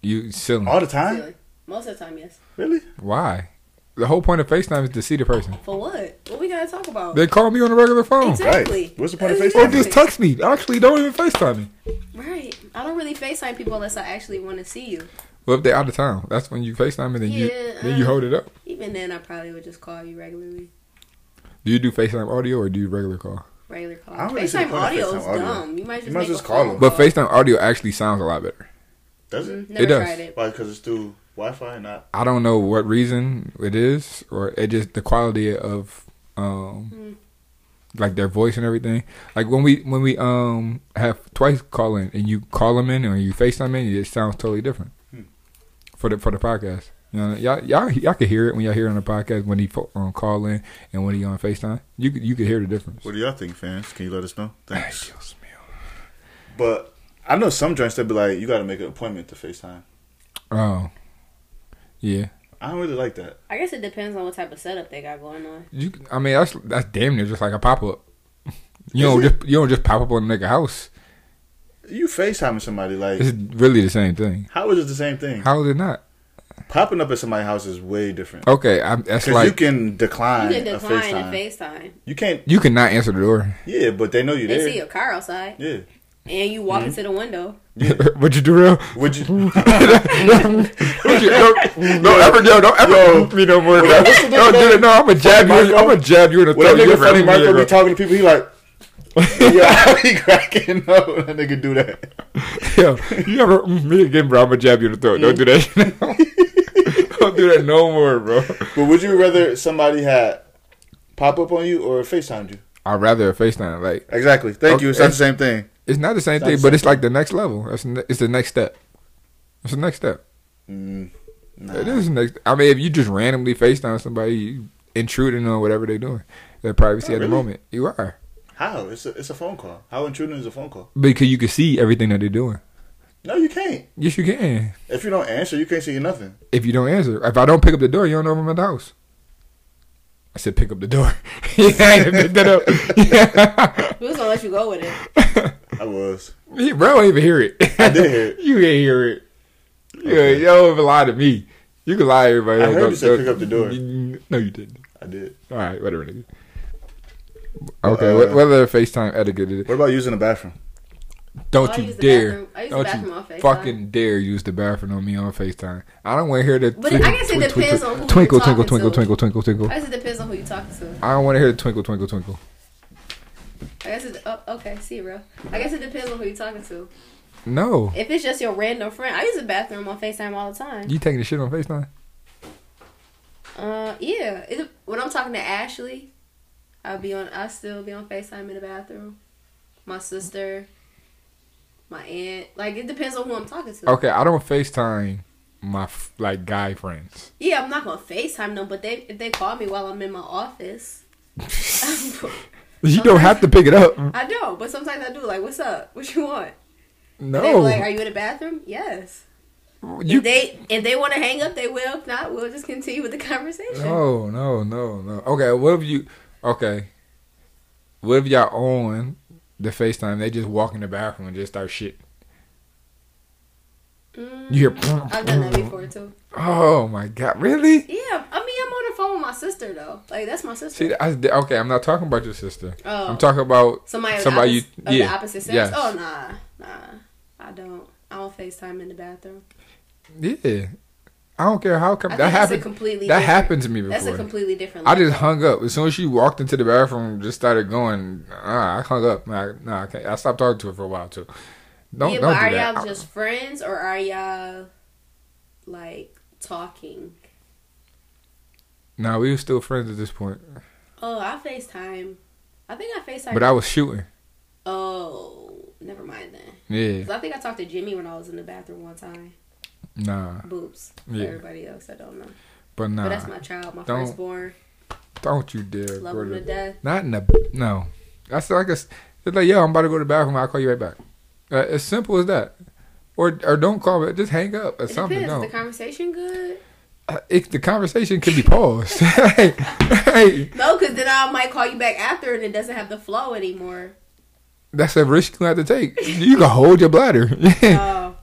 S2: You silly.
S3: All the time?
S4: Ceiling. Most of the time, yes.
S3: Really?
S2: Why? The whole point of FaceTime is to see the person.
S4: For what? What we gotta talk about?
S2: They call me on a regular phone.
S4: Exactly.
S3: Right. What's the point of
S2: Or
S3: FaceTime?
S2: just text me. Actually, don't even FaceTime me.
S4: Right. I don't really FaceTime people unless I actually want to see you.
S2: Well, if they're out of town, that's when you FaceTime and then you
S4: Yeah,
S2: then you
S4: uh.
S2: hold it up.
S4: Even then, I probably would just call you regularly.
S2: Do you do FaceTime audio or do you regular call?
S4: Regular call.
S3: I don't really see the
S4: FaceTime
S3: point of
S4: audio is
S3: FaceTime audio.
S4: dumb. You might just,
S3: You might
S4: make
S3: just
S4: a
S3: call them.
S4: phone
S2: But
S4: call.
S2: FaceTime audio actually sounds a lot better.
S3: Does it?
S4: Mhm. Never
S2: does.
S4: tried it.
S3: Why? Because it's through Wi-Fi, not
S2: I don't know what reason it is, or it just the quality of um
S3: Mm.
S2: like their voice and everything. Like when we when we um have twice calling and you call them in or you FaceTime in, it sounds totally different
S3: Hmm.
S2: for the for the podcast. You know, y'all y'all y'all can hear it when y'all hear it on the podcast when he fo- um, call in and when he on Facetime. You could- you can hear the difference.
S3: What do y'all think, fans? Can you let us know? Thanks.
S2: Excuse me.
S3: But I know some joints that be like, you got to make an appointment to FaceTime.
S2: Oh, yeah.
S3: I don't really like that.
S4: I guess it depends on what type of setup they got going on.
S2: You, can- I mean, that's that's damn near just like a pop up. [laughs] You
S3: Is
S2: don't
S3: it?
S2: just you don't just pop up on a nigga house.
S3: You FaceTiming somebody like
S2: It's really the same thing.
S3: how is it the same thing?
S2: How is it not?
S3: Popping up at somebody's house is way different.
S2: Okay, I, that's
S3: Because
S2: like
S3: you can decline,
S4: You can
S3: a
S4: decline
S3: FaceTime.
S4: a FaceTime.
S3: you can't.
S2: you cannot answer the door, [laughs]
S3: Yeah, but they know you
S4: They
S3: there. Mm-hmm.
S4: see your car outside,
S3: Yeah.
S4: and you walk into the window.
S2: but you do
S3: [laughs]
S2: real. [laughs]
S3: Would you?
S2: Don't, you- don't- don't ever, yo, don't ever
S3: Yo.
S2: me no more.
S3: Yo, [laughs]
S2: Don't
S3: what's the nigga
S2: do
S3: name?
S2: it. No, I'm gonna jab you.
S3: Marco?
S2: I'm gonna jab you in the
S3: When
S2: throat.
S3: that
S2: You're
S3: nigga Funny
S2: funny,
S3: Marco be
S2: Marco.
S3: talking to people, he like, [laughs] yeah, he cracking up. That nigga do that.
S2: [laughs] Yo, you ever mm, me again, bro? I'm gonna jab you in the throat. Don't do [laughs] that.
S3: [laughs]
S2: don't do that no more, bro.
S3: But would you rather somebody had pop up on you or FaceTimed you?
S2: I'd rather a FaceTime. Like
S3: Exactly. Thank you. It's not the same thing.
S2: it's not the same
S3: Not the
S2: thing, but
S3: same
S2: it's like the next level. It's the ne- it's the next step. It's the next step.
S3: Mm, nah.
S2: It is the next. I mean, if you just randomly FaceTime somebody, you intruding on whatever they're doing, their privacy
S3: Oh,
S2: at
S3: really?
S2: the moment, you are
S3: How? It's a, it's a phone call. How intruding is a phone call?
S2: because you can see everything that they're doing.
S3: No, you can't.
S2: Yes, you can.
S3: If you don't answer, you can't see nothing.
S2: if you don't answer, if I don't pick up the door, you don't know if I'm at the house. I said, pick up the door. [laughs] yeah, I ain't picked that up. [laughs]
S4: We was gonna let you go with it.
S3: I was.
S2: Yeah. Bro, I don't even hear it.
S3: I did hear
S2: [laughs]
S3: it.
S2: You ain't hear it. Yeah,
S3: Okay.
S2: you don't even lie to me. You can lie to everybody.
S3: I
S2: else.
S3: heard
S2: Don't-
S3: you say
S2: don't-
S3: pick up the door.
S2: [laughs] No, you didn't.
S3: I did.
S2: All right, whatever. Nigga. Okay,
S3: Uh,
S2: what, what other FaceTime etiquette is it?
S3: What about using the bathroom?
S2: Don't
S4: I
S2: you
S4: use the
S2: dare.
S4: bathroom- I use the
S2: Don't
S4: bathroom
S2: you
S4: on FaceTime.
S2: fucking dare use the bathroom on me on FaceTime. I don't want to hear that.
S4: But I guess it depends on who you're
S2: twinkle, twinkle,
S4: talking
S2: twinkle,
S4: to.
S2: twinkle, twinkle, twinkle.
S4: I guess it depends on who you talking to.
S2: I don't want to hear the twinkle, twinkle, twinkle.
S4: I guess it. Oh, okay, see, bro. I guess it depends on who you talking to.
S2: No.
S4: If it's just your random friend, I use the bathroom on Facetime all the time.
S2: You taking the shit on FaceTime?
S4: Uh, yeah. It, when I'm talking to Ashley, I'll be on. I still be on Facetime in the bathroom. My sister, my aunt. Like it depends on who I'm talking to.
S2: Okay, I don't FaceTime my f- like guy friends. [laughs]
S4: Yeah, I'm not gonna Facetime them, but they if they call me while I'm in my office, [laughs]
S2: You don't have to pick it up.
S4: I don't. But sometimes I do. Like, what's up? What you want? And they be
S2: No,
S4: like, are you in the bathroom? Yes.
S2: you.
S4: if they if they want to hang up, they will. If not, we'll just continue with the [laughs] conversation.
S2: No, no, no, no. Okay, what if you? Okay, what if y'all on the FaceTime? They just walk in the bathroom and just start shit.
S4: Mm,
S2: You hear?
S4: I've done that before too.
S2: Oh my god, really?
S4: Yeah, I mean, I'm on the phone with my sister though. Like that's my sister.
S2: See, I, okay, I'm not talking about your sister.
S4: oh.
S2: I'm talking about Somebody
S4: Somebody, somebody
S2: you-
S4: of the
S2: yeah,
S4: opposite sex.
S2: yes.
S4: Oh nah, nah. I don't. I don't FaceTime in the bathroom.
S2: yeah. I don't care how come
S4: I
S2: that
S4: think that's a
S2: happened.
S4: completely
S2: That
S4: different-
S2: happened to me before.
S4: That's a completely different.
S2: I
S4: level.
S2: just hung up as soon as she walked into the bathroom. Just started going. Ah, I hung up. Nah, nah, I, can't. I stopped talking to her for a while too. Don't
S4: yeah,
S2: don't
S4: but
S2: do
S4: are
S2: that.
S4: y'all just friends or are y'all like talking?
S2: nah, we were still friends at this point,
S4: Oh, I FaceTime. I think I FaceTime.
S2: but I was shooting.
S4: oh, never mind then.
S2: Yeah,
S4: 'Cause I think I talked to Jimmy when I was in the bathroom one time.
S2: nah,
S4: Boops. For
S2: Yeah.
S4: Everybody else, I don't know.
S2: but nah,
S4: But that's my child, my
S2: Don't
S4: firstborn.
S2: don't you dare
S4: Love
S2: go
S4: him to death.
S2: Not in the no. That's like a, it's like yo, I'm about to go to the bathroom. I'll call you right back. Uh, as simple as that. Or or don't call me. Just hang up or
S4: It
S2: something.
S4: depends.
S2: No,
S4: Is the conversation good?
S2: Uh, it, the conversation could be paused. [laughs] hey, hey,
S4: No, because then I might call you back after and it doesn't have the flow
S2: [laughs]
S4: anymore.
S2: that's a risk you have to take. You can hold your bladder. [laughs]
S4: Oh,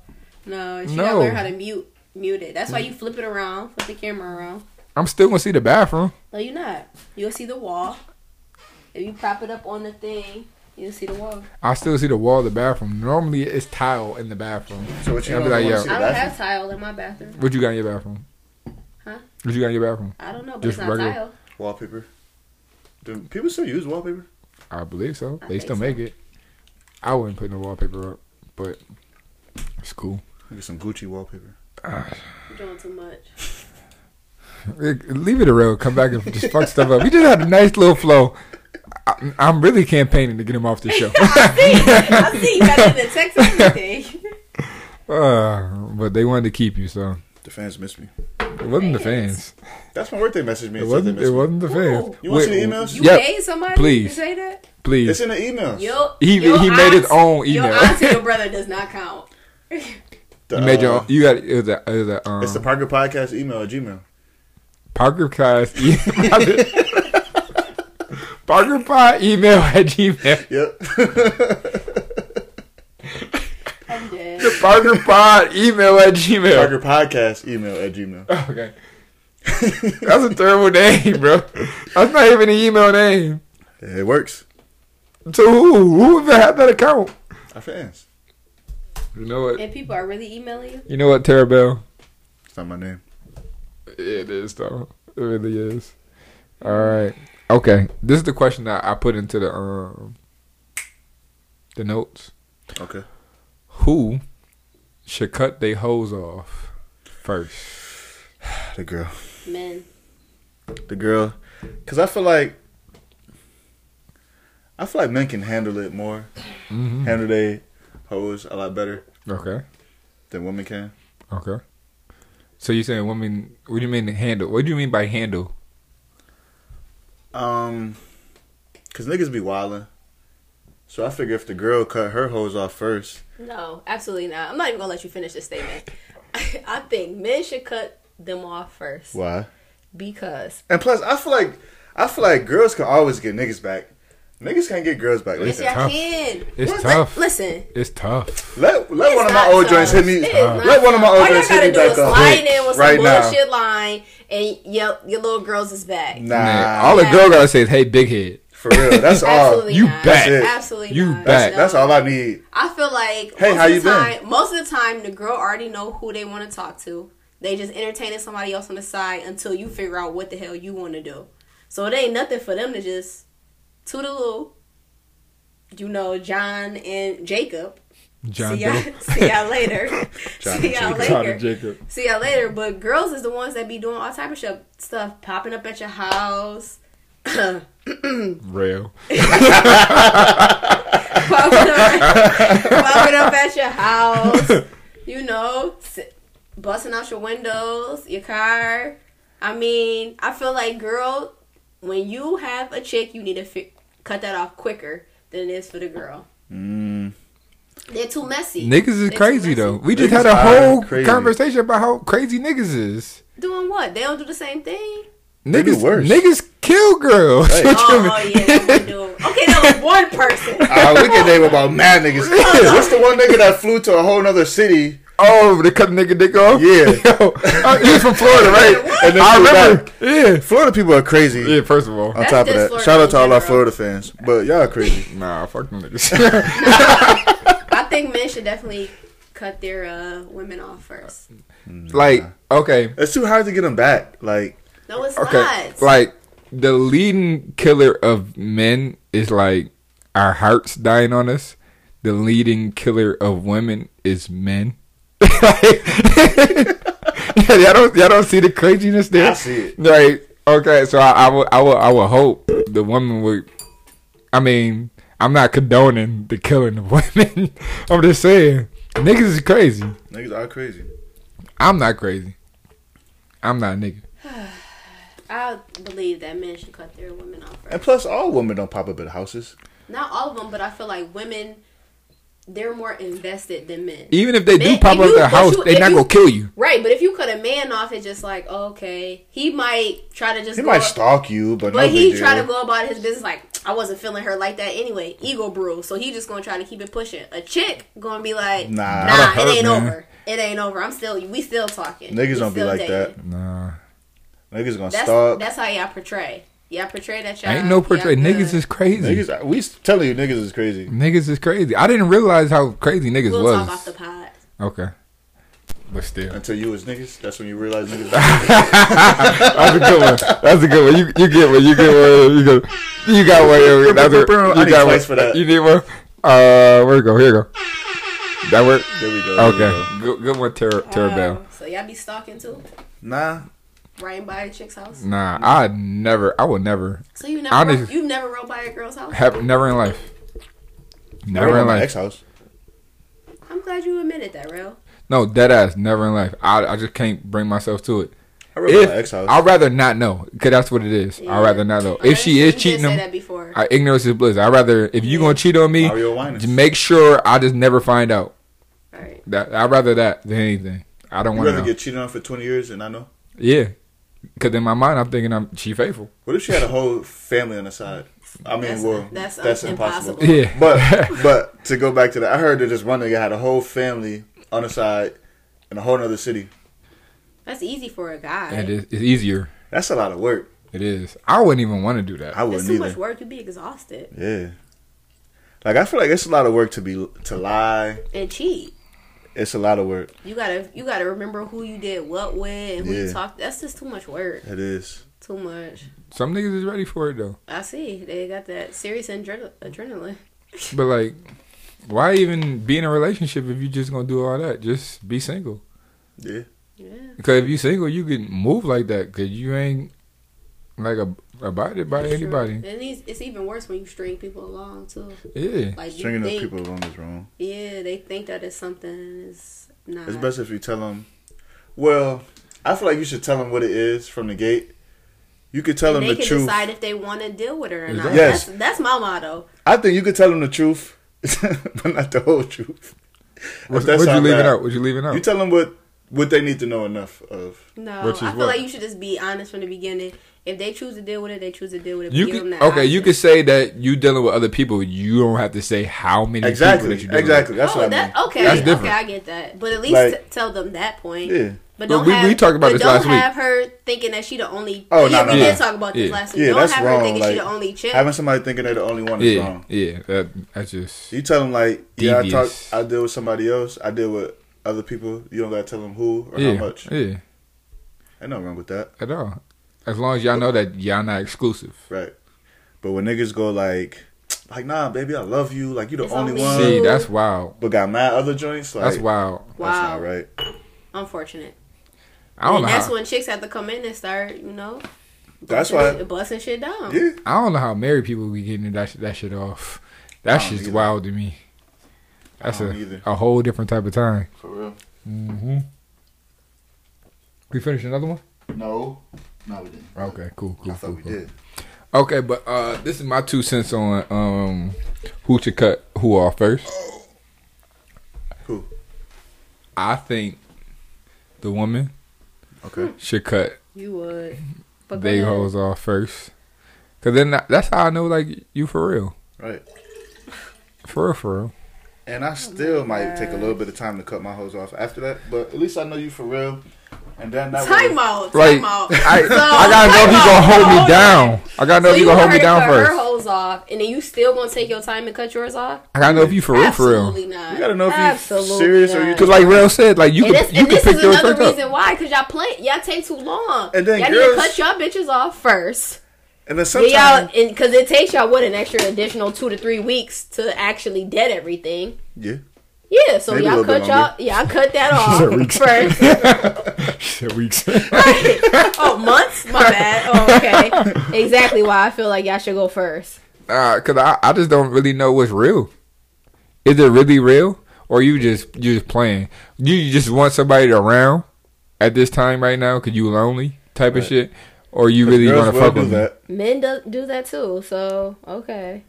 S4: no. She gotta
S2: No.
S4: learn how to mute mute it. That's why you flip it around, flip the camera around.
S2: I'm still gonna see the bathroom.
S4: No, you're not. You'll see the wall. If you prop it up on the thing, you'll see the wall.
S2: I still see the wall of the bathroom. Normally it's tile in the bathroom.
S3: So what you
S2: I'll be
S3: don't
S2: like,
S3: wanna
S2: yo.
S3: see
S4: I
S3: the
S4: don't
S3: bathroom?
S4: have tile in my bathroom.
S2: What you got in your bathroom?
S4: Huh?
S2: What you got in your bathroom?
S4: I don't know, but
S2: Just
S4: it's not
S2: regular-
S4: tile.
S3: Wallpaper. Do people still use wallpaper?
S2: I believe so. they
S4: I think
S2: still
S4: so.
S2: make it. I wouldn't put no wallpaper up, but it's cool.
S3: Get some Gucci wallpaper.
S4: You're doing too much.
S2: Leave it around. Come back and just fuck stuff up. We just had a nice little flow. I, I'm really campaigning to get him off the show. [laughs]
S4: [laughs] I see. I see. You got in the text and everything.
S2: Uh, but they wanted to keep you, so
S3: The fans miss me.
S2: it wasn't the
S4: Fans.
S2: fans.
S3: That's my birthday message. Me.
S2: It
S3: and said
S2: wasn't.
S3: they miss
S2: It
S3: me.
S2: wasn't the fans.
S4: Ooh.
S3: You wanna see the emails?
S4: You
S2: Yep.
S4: dated somebody?
S2: Please.
S4: You say that?
S2: Please.
S3: It's in the emails.
S4: Yo,
S2: He-
S4: your
S2: he made his own
S4: Your
S2: email.
S4: auntie,
S2: [laughs]
S4: your brother does not count. [laughs]
S3: The,
S2: you made your.
S3: uh,
S2: Own, you got. It was a. It was a. Um,
S3: It's the Parker Podcast email at Gmail.
S2: Parker Pies email.
S3: [laughs]
S2: Parker Pie email at Gmail.
S3: Yep.
S2: The Parker Pod email at Gmail.
S3: Parker Podcast email at Gmail.
S2: Okay. That's a terrible name, bro. That's not even an email name.
S3: it works.
S2: To who? Who even had that account?
S3: Our fans.
S2: You know what?
S4: And people are really emailing you.
S2: You know what, Terabell?
S3: It's not my name.
S2: It is, though. It really is. All right. Okay. This is the question that I put into the um the notes.
S3: Okay.
S2: Who should cut their hose off first?
S3: The girl.
S4: Men.
S3: The girl. Because I feel like. I feel like men can handle it more.
S2: Mm-hmm.
S3: Handle they hoes a lot better
S2: Okay.
S3: than women can.
S2: Okay. So you saying women? What do you mean handle? What do you mean by handle?
S3: Um, cause niggas be wildin'. So I figure if the girl cut her hose off first,
S4: No, absolutely not. I'm not even gonna let you finish this statement. [laughs] I think men should cut them off first
S3: why?
S4: because
S3: And plus, I feel like I feel like girls can always get niggas back. Niggas can't get girls back.
S4: yes,
S3: Listen,
S4: y'all
S2: tough.
S4: can.
S2: It's
S4: What?
S2: tough.
S4: Listen,
S2: It's tough.
S3: let let
S4: It's
S3: one of my
S4: not
S3: old
S4: tough.
S3: joints hit me.
S4: It is
S3: Let
S4: not
S3: one of my old
S4: All y'all
S3: joints hit
S4: gotta
S3: me
S4: do is
S3: back up
S4: slide in with some
S3: right now.
S4: bullshit line, and your your little girls is back.
S3: Nah,
S2: Man, all the girl gotta say is, "Hey, big head."
S3: for real. That's all.
S4: Absolutely
S3: That's,
S2: You back.
S4: not.
S3: That's it.
S4: Absolutely
S2: You
S4: not.
S2: back.
S3: that's all I need.
S4: I feel like
S3: Hey,
S4: most
S3: how
S4: of the
S3: you been?
S4: time, most of the time, the girl already know who they want to talk to. They just entertaining somebody else on the side until you figure out what the hell you want to do. So it ain't nothing for them to just toodaloo. You know, John and Jacob.
S2: John
S4: see, y'all,
S2: Doe.
S4: [laughs] see y'all later.
S3: [laughs] John and
S4: see y'all
S3: Jacob.
S2: John and [laughs]
S4: later.
S2: Jacob.
S4: See y'all later. But girls is the ones that be doing all type of sh- stuff, popping up at your house. [coughs]
S2: Real. [laughs]
S4: popping up, popping up at your house. You know, s- busting out your windows, your car. I mean, I feel like, girl, when you have a chick, you need to fi- cut that off quicker than it is for the girl.
S3: Mm,
S4: They're too messy.
S2: Niggas is
S4: They're too
S2: crazy
S4: messy.
S2: though. We just had
S3: Niggas
S2: a
S3: are
S2: whole
S3: crazy.
S2: conversation about how crazy niggas is.
S4: Doing what? They don't do the same thing.
S2: Niggas,
S3: do worse.
S2: niggas kill girls.
S3: Hey.
S2: What [laughs] you
S4: Oh,
S2: mean?
S4: yeah, they do. Okay, that was one person.
S2: [laughs]
S3: uh, we can name about mad niggas. What's the one nigga that flew to a whole nother city?
S2: Oh, they cut a nigga dick off.
S3: Yeah.
S2: [laughs] Yo, uh, he was from Florida, right?
S3: And then
S2: I
S3: flew
S2: remember.
S3: back.
S2: Yeah.
S3: Florida people are crazy.
S2: Yeah. First of all,
S3: On
S4: That's
S3: top of
S4: just
S3: that,
S4: Florida
S3: shout out
S4: in
S3: to all our
S4: general.
S3: Florida fans, but y'all crazy.
S2: nah, fuck them niggas. [laughs]
S4: I think men should definitely cut their uh, women off first.
S2: like, okay,
S3: It's too hard to get them back. Like,
S4: No, it's
S2: okay,
S4: not.
S2: like the leading killer of men is like our hearts dying on us. The leading killer of women is men. [laughs] Like- yeah, y'all don't y'all don't see the craziness there.
S3: I see it.
S2: Right. Okay. So I, I would I would I would hope the woman would. I mean, I'm not condoning the killing of [laughs] women. I'm just saying niggas is crazy.
S3: niggas are crazy.
S2: I'm not crazy. I'm not a nigga.
S4: I believe that men should cut their women off
S3: And
S4: first.
S3: plus, all women don't pop up at houses.
S4: Not all of them, but I feel like women, they're more invested than men.
S2: Even if they do
S4: Man,
S2: pop
S4: if
S2: up
S4: you-
S2: their
S4: but
S2: house,
S4: you-
S2: they
S4: if
S2: not
S4: you-
S2: gonna kill you.
S4: Right, but if you cut a man off, it's just like, oh, okay, he might try to just
S3: He
S4: go
S3: might stalk you, but,
S4: But
S3: no
S4: he
S3: big
S4: try to
S3: deal.
S4: go about his business like I wasn't feeling her like that anyway. Ego brew, so he just gonna try to keep it pushing. A chick gonna be like,
S3: Nah.
S4: nah,
S2: Not a
S4: it
S2: hurt,
S4: ain't
S2: man.
S4: over. It ain't over. I'm still, we still talking.
S3: Niggas
S4: We
S3: don't be
S4: still
S3: like that.
S4: dating.
S2: Nah,
S3: Niggas gonna
S4: That's
S3: stalk.
S4: that's how y'all portray. Y'all portray that y'all
S2: ain't no portray.
S4: y'all
S2: Niggas
S4: good.
S2: is crazy. Niggas,
S3: niggas, we telling you, niggas is crazy.
S2: is crazy. I didn't realize how crazy niggas
S4: We'll
S2: was.
S4: talk off the pod.
S2: Okay, but still,
S3: Until you was niggas, that's when you realize
S2: [laughs]
S3: niggas.
S2: that's a good one. That's a good one. You you get one. You get one. You go. You got one. You, that's
S3: I
S2: a, you got
S3: need
S2: one.
S3: twice for that.
S2: You need one. Uh, where it go? Here it go. That work?
S3: there we go. there we
S2: Okay,
S3: go.
S2: good, good one,
S4: Uh,
S2: Ter- Terabell.
S4: Wow. Um, So y'all be stalking too,
S3: Nah,
S4: riding by a chick's house.
S2: Nah, I never. I would never.
S4: So you never
S2: Honest-
S4: you never rode by a girl's house.
S2: Have never in life.
S3: I
S2: Never
S3: went
S2: in
S3: to my
S2: life.
S3: ex house.
S4: I'm glad you admitted that, real.
S2: No, dead ass, never in life. I, I just can't bring myself to it.
S3: I went to my ex
S2: If,
S3: house.
S2: I'd rather not know, because that's what it is. I'd rather not know. If she is cheating
S4: say
S2: him,
S4: that before.
S2: I, ignorance is bliss. I'd rather, if you going to cheat on me,
S3: Mario Winans.
S2: j- make sure I just never find out.
S4: All right.
S2: That I'd rather that than anything. I don't
S3: You
S2: want to
S3: rather
S2: know.
S3: get cheated on for twenty years, and I know.
S2: yeah. Because in my mind, I'm thinking I'm she
S3: [laughs]
S2: faithful.
S3: What if she had a whole family on the side? I mean,
S4: That's-
S3: well, that's,
S4: that's,
S3: [laughs]
S4: uh,
S3: impossible.
S2: [laughs]
S4: impossible.
S2: Yeah.
S3: But but to go back to that, I heard that this one nigga had a whole family on the side in a whole nother city.
S4: That's easy for a guy.
S2: It is, it's easier.
S3: That's a lot of work.
S2: It is. I wouldn't even want to do that.
S3: I
S4: It's
S3: wouldn't
S4: too
S3: either.
S4: much work. You'd be exhausted
S3: Yeah. Like I feel like it's a lot of work to be to lie.
S4: and cheat.
S3: It's a lot of work.
S4: You gotta you gotta remember who you did what with and who you
S3: Yeah.
S4: talked. That's just too much work.
S3: It is.
S4: Too much.
S2: Some niggas is ready for it though.
S4: I see they got that serious adre- adrenaline.
S2: But like, why even be in a relationship if you just gonna do all that? Just be single.
S3: Yeah.
S4: Yeah.
S2: Because if you single, you can move like that. Cause you ain't like a abided by
S4: That's true.
S2: anybody.
S4: And it's, it's even worse when you string people along too.
S2: Yeah.
S4: Like
S3: Stringing
S4: you
S3: up
S4: think,
S3: people along is wrong.
S4: yeah, they think that it's something and it's not.
S3: It's best if you tell them. Well, I feel like you should tell them what it is from the gate. You could tell
S4: And
S3: them the
S4: they can
S3: truth.
S4: decide if they want to deal with her or not.
S2: Exactly.
S3: Yes.
S4: That's, that's my motto.
S3: I think you could tell them the truth, [laughs] but not the whole truth.
S2: Would,
S3: that's
S2: would you
S3: how
S2: leave it
S3: bad-
S2: out? Would you leave it out?
S3: You tell them what what they need to know enough of.
S4: No,
S2: Which is
S4: I feel
S2: what?
S4: like you should just be honest from the beginning. If they choose to deal with it, they choose to deal with it. but
S2: You
S4: give
S2: can,
S4: them that
S2: okay, you
S4: option.
S2: can say that you dealing with other people. You don't have to say how many
S3: Exactly.
S2: people that you dealing
S3: Exactly. That's
S4: oh,
S3: what I
S4: that,
S3: mean.
S4: okay,
S2: That's different.
S4: okay, I get that. But at least
S3: Like-
S4: t- tell them that point.
S3: Yeah.
S4: But
S2: But
S4: don't
S2: we-
S4: have,
S2: we talked about
S4: but
S2: this
S4: don't
S2: last week.
S4: have her thinking that she the only.
S3: Oh, no,
S4: yeah,
S3: no,
S4: we
S2: no.
S4: did talk about this
S2: Yeah.
S4: last week.
S3: Yeah,
S4: don't
S3: that's
S4: have her
S3: wrong.
S4: thinking
S3: Like
S4: she the only chick.
S3: having somebody thinking they're the only one
S2: with.
S3: is
S2: Yeah,
S3: wrong.
S2: yeah. That, that's just
S3: You tell them like, yeah, I talk.
S2: Devious.
S3: I deal with somebody else. I deal with other people. You don't gotta tell them who or
S2: yeah,
S3: how much.
S2: yeah.
S3: Ain't nothing wrong with that,
S2: At all, as long as y'all know that y'all not exclusive.
S3: right? But when niggas go like, like, nah, baby, I love you. Like you the
S4: It's
S3: only
S4: only
S3: one.
S4: you.
S2: See, that's wild.
S3: But got mad other joints. Like,
S2: That's wild.
S3: That's
S4: wow,
S3: not right.
S4: unfortunate.
S2: I don't
S4: and
S2: know.
S4: that's
S2: How,
S4: when chicks have to come in and start, you know,
S3: That's
S4: busting-
S3: why-
S4: busting shit down.
S3: Yeah.
S2: I don't know how married people be getting that sh- that shit off. That
S3: I don't
S2: shit's
S3: either.
S2: wild to me. That's
S3: don't
S2: a
S3: either.
S2: a whole different type of time.
S3: For real.
S2: Mm-hmm. We finished another one.
S3: No. No, we didn't.
S2: Okay, cool, cool,
S3: I
S2: cool.
S3: thought we
S2: cool.
S3: did.
S2: Okay, but uh, this is my two cents on um, who to cut who off first.
S3: Who?
S2: I think the woman
S3: Okay.
S2: should cut
S4: You would. But go
S2: big
S4: ahead.
S2: hoes off first, cause then that- that's how I know like you for real,
S3: Right.
S2: for real, for real.
S3: And I still might take a little bit of time to cut my hose off after that, but at least I know you for real. And then that
S4: Time
S3: way,
S4: out.
S2: Like
S4: Time
S2: [laughs]
S4: out.
S2: I,
S4: So,
S2: I gotta know if you
S4: time
S2: gonna
S4: out.
S2: hold me
S4: Hold on.
S2: down. I gotta know
S4: So
S2: if you
S4: you
S2: gonna hold me
S4: already
S2: down
S4: cut her
S2: first.
S4: holes off, and then you still gonna take your time and cut yours off?
S2: I gotta know if you for real, for real.
S4: Absolutely not.
S3: you gotta know if you
S4: Absolutely
S3: serious or you.
S4: not.
S2: Cause like real said, like you
S4: and
S2: could
S4: this,
S2: you
S4: and
S2: could
S4: this
S2: pick
S4: is
S2: your
S4: another
S2: church up.
S4: reason why, cause y'all play, y'all take too long.
S3: And then
S4: y'all
S3: girls-
S4: need to cut y'all bitches off first.
S3: And then
S4: Then
S3: sometimes
S4: y'all, and, cause it takes y'all what an extra additional two to three weeks to actually dead everything.
S3: Yeah.
S4: Yeah, so
S3: Maybe a
S4: y'all
S3: little
S4: cut
S3: bit
S4: y'all, y'all
S3: [laughs]
S4: cut that off first.
S2: Weeks.
S4: [laughs] oh, months? My bad.
S3: [laughs]
S4: Oh, okay. Exactly why I feel like y'all should go first.
S2: Uh, cause I, I just don't really know what's real. Is it really real, or you just you just playing? You, you just want somebody around at this time right now because you lonely type of
S3: Right.
S2: shit, or you really want
S3: Girls
S2: to
S3: will
S2: fuck
S3: do
S2: with me?
S3: that.
S4: Men do, do that too, so okay.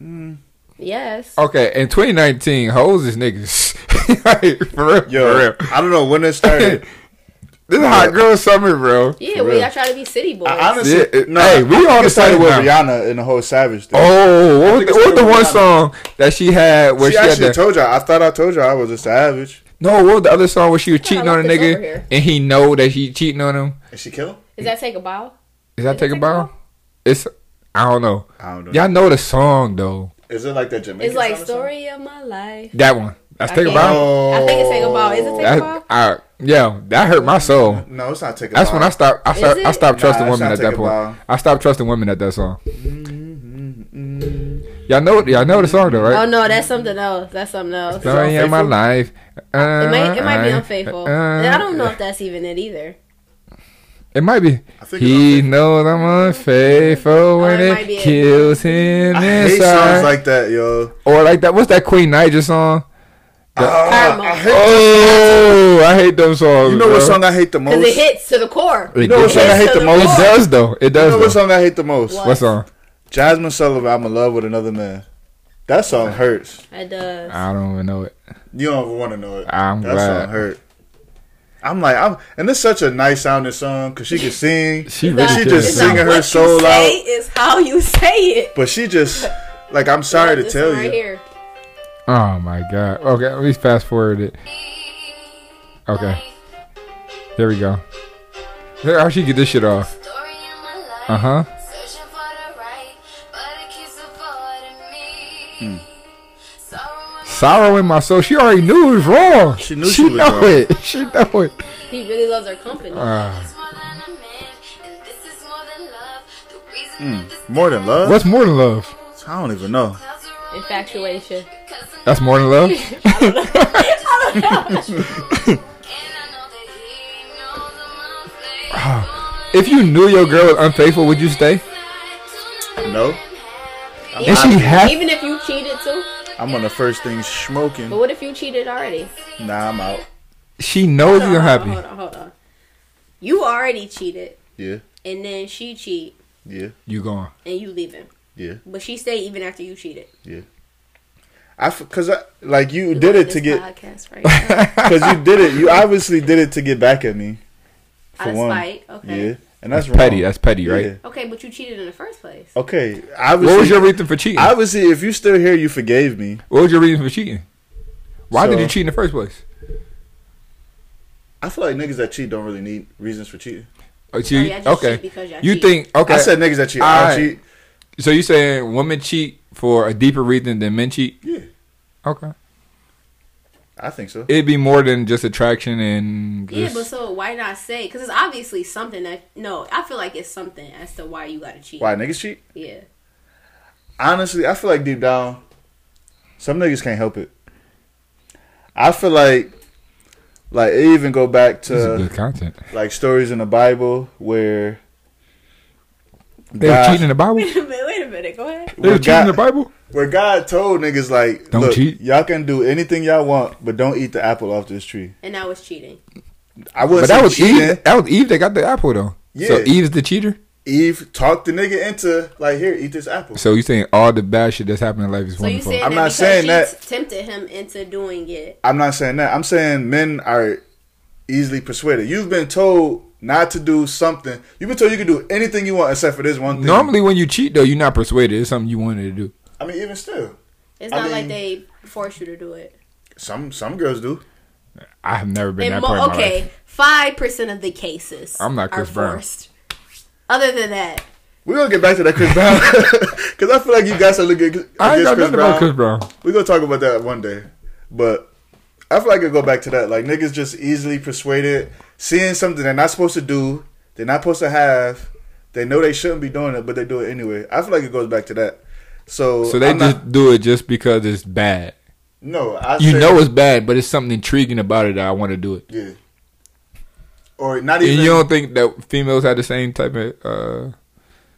S3: Mm.
S4: Yes.
S2: Okay, in 2019, hoes is niggas. [laughs] like, for real,
S3: Yo,
S2: for real.
S3: I don't know when it
S4: [laughs]
S3: started.
S2: This is hot girl summer, bro.
S4: Yeah,
S3: For
S4: we
S3: real.
S4: gotta try to be city boys.
S3: I honestly,
S2: Yeah, it-
S3: no,
S2: hey, we
S3: I think
S2: on
S3: it
S2: the
S3: started
S2: same
S3: with
S2: now.
S3: Rihanna and the whole Savage thing.
S2: Oh, what was
S3: think
S2: the,
S3: it's
S2: what was the
S3: Rihanna.
S2: one song that she had where
S3: she
S2: she, had
S3: actually
S2: the,
S3: told you. I thought I told you I was a Savage,
S2: no? What was the other song where she was cheating on a
S4: like this
S2: nigga
S4: over here.
S2: and he know that he cheating on him?
S3: and she killed him.
S4: Does that take a bow?
S2: Is that
S4: Did it
S2: take a
S4: take a
S2: bow?
S4: bow?
S2: It's I don't know.
S3: I don't know.
S2: Y'all know the song though.
S3: Is it like that Jamaican?
S4: It's like
S3: song or something?
S4: story of my life.
S2: That one. That's
S4: I
S2: take a
S4: can't-
S2: bow.
S4: I think it's take a bow. Is it take a bow?
S2: That I yeah, that hurt my soul.
S3: No, it's not take a
S2: That's when I stopped. I start,
S4: Is
S2: I
S4: it?
S2: stopped
S3: Nah,
S2: trusting
S3: that's
S2: women
S3: not
S2: at that
S3: Take a
S2: point.
S3: Bow.
S2: I stopped trusting women at that song.
S3: Mm-hmm.
S2: Y'all know y'all know the song though, right?
S4: Oh no, that's something else. That's something else.
S3: Sorry.
S2: Story of my
S3: Unfaithful?
S2: life.
S4: It might it might be
S2: Uh,
S4: unfaithful.
S2: uh,
S4: And I don't know if that's even it either.
S2: It might be.
S3: I think
S2: He
S3: it's
S2: knows I'm unfaithful when
S4: Oh, it
S2: it,
S4: might be it.
S2: kills him
S3: I hate
S2: inside.
S3: songs like that, yo.
S2: or like that. What's that Queen Niger song?
S3: Ah, I
S4: Karma.
S3: hate-
S2: Oh, I hate those songs.
S3: you know what
S2: Oh, bro.
S3: song I hate the most?
S4: Because it hits to the core.
S2: It
S3: You know
S2: does.
S3: what song I hate the
S2: It
S3: most?
S2: does though. It
S3: You
S2: does.
S3: know what
S2: though.
S3: song I hate the most?
S4: What?
S2: What song?
S3: Jasmine Sullivan, I'm in love with another man. That song hurts.
S4: It does.
S2: I don't even know it.
S3: You don't want to know it.
S2: I'm
S3: that
S2: glad.
S3: song hurt. I'm like, I'm, and it's such a nice sounding song because she can sing,
S2: She
S4: It's
S2: really
S4: not-
S3: she
S2: can.
S3: just
S4: it's
S3: singing
S4: not
S3: her
S4: what you
S3: soul
S4: say, It's how you say it.
S3: but she just, like, I'm sorry to
S4: This
S3: tell
S4: one right
S3: you,
S4: here.
S2: Oh my god. Okay, at least fast forward it. Okay. There we go. There, how she get this shit off? Uh huh. Hmm. Sorrow in my soul. She already knew it was wrong.
S3: She knew she was
S2: know
S3: wrong.
S2: it. [laughs] She know it.
S4: He really loves our company.
S2: Uh,
S3: More than love?
S2: what's Hmm. more than love?
S3: I don't even know.
S4: Infatuation.
S2: That's more than
S3: [laughs]
S2: love. Oh. [sighs] if you knew your girl was unfaithful, would you stay?
S3: No.
S4: Even,
S2: she happy?
S4: even if you cheated too.
S3: I'm on the first thing smoking.
S4: But what if you cheated already?
S3: Nah, I'm out.
S2: She knows you're
S4: Hold on,
S2: happy.
S4: hold on, hold on. You already cheated,
S3: Yeah,
S4: and then she cheat,
S3: yeah,
S2: You [laughs] gone?
S4: and you leaving.
S3: yeah,
S4: But she stayed even after you cheated.
S3: yeah. I, f- cause I, like you did it to
S4: This
S3: get,
S4: podcast right
S3: [laughs]
S4: now.
S3: cause you did it.
S4: [laughs]
S3: You obviously did it to get back at me.
S4: out
S3: For
S4: of
S3: one.
S4: spite. Okay.
S3: Yeah, and that's, wrong.
S2: petty. That's petty, right?
S3: Yeah.
S4: Okay, but you cheated in the first place.
S3: Okay. Obviously,
S2: What was your reason for cheating?
S3: obviously, if you still here, you forgave me.
S2: What was your reason for cheating? Why did
S3: So-
S2: you cheat in the first place?
S3: I feel like niggas that cheat don't really need reasons for cheating.
S2: Oh, so you-
S4: Oh, yeah, I just
S2: okay.
S4: cheat because y'all
S2: you
S4: cheat.
S2: think okay?
S3: I said niggas that cheat. I
S2: Alright.
S3: don't cheat.
S2: so you saying women cheat for a deeper reason than men cheat?
S3: Yeah,
S2: Okay.
S3: I think so.
S2: It'd be more than just attraction and
S4: Yeah,
S2: just,
S4: but so why not say? Because it's obviously something that no, I feel like it's something as to why you gotta cheat.
S3: Why niggas cheat?
S4: Yeah,
S3: honestly, I feel like deep down, some niggas can't help it. I feel like, like it even go back
S2: this is
S3: to
S2: good content.
S3: like stories in the Bible where
S2: They were
S3: God-
S2: cheating in the Bible.
S4: [laughs] wait a minute, wait a minute, go ahead.
S2: They were
S3: Where
S2: cheating in the
S3: God,
S2: Bible.
S3: where God told niggas like,
S2: Don't
S3: look,
S2: cheat.
S3: y'all can do anything y'all want, but don't eat the apple off this tree.
S4: And that was cheating.
S3: I
S2: But
S3: wouldn't.
S2: that was
S3: cheating. Eve.
S2: Eve. That was Eve that got the apple though. So
S3: Yeah.
S2: Eve's the cheater.
S3: talked the nigga into like, here, eat this apple.
S2: So you saying all the bad shit that's happened in life is
S4: So you
S2: wonderful?
S4: saying
S3: I'm
S4: that
S3: not
S4: because
S3: saying
S4: she
S3: that-
S4: t- tempted him into doing it.
S3: I'm not saying that. I'm saying men are easily persuaded. You've been told not to do something. You've been told you can do anything you want except for this one thing.
S2: Normally, when you cheat though, you're not persuaded. It's something you wanted to do.
S3: I mean, even still,
S4: It's
S3: I
S4: not like
S3: mean-
S4: they forced you to do it.
S3: some some girls do.
S2: I have never been
S4: In
S2: that
S4: mo-
S2: part of my life.
S4: okay, five percent of the cases
S2: I'm not
S4: are
S2: Chris Brown.
S4: forced. Other than that,
S3: We're gonna get back to that Chris
S2: [laughs]
S3: Brown [laughs] because I feel like you guys are looking against
S2: I ain't got
S3: Chris
S2: nothing
S3: Brown.
S2: about Chris Brown.
S3: We're gonna talk about that one day, but I feel like I go back to that. Like niggas just easily persuaded, seeing something they're not supposed to do, they're not supposed to have. They know they shouldn't be doing it, but they do it anyway. I feel like it goes back to that. So,
S2: So they
S3: I'm
S2: just
S3: not,
S2: do it just because it's bad.
S3: no. I
S2: You
S3: say-
S2: know it's bad, but it's something intriguing about it that I want to do it.
S3: yeah, or not
S2: And
S3: even.
S2: you don't think that females have the same type of uh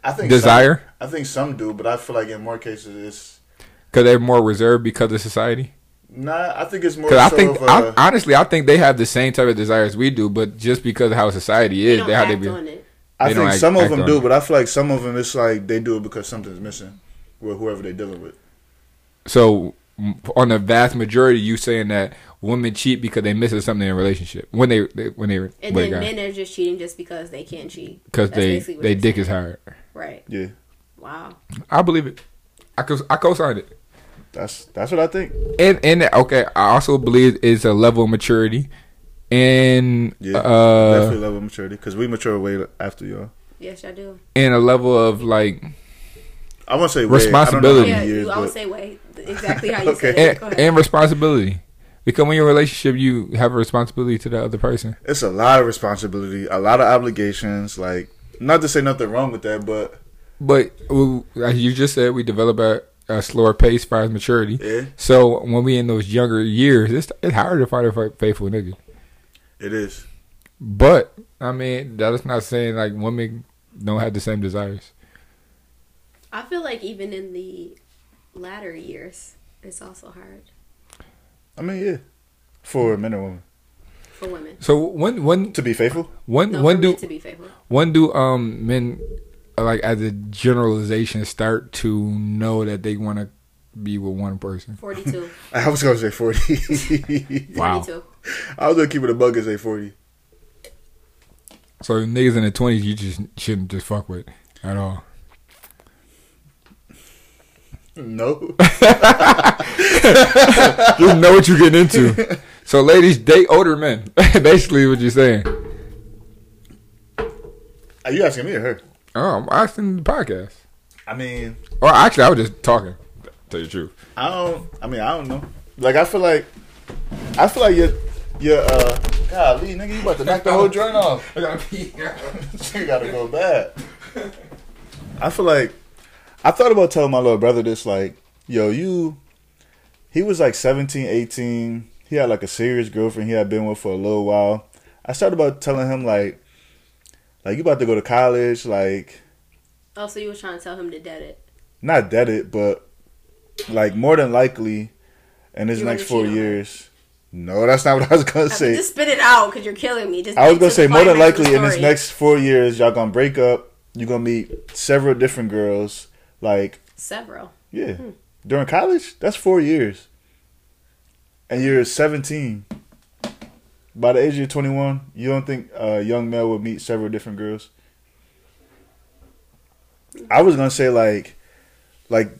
S3: I think
S2: desire?
S3: Some, I think some do, but I feel like in more cases it's
S2: because they're more reserved because of society?
S3: Nah, I think it's more.
S2: Because I
S3: so
S2: think,
S3: of uh, a-
S2: I, honestly, I think they have the same type of desires we do, but just because of how society
S4: they
S2: is,
S4: don't
S2: they how
S4: act
S2: they be.
S4: on it.
S3: I
S2: they don't
S3: think
S2: act-
S3: some of
S2: act
S3: them
S2: on
S3: do,
S2: it.
S3: but I feel like some of them it's like they do it because something's missing with whoever they're dealing with.
S2: So, m- on the vast majority, you saying that women cheat because they miss something in a relationship when they, they when they
S4: And then men are just cheating just because they can cheat.
S2: because
S4: That's
S2: they
S4: basically what
S2: they
S4: you're
S2: dick
S4: saying.
S2: is hard.
S4: Right.
S3: Yeah,
S4: Wow.
S2: I believe it. I co I co-signed it.
S3: that's that's what I think.
S2: and and okay, I also believe it's a level of maturity, and
S3: Yeah,
S2: uh,
S3: definitely level of maturity because we mature way after y'all.
S4: Yes, I do.
S2: and a level of like,
S3: I want to say way,
S2: Responsibility.
S3: I don't know
S4: Yeah,
S3: how many years,
S4: you, I would
S3: but-
S4: say wait. Exactly
S2: [laughs]
S4: how you said
S3: Okay.
S4: it.
S2: and,
S4: Go ahead.
S2: and responsibility, because when you're in a relationship, you have a responsibility to the other person.
S3: it's a lot of responsibility, a lot of obligations. Like, not to say nothing wrong with that, but
S2: But we, as you just said, we develop at a slower pace as far as maturity.
S3: Yeah.
S2: So when we in those younger years, it's it's harder to find a fa- faithful nigga.
S3: it is.
S2: But I mean, that is not saying like women don't have the same desires.
S4: I feel like even in the latter years, it's also hard
S3: I mean, yeah, for men or women
S4: for women.
S2: So when when
S3: to be faithful.
S2: when
S4: No,
S2: when
S4: for
S2: do
S4: men to be faithful.
S2: When do um men like as a generalization start to know that they want to be with one person?
S4: 42.
S3: I was gonna say [laughs] forty.
S2: [laughs] Wow.
S4: 42.
S3: I was gonna keep it a bug and say forty.
S2: So niggas in the twenties, you just shouldn't just fuck with at all.
S3: No.
S2: Just know what you're getting into. [laughs] So, ladies, date older men. [laughs] Basically, what you're saying.
S3: [laughs] Are you asking me or her?
S2: Oh, I'm asking the podcast.
S3: I mean,
S2: Or actually, I was just talking. to Tell you the truth.
S3: I don't. I mean, I don't know. Like, I feel like, I feel like you're, you're. Uh, golly, nigga, you about to knock the [laughs] whole joint
S2: [laughs]
S3: off.
S2: I gotta pee.
S3: [laughs] you gotta go bad. I feel like I thought about telling my little brother this, like, yo, you he was like 17, 18. He had like a serious girlfriend he had been with for a little while. I started about telling him like like you about to go to college, like
S4: Oh, so you was trying to tell him to dead it.
S3: not dead it, but like more than likely in his
S4: You're
S3: next
S4: gonna
S3: four
S4: cheat on her.
S3: years. No, that's not what I was gonna
S4: I mean,
S3: say.
S4: just spit it out because you're killing me. Just
S3: I was
S4: get to
S3: gonna
S4: the
S3: say more than
S4: climax of
S3: likely
S4: the
S3: in this
S4: story.
S3: next four years y'all gonna break up. You're gonna meet several different girls. Like
S4: several.
S3: yeah,
S4: Hmm.
S3: during college that's four years, and you're 17. By the age of 21, you don't think a young male would meet several different girls. I was gonna say like, like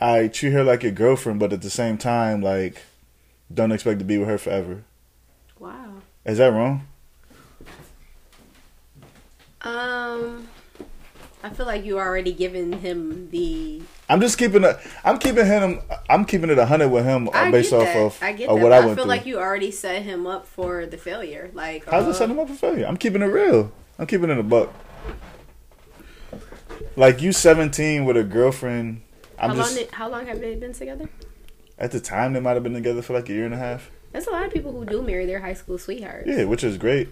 S3: I treat her like your girlfriend, but at the same time like, don't expect to be with her forever.
S4: Wow.
S3: Is that wrong?
S4: Um, I feel like you already given him the.
S3: I'm just keeping it. I'm keeping him. I'm keeping it hundred with him uh,
S4: I
S3: based
S4: get
S3: off
S4: that.
S3: of,
S4: I get
S3: of
S4: that.
S3: what
S4: but
S3: I
S4: I,
S3: went
S4: feel
S3: through.
S4: like you already set him up for the failure. Like,
S3: How's
S4: uh,
S3: it setting him up for failure? I'm keeping it real. I'm keeping it a buck. Like you, 17 with a girlfriend.
S4: How
S3: I'm
S4: long?
S3: just
S4: did- how long have they been together?
S3: at the time they might have been together for like a year and a half.
S4: There's a lot of people who do marry their high school sweethearts.
S3: Yeah, which is great.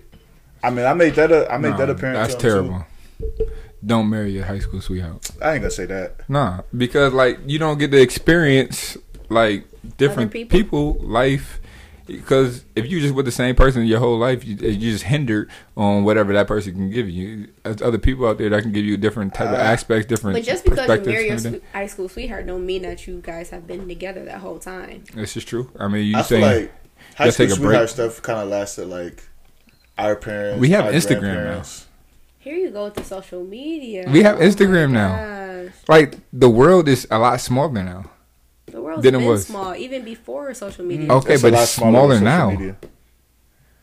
S3: I mean, I made that. A, I made that a parent.
S2: That's
S3: tell him, too.
S2: terrible. Don't marry your high school sweetheart.
S3: I ain't gonna say that.
S2: Nah, because like you don't get to experience like different
S4: Other
S2: people.
S4: people?
S2: life. Because if you just with the same person your whole life, you eh, you just hindered on whatever that person can give you. There's other people out there that can give you different type of
S3: Uh,
S2: aspects, different.
S4: But just because you
S2: perspectives,
S4: marry your
S2: everything.
S4: swe- high school sweetheart don't mean that you guys have been together that whole time.
S2: This is true. I mean, you
S3: I feel
S2: saying
S3: like high
S2: Let's
S3: school
S2: take a break.
S3: sweetheart stuff kind of lasted like our parents.
S2: We have
S3: our
S2: Instagram now.
S3: grandparents.
S4: Here you go with the social media. Oh
S2: We have
S4: my
S2: Instagram now.
S4: gosh.
S2: like the world is a lot smaller now.
S4: The world's
S2: Then it
S4: been
S2: was. Oh.
S4: small, even before social media.
S2: Okay,
S3: It's a
S2: but
S3: lot
S2: it's
S3: than
S2: smaller
S3: social
S2: now.
S3: media.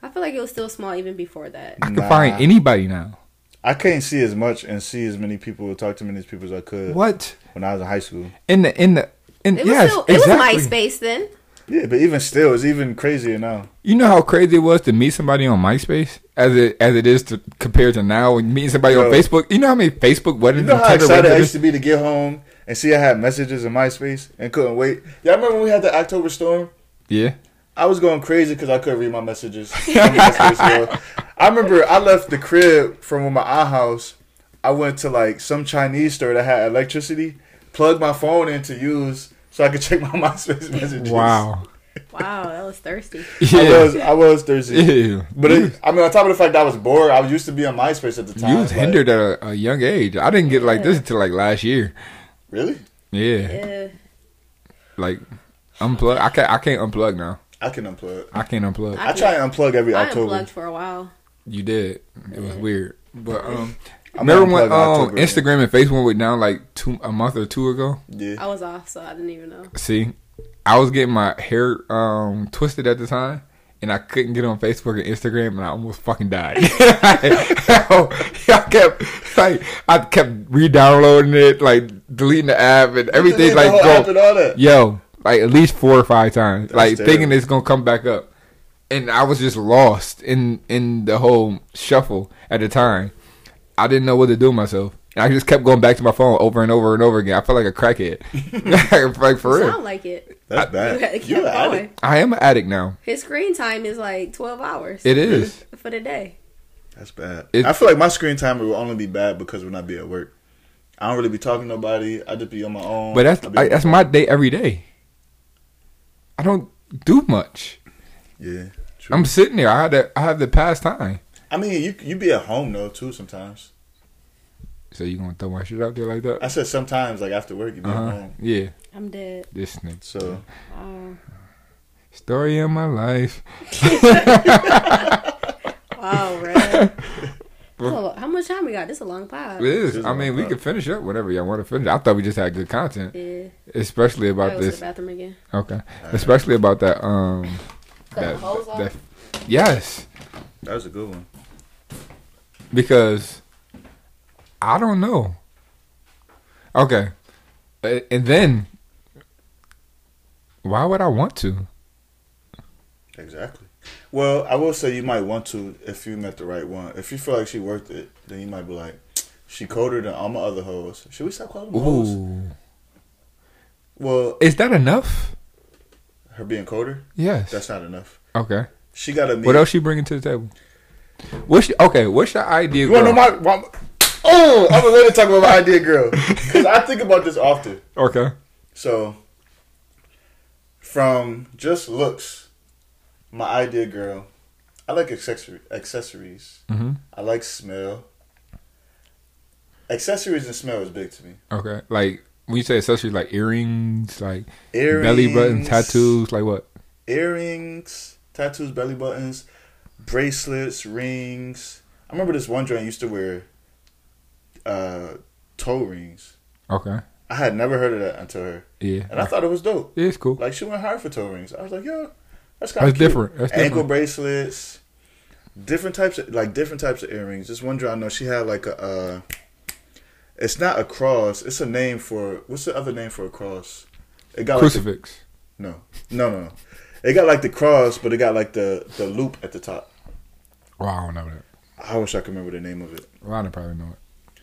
S4: I feel like it was still small even before that.
S2: I can
S3: Nah.
S2: find anybody now.
S3: I can't see as much and see as many people, talk to many people as I could
S2: What
S3: when I was in high school.
S2: in the in the in
S4: It was
S2: yes
S4: still it
S2: exactly.
S4: was MySpace then.
S3: Yeah, but even still, it's even crazier now.
S2: You know how crazy it was to meet somebody on MySpace as it as it is to compared to now and meeting somebody on
S3: Yo.
S2: Facebook. You know how many Facebook
S3: You
S2: weddings
S3: know
S2: and
S3: how
S2: Tinder
S3: excited I
S2: weddings
S3: used to be to get home and see I had messages in MySpace and couldn't wait. Y'all remember when we had the October storm?
S2: Yeah.
S3: I was going crazy because I couldn't read my [laughs] messages. on MySpace, yo. I remember I left the crib from my aunt house. I went to like some Chinese store that had electricity, plugged my phone in to use so I could check my [laughs] MySpace messages.
S2: Wow.
S4: Wow, that was
S3: [laughs]
S4: thirsty.
S3: I
S2: Yeah.
S3: was I was thirsty. [laughs]
S2: Yeah.
S3: But it, I mean, on top of the fact that I was bored, I used to be on MySpace at the time.
S2: you was
S3: like-
S2: hindered at a, a young age. I didn't get like this until like last year.
S3: Really?
S2: Yeah.
S4: Yeah.
S2: Like unplug. I can't. I can't unplug now.
S3: I can unplug.
S2: I can't unplug.
S4: I
S3: I, try and unplug every
S4: I
S3: October.
S4: unplugged for a while.
S2: You did. It was weird. But um,
S3: I'm
S2: remember when
S3: unplugged
S2: um,
S3: October, man.
S2: Instagram and Facebook went down like two a month or two ago?
S3: Yeah.
S4: I was off, so I didn't even know.
S2: See, I was getting my hair um twisted at the time. And I couldn't get on Facebook and Instagram, and I almost fucking died.
S3: [laughs]
S2: [laughs] I kept like I kept re-downloading it, like deleting the app and everything.
S3: The
S2: Like,
S3: whole
S2: go-
S3: app and all that.
S2: yo, like at least four or five times, like thinking
S3: terrible.
S2: it's gonna come back up, and I was just lost in in the whole shuffle at the time. I didn't know what to do with myself, and I just kept going back to my phone over and over and over again. I felt like a crackhead, [laughs] like for real.
S4: Sound like it.
S3: That's
S4: [laughs] You had to
S3: bad.
S4: keep
S3: You an
S4: going.
S3: addict.
S2: I am an addict now.
S4: His screen time is like twelve hours.
S2: It is.
S4: for the day.
S3: That's bad.
S2: It-
S3: I feel like my screen time will only be bad because when I be at work, I don't really be talking to nobody. I just be on my own.
S2: But that's
S3: I be-
S2: I, that's my day every day. I don't do much.
S3: yeah. True.
S2: I'm sitting there. I had to, I have the pastime.
S3: I mean, you you be at home though too sometimes.
S2: So you gonna throw my shit out there like
S3: I
S2: that?
S3: said sometimes like after work you be at
S2: Uh-huh.
S3: home.
S2: Yeah,
S4: I'm dead. Uh,
S2: this nigga.
S3: So
S4: Wow.
S2: Story of my life.
S4: [laughs] Wow, Red. Oh, how much time we got? This is a long pod.
S2: It is.
S3: It's
S2: I mean, we
S3: not-
S2: can finish up whatever y'all want to finish. I thought we just had good content,
S4: Yeah.
S2: especially
S4: I
S2: about
S4: go to the
S2: this.
S4: bathroom again.
S2: Okay, especially about that. Um,
S4: Cut
S2: that,
S4: the hose off.
S2: that. Yes,
S3: That was a good one.
S2: because I don't know. Okay, A- and then why would I want to?
S3: Exactly. Well, I will say you might want to if you met the right one. If you feel like she worth it, then you might be like, she colder than all my other hoes. Should we stop calling them hoes?
S2: Ooh,
S3: Well,
S2: is that enough?
S3: her being colder,
S2: Yes.
S3: that's not enough.
S2: okay.
S3: She got to meet.
S2: What else you bringing to the table? What's your, okay? What's your idea?
S3: You want to
S2: girl?
S3: know my? my oh, I'm gonna later talk about my idea, girl, because I think about this often.
S2: okay.
S3: So, from just looks, my idea, girl, I like accessory accessories.
S2: hmm
S3: I like smell. Accessories and smell is big to me.
S2: Okay. Like when you say accessories, like earrings, like
S3: Earrings,
S2: belly button tattoos, like what?
S3: earrings, tattoos, belly buttons, bracelets, rings. I remember this one joint used to wear uh, toe rings.
S2: Okay.
S3: I had never heard of that until her,
S2: Yeah.
S3: and I thought it was dope.
S2: Yeah, it's cool.
S3: Like she went hard for toe rings. I was like, yo, that's kind of
S2: That's different. That's
S3: Ankle
S2: different.
S3: bracelets, different types of like different types of earrings. This one joint, I know she had like a. Uh, it's not a cross. It's a name for what's the other name for a cross? It got like the-
S2: Crucifix.
S3: no, no, no, no. It got like the cross, but it got like the the loop at the top.
S2: Well, I don't know that.
S3: I wish I could remember the name of it,
S2: Lana probably know it.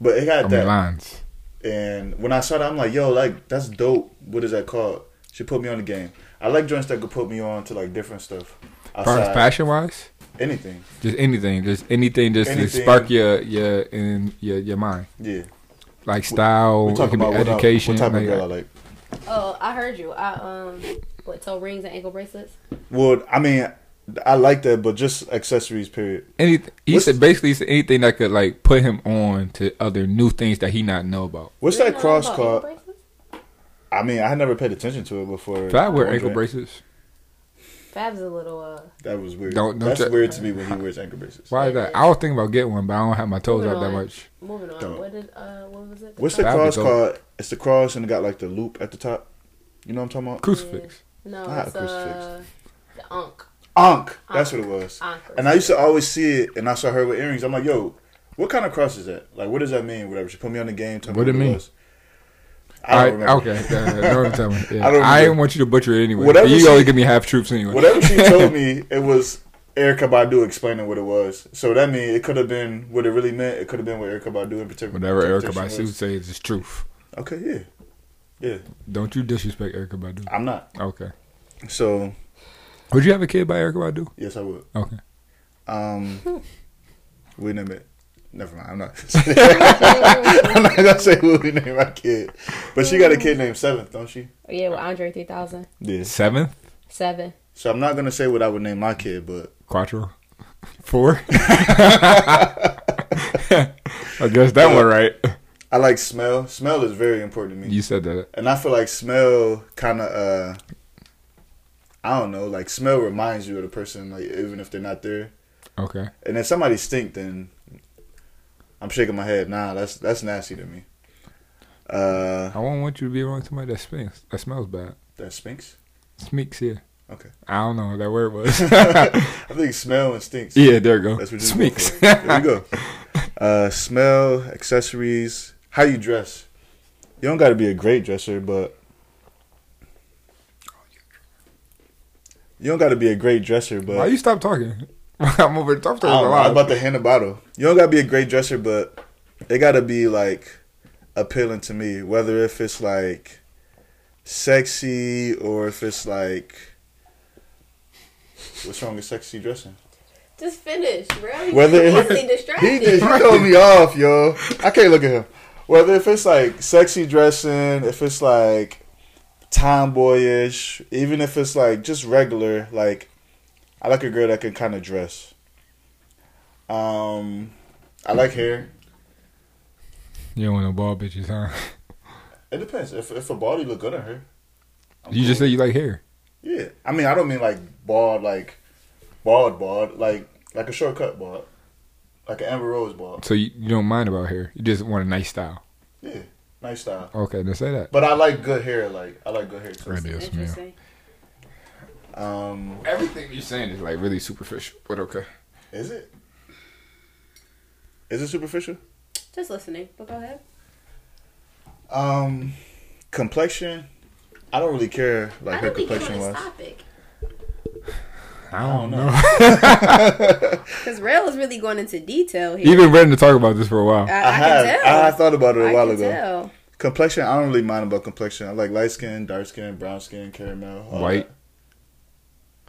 S3: but it
S2: I
S3: got
S2: mean,
S3: that.
S2: lines.
S3: And when I saw that, I'm like, yo, like that's dope. What is that called? She put me on the game. I like joints that could put me on to like different stuff outside
S2: Fashion wise,
S3: anything.
S2: just anything, just anything, just
S3: Anything.
S2: to spark your your in your your mind,
S3: Yeah,
S2: like style,
S3: we
S2: it could
S3: talking
S2: be
S3: about what, I-
S2: education.
S3: what type of
S2: like-
S3: girl I like.
S4: Oh, I heard you. I um, what toe rings and ankle bracelets.
S3: Well, I mean, I like that, but just accessories. Period.
S2: anything. He
S3: What's-
S2: said basically he said anything that could like put him on to other new things that he not know about.
S3: What's
S4: You
S3: that
S4: know
S3: cross
S4: about
S3: called?
S4: ankle bracelets?
S3: I mean, I had never paid attention to it before.
S2: If I wear ankle
S3: Wondering.
S2: bracelets,
S4: Fab's a little uh.
S3: That was weird.
S2: Don't- don't
S3: That's
S2: check-
S3: weird to me when he wears ankle bracelets.
S2: why is that? I was thinking about getting one, but I don't have my toes out that
S4: Hold on.
S2: much.
S4: Moving on.
S3: Don't.
S4: What did uh? What was it?
S3: What's the
S2: That'd be
S3: cross
S2: dope.
S3: called? It's the cross and it got like the loop at the top. You know what I'm talking about?
S2: Crucifix.
S4: No,
S3: Not a
S4: it's uh, the Ankh.
S3: Ankh. That's what it was.
S4: Ankh
S3: And I used to always see it, and I saw her with earrings. I'm like, yo, what kind of cross is that? Like, what does that mean? Whatever. She put me on the game. Tell me
S2: What
S3: what
S2: it
S3: it
S2: mean?
S3: was. I don't
S2: All
S3: remember.
S2: right, okay, uh, don't tell me. Yeah.
S3: [laughs]
S2: I
S3: I don't
S2: don't.
S3: remember.
S2: want you to butcher it anyway.
S3: Whatever
S2: you
S3: she-
S2: always give me half truths anyway.
S3: Whatever she
S2: [laughs]
S3: told me, it was Erica Badu explaining what it was. So that means it could have been what it really meant. It could have been what Erica Badu in particular.
S2: Whatever Erica
S3: interpretation
S2: Badu
S3: was.
S2: says is truth.
S3: Okay, yeah, yeah.
S2: Don't you disrespect Erica Badu?
S3: I'm not.
S2: Okay.
S3: So
S2: Would you have a kid by Erica Badu?
S3: yes, I would.
S2: Okay.
S3: Um,
S2: [laughs]
S3: we name it. Never mind. I'm not. [laughs] I'm not gonna say what we name our kid, but she got a kid named Seventh, don't she?
S4: Yeah, with Andre 3000.
S3: Yes.
S2: Seventh,
S4: Seven.
S3: So I'm not gonna say what I would name my
S2: [laughs]
S3: kid, but [laughs]
S2: quattro, four. [laughs] I guess that one right.
S3: I like smell. Smell is very important to me,
S2: You said that.
S3: and I feel like smell kind of uh, I don't know, like smell reminds you of the person, like even if they're not there.
S2: Okay.
S3: And if somebody stink, then I'm shaking my head. Nah, that's that's nasty to me. Uh,
S2: I won't want you to be around somebody that smells that smells bad.
S3: that stinks.
S2: Smeeks here.
S3: Okay.
S2: I don't know what that word was. [laughs]
S3: I think smell and stinks.
S2: yeah, there you go.
S3: That's what you
S2: Smeeks.
S3: There you go. Uh, smell, accessories, how you dress. You don't got to be a great dresser, but you don't got to be a great dresser, but
S2: Why you stop talking? [laughs] I'm over the top
S3: I
S2: talking a
S3: don't know, I'm
S2: lot.
S3: about to hand a bottle. You don't got to be a great dresser, but it got to be like appealing to me, whether if it's like sexy or if it's like what's wrong with sexy dressing.
S4: Just finish, bro.
S3: Whether-
S4: Whether
S3: [laughs]
S4: easily
S3: He
S4: distracted.
S3: just told me off, yo. I can't look at him. Whether if it's like sexy dressing, if it's like tomboyish, even if it's like just regular, like I like a girl that can kind of dress. Um, I like hair.
S2: You don't want no ball bitches, huh?
S3: It depends. If if a body look good on her, I'm
S2: You just
S3: cool.
S2: said you like hair.
S3: yeah. I mean, I don't mean like bald, like bald, bald, like like a shortcut bald. like an Amber Rose ball.
S2: So you, you don't mind about hair. You just want a nice style.
S3: Yeah, nice style.
S2: Okay, then say that.
S3: But I like good hair. Like I like good hair too.
S2: Right. Yes, ma'am.
S4: Interesting.
S3: Um,
S2: Everything you're saying is like really superficial, but okay.
S3: is it? Is it superficial?
S4: Just listening, but go ahead.
S3: Um, complexion. I don't really care like
S4: I
S3: her
S4: don't think you're
S3: complexion
S4: on this
S3: was.
S4: topic.
S2: I
S3: don't
S2: don't
S3: know.
S2: know.
S4: Because Rail is really going into detail
S2: [laughs]
S4: here.
S2: You've been ready to talk about this for a while.
S4: I, I,
S3: I, have.
S4: can tell.
S3: I have thought about it a
S4: I
S3: while
S4: can
S3: ago.
S4: tell.
S3: Complexion. I don't really mind about complexion. I like light skin, dark skin, brown skin, caramel. all
S2: White.
S3: that.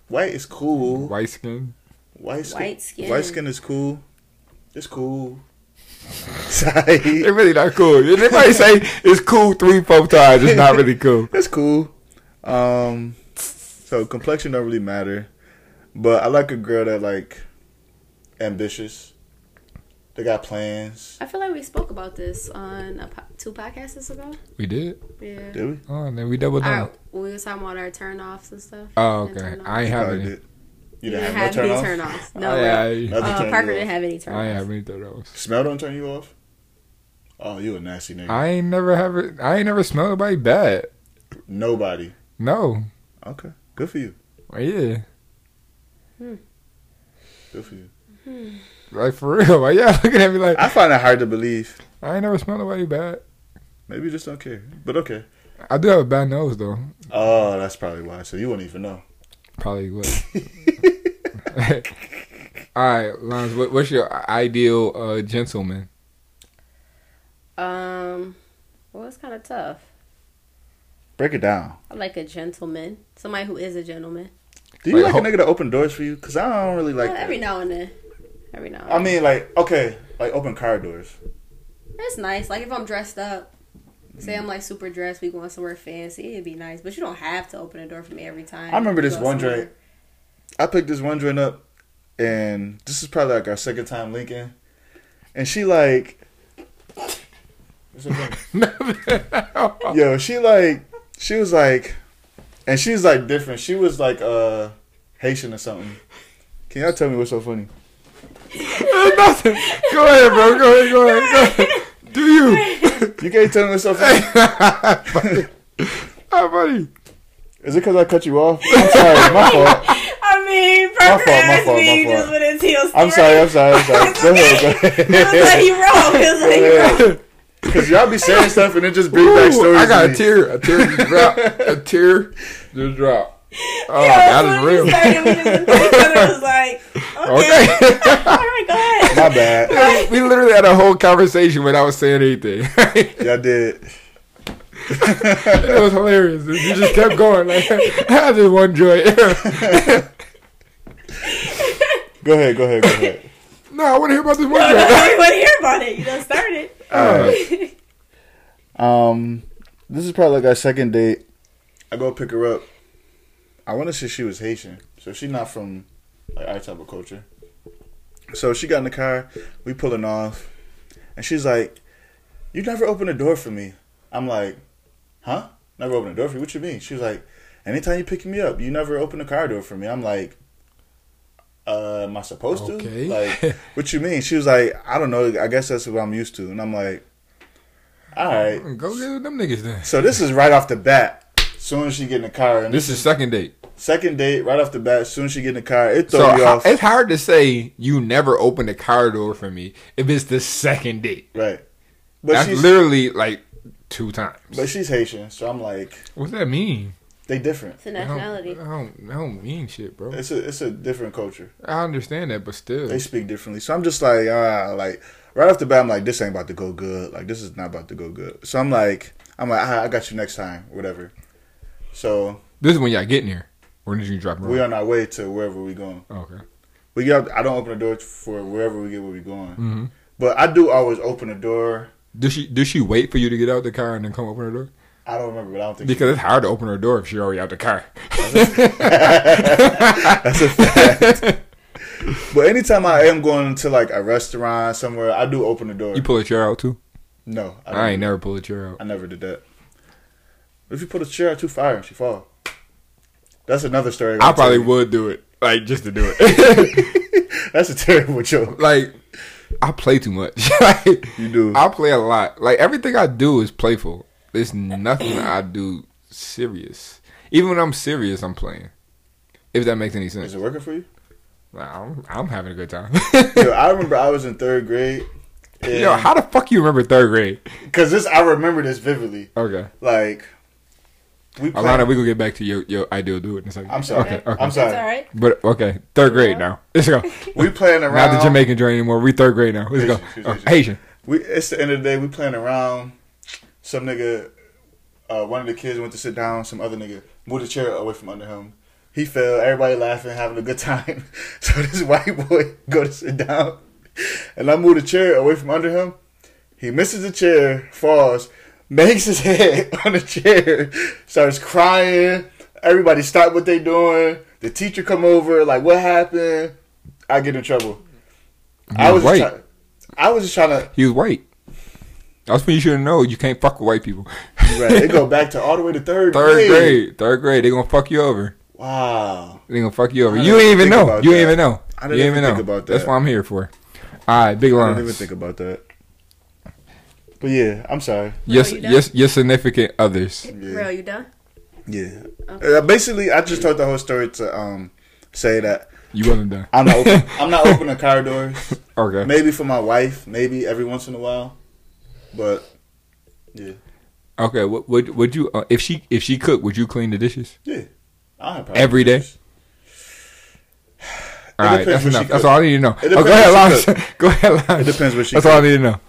S3: White is cool.
S2: White skin.
S3: White skin.
S4: White skin.
S3: White skin is cool.
S2: [laughs]
S3: It's cool.
S2: It's
S3: Sorry.
S2: really not cool. They might say it's cool three, four times. [laughs] It's not really cool.
S3: [laughs] it's cool. Um, so complexion don't really matter, but I like a girl that like ambitious. They got plans.
S4: I feel like we spoke about this on a po- two podcasts ago.
S2: We did.
S4: Yeah.
S3: Do we?
S2: Oh, and then we doubled down.
S4: Our, we was talking about our turn-offs and stuff.
S2: Oh,
S4: And
S2: okay.
S4: turn-offs.
S2: I ain't have
S3: Probably
S2: any.
S3: did.
S4: You
S3: You didn't have,
S4: have
S3: no
S4: any
S3: turn off.
S4: turn-offs. No,
S2: I,
S4: Rael.
S2: I, Oh,
S3: Nothing
S4: uh,
S3: turned
S4: Parker
S3: you
S4: didn't
S3: off.
S4: have any
S2: I ain't
S4: turn-offs.
S2: have any turn-offs.
S3: Smell don't turn you off. Oh, you a nasty nigga.
S2: I ain't never have it. I ain't never smelled nobody bad.
S3: Nobody.
S2: No.
S3: Okay. Good for you.
S2: Yeah.
S3: Good
S2: [laughs]
S3: for you.
S2: Like for real. Why [laughs] y'all looking at me like
S3: I find it hard to believe.
S2: I ain't never smelled nobody bad.
S3: Maybe you just don't care. But okay.
S2: I do have a bad nose though.
S3: Oh, that's probably why. So you wouldn't even know.
S2: [laughs]
S3: [laughs]
S2: Probably would. All right, Lons, what, what's your ideal uh, gentleman? [laughs]
S4: Um, well, it's kind of tough.
S3: Break it down.
S4: I like a gentleman, somebody who is a gentleman.
S3: Do you
S2: Wait,
S3: like
S2: hold-
S3: a nigga to open doors for you? Cause I don't really like.
S4: Well, every
S3: that.
S4: now and then. Every now. And
S3: I mean, like okay, like open car doors.
S4: then. it's nice. Like if I'm dressed up, say I'm like super dressed, we going somewhere fancy, it'd be nice. But you don't have to open the door for me every time.
S3: I remember
S4: you
S3: this
S4: go
S3: one
S4: somewhere.
S3: joint. I picked this one joint up, and this is probably like our second time linking, and she like, What's up, man? yo, she like, she was like, and she's like different. She was like uh Haitian or something. Can y'all tell me what's so funny?
S2: [laughs] Nothing. Go ahead, bro. Go ahead. Go ahead. Go ahead. Do you?
S3: You can't tell me what's
S2: [laughs]
S3: so funny.
S2: How funny?
S3: Is it because I cut you off? I'm sorry, my fault.
S4: I mean,
S3: fault,
S4: Parker
S3: my
S4: asked
S3: fault,
S4: me
S3: my
S4: just
S3: fault.
S4: with his heel story.
S3: I'm sorry,
S4: [laughs]
S3: I'm sorry, I'm sorry. Go ahead, go
S4: It was like
S3: ahead.
S4: he wrong. It was like he wrong.
S3: Because y'all be saying stuff and it just brings back
S2: Ooh,
S3: stories.
S2: I got
S3: to
S2: a
S3: me.
S2: tear. A tear just drop.
S3: [laughs]
S2: A tear just drop. Oh, that is real.
S4: It was like, okay,
S2: Okay.
S4: [laughs] all right, go ahead.
S3: My
S4: [laughs]
S3: bad.
S2: we literally had a whole conversation without saying anything. [laughs] it
S3: Y'all did. [laughs]
S2: was hilarious. You just kept going. Like, [laughs] I just one joy.
S3: Go ahead, go ahead, go ahead.
S2: [laughs] no, I want to hear about this one
S4: I
S2: joy.
S4: don't want to hear about it. You done started.
S3: Um, this is probably like our second date. I go pick her up. I want to say she was Haitian, so she's not from like our type of culture. So she got in the car. We pulling off, and she's like, "You never open the door for me." I'm like, "Huh? Never open the door for you? What you mean?" She's like, "Anytime you pick me up, you never open the car door for me." I'm like, "Uh, am I supposed
S2: Okay.
S3: to?" Like, what you mean? She was like, "I don't know. I guess that's what I'm used to." And I'm like, "All right."
S2: [laughs] Go get them niggas then.
S3: So this is right off the bat. Soon as she get in the car, and this
S2: This is second date.
S3: second date, right off the bat. Soon as she get in the car, it throw
S2: So
S3: me
S2: ho-
S3: off.
S2: it's hard to say you never opened a car door for me if it's the second date.
S3: right, but
S2: That's
S3: she's
S2: literally like two times.
S3: but she's Haitian, so I'm like
S2: What's that mean?
S3: they different.
S4: It's a
S2: I don't,
S4: nationality.
S2: I don't, I don't mean shit, bro.
S3: It's a it's a different culture.
S2: I understand that, but still,
S3: They speak differently. So I'm just like ah, like right off the bat, I'm like this ain't about to go good. Like this is not about to go good. So I'm like I'm like ah, I got you next time, whatever. So
S2: this is when y'all getting here. When did you drop her?
S3: we
S2: off?
S3: on our way to wherever we going.
S2: okay.
S3: We get I don't open the door for wherever we get where we going,
S2: Mhm.
S3: but I do always open the door.
S2: Does she does she wait for you to get out the car and then come open her door?
S3: I don't remember, but I don't think she
S2: Because it's hard to open her door if she already out the car.
S3: That's a fact. but anytime I am going to like a restaurant somewhere, I do open the door.
S2: You pull a chair out too.
S3: no, I,
S2: I
S3: don't
S2: ain't never pull a chair out.
S3: I never did that. If you put a chair out too far, she fall. That's another
S2: I
S3: story. I'll tell
S2: probably
S3: you. [laughs]
S2: would do it, [laughs] like just to do it.
S3: That's a terrible joke.
S2: like I play too much. [laughs] like,
S3: You do.
S2: I play a lot. Like everything I do is playful. There's nothing I do serious. Even when I'm serious, I'm playing. If that makes any
S3: Is
S2: sense.
S3: it working for you?
S2: Like, I'm, I'm having a good time. [laughs]
S3: Yo, I remember I was in third grade.
S2: Yo, how the fuck you remember third grade?
S3: Because this, I remember this vividly.
S2: Okay.
S3: Like, we played.
S2: Alana, we gonna get back to your your ideal do it in a second.
S3: I'm sorry.
S2: Okay, okay.
S3: I'm
S4: It's all
S3: sorry.
S4: right.
S2: But okay, third grade
S3: [laughs]
S2: now. Let's go.
S3: We playing around.
S2: Not the Jamaican joint anymore. We third grade now. Let's go.
S3: Asian, she's
S2: Oh,
S3: Asian.
S2: Haitian.
S3: We it's the end of the day. We playing around. Some nigga, uh, one of the kids went to sit down. Some other nigga moved a chair away from under him. He fell. Everybody laughing, having a good time. [laughs] So this white boy go to sit down, and I moved a chair away from under him. He misses the chair, falls, makes his [laughs] head on the chair, starts crying. Everybody stop what they doing. The teacher come over, like, what happened? I get in trouble. I
S2: You're
S3: was just
S2: white.
S3: try- I was just trying to
S2: He was white. That's when you should know you can't fuck with white people.
S3: Right. They go back to all the way to
S2: [laughs]
S3: third,
S2: Third grade. Third grade. They gonna fuck you over.
S3: Wow.
S2: They gonna fuck you over.
S3: I
S2: You
S3: didn't
S2: ain't even
S3: think
S2: know.
S3: about
S2: You
S3: that.
S2: ain't even know.
S3: I
S2: You
S3: didn't
S2: ain't
S3: even
S2: even know.
S3: think about
S2: That's
S3: that.
S2: what I'm here for. All right, big
S3: I didn't even
S2: lines.
S3: think about that. But yeah, I'm sorry.
S2: Yes,
S4: you done?
S2: yes, your significant others.
S3: Yeah.
S4: Real, you done?
S3: Yeah. Uh, basically, I just told the whole story to um say that
S2: You wasn't done.
S3: I'm not
S2: [laughs]
S3: open, I'm not opening car doors.
S2: Okay.
S3: Maybe for my wife, maybe every once in a while, but yeah,
S2: Okay. Would would, would you uh, if she if she cooked would you clean the dishes?
S3: yeah. I don't have problems.
S2: Every day? All right, that's
S3: depends what she
S2: enough. That's
S3: cook.
S2: all I need to know.
S3: It
S2: Oh,
S3: depends
S2: go ahead,
S3: what she
S2: Lance. [laughs] Go ahead, Lance.
S3: It depends what she
S2: That's all I need to know.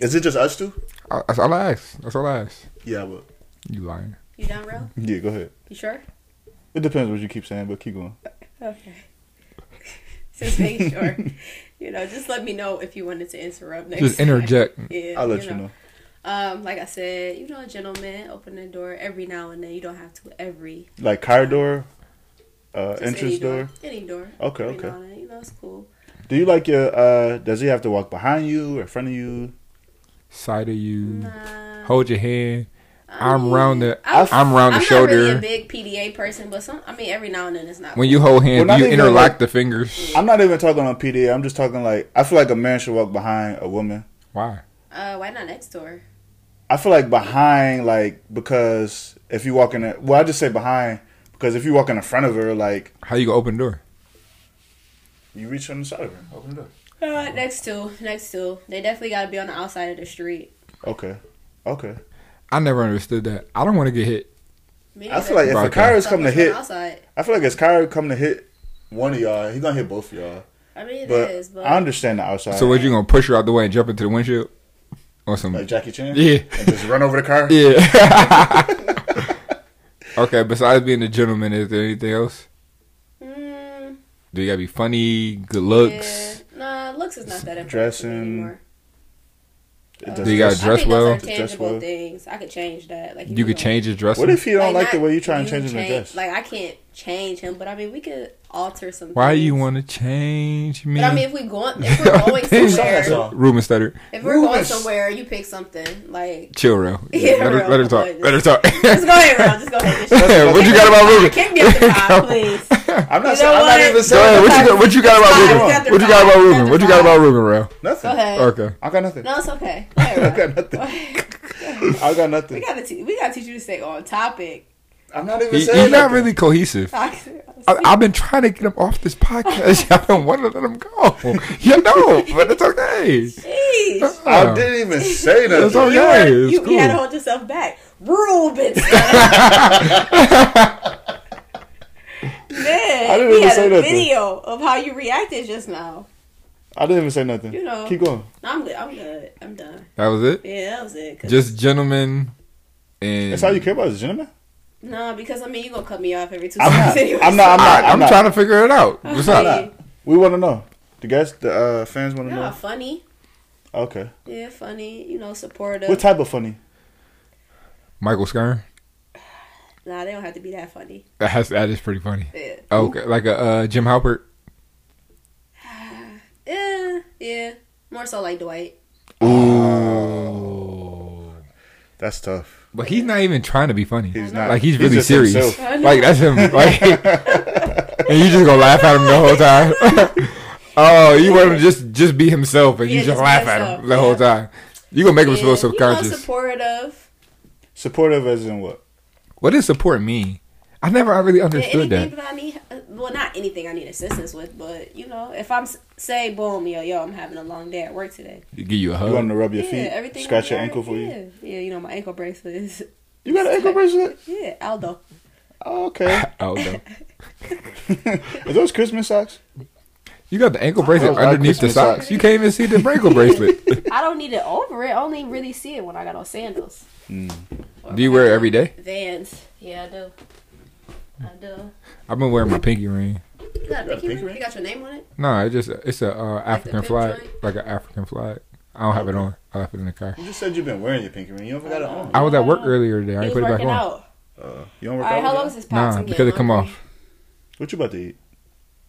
S3: Is it just us two?
S2: Uh, That's all I ask. That's all I ask.
S3: Yeah, but
S2: You lying?
S4: You done, real?
S3: yeah, go ahead.
S4: You sure?
S3: It depends what you keep saying, but keep going.
S4: Okay. [laughs] Just making sure.
S3: [laughs]
S4: you know, just let me know if you wanted to interrupt next.
S2: Just
S4: time.
S2: interject.
S4: Yeah,
S3: I'll let you know.
S4: Um, like I said, you know, gentlemen, open the door every now and then. You don't have to every
S3: Like car door, uh,
S4: just any
S3: entrance door.
S4: any door.
S3: Okay,
S4: every
S3: okay.
S4: now and then, You know, it's cool.
S3: Do you like your? uh Does he have to walk behind you or in front of you?
S2: Side of you.
S4: Nah,
S2: Hold your hand.
S4: I
S2: I'm
S4: mean,
S2: round the.
S4: I'm-
S2: I'm round the
S4: I'm
S2: shoulder.
S4: not really a big PDA person, but some. I mean, every now and then it's not.
S2: when you hold
S3: Well,
S2: hands,
S3: not
S2: do you
S3: even
S2: interlock
S3: like-
S2: the fingers.
S3: I'm not even talking on PDA. I'm just talking like I feel like a man should walk behind a woman.
S2: Why?
S4: uh, why not next door?
S3: I feel like behind, like because if you walk in, the, well, I just say behind because if you walk in the front of her, like
S2: How you gonna open the door?
S3: you reach on the side of her, open the door.
S4: Uh, next to, next to. They definitely got to be on the outside of the street.
S3: Okay, okay.
S2: I never understood that. I don't want to get hit.
S4: Me
S3: I feel like if
S2: Bro,
S3: a
S2: okay.
S3: car is coming to hit,
S4: outside.
S3: I feel like if Kyra come to hit one of y'all, he gonna hit both of y'all.
S4: I mean, it is,
S3: But,
S4: but
S3: I understand the outside.
S2: So what you gonna push her out the way and jump into the windshield or some?
S3: like Jackie Chan,
S2: Yeah.
S3: and just run over the car.
S2: [laughs] yeah. [laughs] okay. Besides being a gentleman, is there anything else?
S4: Mm,
S2: Do you gotta be funny, good looks?
S4: yeah. Nah, looks is not that important.
S3: Dressing.
S4: Dressing. Anymore. Uh,
S3: It
S2: Do you gotta
S3: doesn't-
S4: I
S2: dress
S4: think
S2: well?
S4: Those are
S3: Dress
S4: tangible
S3: well.
S4: things. I could change that. Like
S2: You could
S4: know,
S2: change his dress.
S3: What if he don't like, the
S4: not
S3: way you try and
S4: you
S3: change him to
S4: change-
S3: dress?
S4: Like I can't change him, but I mean we could alter some.
S2: Why
S4: things.
S2: you want to change me?
S4: But I
S2: [laughs]
S4: mean, if we going, if we're going
S2: Damn.
S4: somewhere,
S2: Ruben stuttered.
S4: if we're going
S3: Rufus.
S4: somewhere, you pick something.
S2: [laughs]
S4: Like
S2: Chill,
S4: [laughs]
S2: real.
S4: Yeah,
S2: let, her,
S4: real.
S2: let her talk.
S4: Like,
S2: Let her talk.
S4: just go ahead, Ron. Just go ahead.
S2: [laughs]
S4: Just-
S2: what you got about Ruben?
S4: Can't
S2: [laughs]
S4: get the vibe, please.
S3: I'm not.
S4: You
S3: saying,
S4: know
S3: I'm not
S4: what?
S3: even
S2: Go ahead.
S3: saying
S2: What you got, what you got about
S4: Five,
S2: Ruben?
S4: chapter
S2: What you got
S4: five,
S2: about Ruben?
S4: chapter
S2: What you got
S4: five.
S2: about Ruben, real?
S3: nothing.
S4: Go ahead.
S2: Okay.
S3: I got nothing.
S4: No, it's okay. Go ahead,
S3: [laughs] I
S4: Ron.
S3: got nothing. I got
S4: [laughs] We
S3: nothing.
S4: gotta te- we gotta teach you to stay on topic.
S3: I'm not even
S2: He,
S3: saying
S2: he's not
S3: nothing.
S2: really cohesive. I,
S4: I,
S2: I've been trying to get him off this podcast. [laughs] I don't want to let him
S4: [laughs]
S2: go. You know, but it's okay.
S4: Jeez.
S3: I didn't even say
S2: It's
S3: nothing.
S2: okay.
S4: You, were-
S2: it's
S4: you,
S2: cool.
S4: you had to hold yourself back.
S3: [laughs]
S4: Ruben. son. Man,
S3: I didn't
S4: we
S3: even
S4: had
S3: say
S4: a
S3: nothing.
S4: video of how you reacted just now.
S3: I didn't even say nothing.
S4: You know.
S3: Keep going.
S4: No, I'm good. I'm good. I'm done.
S2: That was it.
S4: Yeah, that was it. 'Cause-
S2: Just gentlemen, and
S3: That's all you care about is gentlemen.
S4: no, because I mean [laughs] you gonna cut me off every two
S3: I'm
S4: seconds
S3: not.
S4: anyway.
S3: I'm not. I'm
S2: All right,
S3: not.
S2: I'm,
S3: I'm not.
S2: trying to figure it
S4: [laughs]
S2: out. What's
S4: Okay.
S2: up?
S3: We want to know. The guys, the uh, fans want to
S4: Nah,
S3: know.
S4: funny.
S3: Okay.
S4: Yeah, funny. You know, supportive.
S3: What type of funny?
S2: Michael Skern.
S4: nah, they don't have to be that funny.
S2: That has that is pretty funny.
S4: Yeah.
S2: Okay, like a uh, Jim Halpert.
S4: Yeah, yeah. More so like Dwight.
S3: Oh.
S2: Ooh.
S3: That's tough.
S2: But he's not even trying to be funny.
S3: He's not.
S2: Like he's really
S3: just
S2: serious.
S3: himself.
S4: I know. [laughs]
S2: [laughs] Like that's him. Like, and you just gonna laugh at him the whole time. [laughs] Oh, you want him to just just be himself and
S4: Yeah,
S2: you just
S4: just be
S2: laugh at
S4: himself,
S2: him the whole
S4: yeah.
S2: time. You gonna make him feel
S4: Yeah, You know,
S2: subconscious.
S4: supportive.
S3: Supportive as in what?
S2: What does support mean? I never I really
S4: Yeah,
S2: understood
S4: anything
S2: that.
S4: that. I need, uh, well, not anything I need assistance with, but you know, if I'm s- say, boom, yo, yo, I'm having a long day at work today.
S2: Give you a
S3: You want
S2: hug.
S3: him to rub your
S4: yeah,
S3: feet?
S4: everything.
S3: Scratch
S4: is
S3: your
S4: alright,
S3: ankle for you?
S4: yeah. Yeah, you know, my ankle bracelet is.
S3: You got an ankle bracelet?
S4: [laughs] Yeah, Aldo.
S3: Oh,
S4: [laughs]
S3: okay.
S2: [laughs] Oh no.
S3: Are those Christmas socks?
S2: You got the ankle bracelet
S3: like
S2: underneath the
S3: Christmas
S2: socks.
S3: socks.
S2: You can't even see the
S3: [laughs]
S2: ankle bracelet.
S4: I don't need it over it. I only really see it when I got on sandals. Or
S2: Do you
S4: when I
S2: wear it
S4: got
S2: every day?
S4: Vans. Yeah, I do. I do.
S2: I've been wearing my pinky ring.
S4: You got a pinky
S3: pinky
S4: ring?
S3: ring?
S4: You got your name on it?
S2: No, it's just it's a uh, African
S4: pimp
S2: flag,
S4: joint?
S2: like an African flag. I don't have it on. I left it in the car.
S3: You just said you've been wearing your pinky ring. You don't got it on.
S2: I was at work earlier today. I
S4: He's
S2: ain't put it back
S4: working
S2: on.
S4: out.
S3: Uh, you don't
S4: All
S3: work
S4: right,
S3: out
S4: how long
S3: with
S4: is
S3: that?
S4: this pack?
S2: Nah, because it come off.
S3: What you about to eat?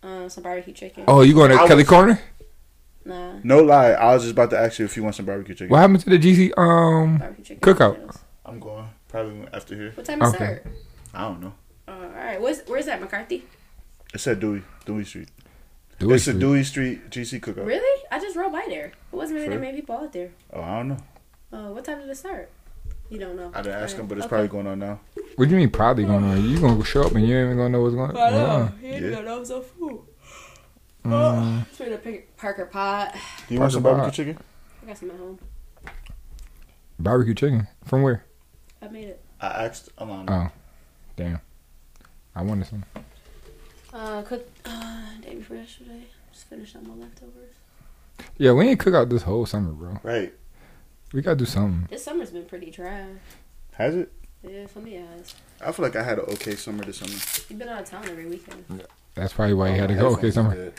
S4: Um, some barbecue chicken.
S2: Oh, you going to
S3: I
S2: Kelly
S3: was-
S2: Corner?
S4: Nah,
S3: No lie, I was just about to ask you if you want some barbecue chicken.
S2: What happened to the GC? Um,
S4: barbecue chicken.
S2: Cookout.
S4: noodles.
S3: I'm going probably after here.
S4: What time is
S2: Okay.
S4: served?
S3: I don't know.
S4: Uh, all right, where's where's that McCarthy?
S3: It said Dewey Dewey Street.
S2: Dewey
S3: it's a
S2: Street.
S3: Dewey Street GC cookout.
S4: Really? I just rode by there. It wasn't really
S3: Sure.
S4: that many people out there.
S3: Oh, I don't know.
S4: Uh, what time did it start? You don't know.
S3: I didn't ask
S4: All
S3: him,
S4: right.
S3: but it's
S4: Okay.
S3: probably going on now.
S2: What do you mean probably going on? You gonna show up and you ain't even gonna know what's going
S4: I
S2: on. Mm.
S4: know. He
S3: Yeah.
S4: didn't know that was a fool. Oh, it's been a pic- Parker pot.
S3: Do you want some
S2: Parker Bot.
S3: barbecue chicken?
S4: I got some at home.
S2: Barbecue chicken from where?
S4: I made it.
S3: I asked Alana.
S2: Oh, damn. I wanted some.
S4: Uh, cooked uh, day before yesterday. Just finished up my leftovers.
S2: Yeah, we ain't cook out this whole summer, bro.
S3: Right.
S2: We gotta do something.
S4: This summer's been pretty dry.
S3: Has it?
S4: Yeah, for me, it has.
S3: I feel like I had an okay summer this summer.
S4: You've been out of town every weekend.
S2: That's probably why you had to go. Okay, summer.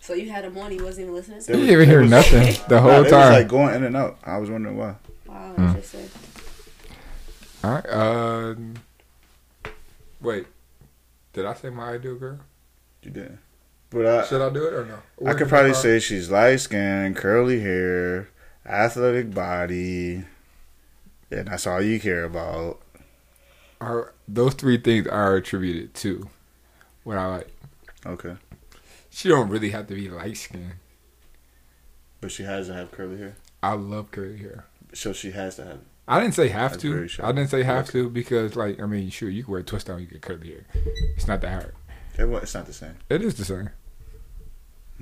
S4: So you had him on, he wasn't even listening to
S3: There
S2: You
S4: me?
S2: didn't even
S3: It
S2: hear
S3: was-
S2: nothing the
S3: Nah, it
S2: whole
S3: was
S2: time.
S3: like going in and out. I was wondering why.
S4: Wow,
S2: Mm.
S4: interesting.
S2: All right. Uh, wait. Did I say my ideal girl?
S3: You didn't. But I,
S2: Should I do it or no?
S3: Uh, I could probably say she's light skinned, curly hair, athletic body, and that's all you care about.
S2: Are, those three things are attributed to what I like.
S3: Okay.
S2: She don't really have to be light skinned.
S3: But she has to have curly hair.
S2: I love curly hair.
S3: So she has to have
S2: I didn't say have
S3: That's
S2: to.
S3: very sharp.
S2: I didn't say have to because, like, I mean, sure, you can wear a twist down, you get curly hair. It's not that hard.
S3: everyone it's not the same.
S2: It is the same.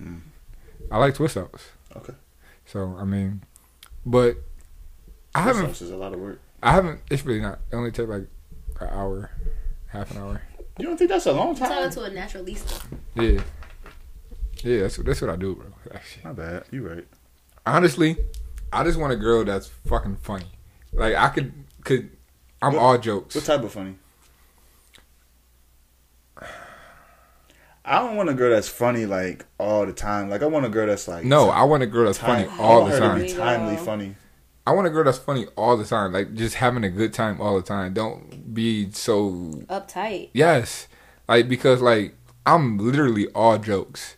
S3: Mm.
S2: I like twist outs.
S3: Okay.
S2: So I mean, but I haven't.
S3: This is a lot of work.
S2: I haven't. It's really not. It only take like an hour, half an hour.
S3: You don't think that's a long
S4: I'm talking
S3: time?
S4: to a naturalista.
S2: Yeah. Yeah, that's that's what I do, bro. Actually.
S3: My bad. You right.
S2: Honestly, I just want a girl that's fucking funny. Like I could could I'm all jokes.
S3: What type of funny? I don't want a girl that's funny like all the time. Like I want a girl that's like
S2: No, I want a girl that's
S3: time-
S2: funny all the
S3: I want her to
S2: time.
S3: be timely
S4: Wow.
S3: funny.
S2: I want a girl that's funny all the time. Like just having a good time all the time. Don't be so
S4: Uptight.
S2: Yes. Like because like I'm literally all jokes.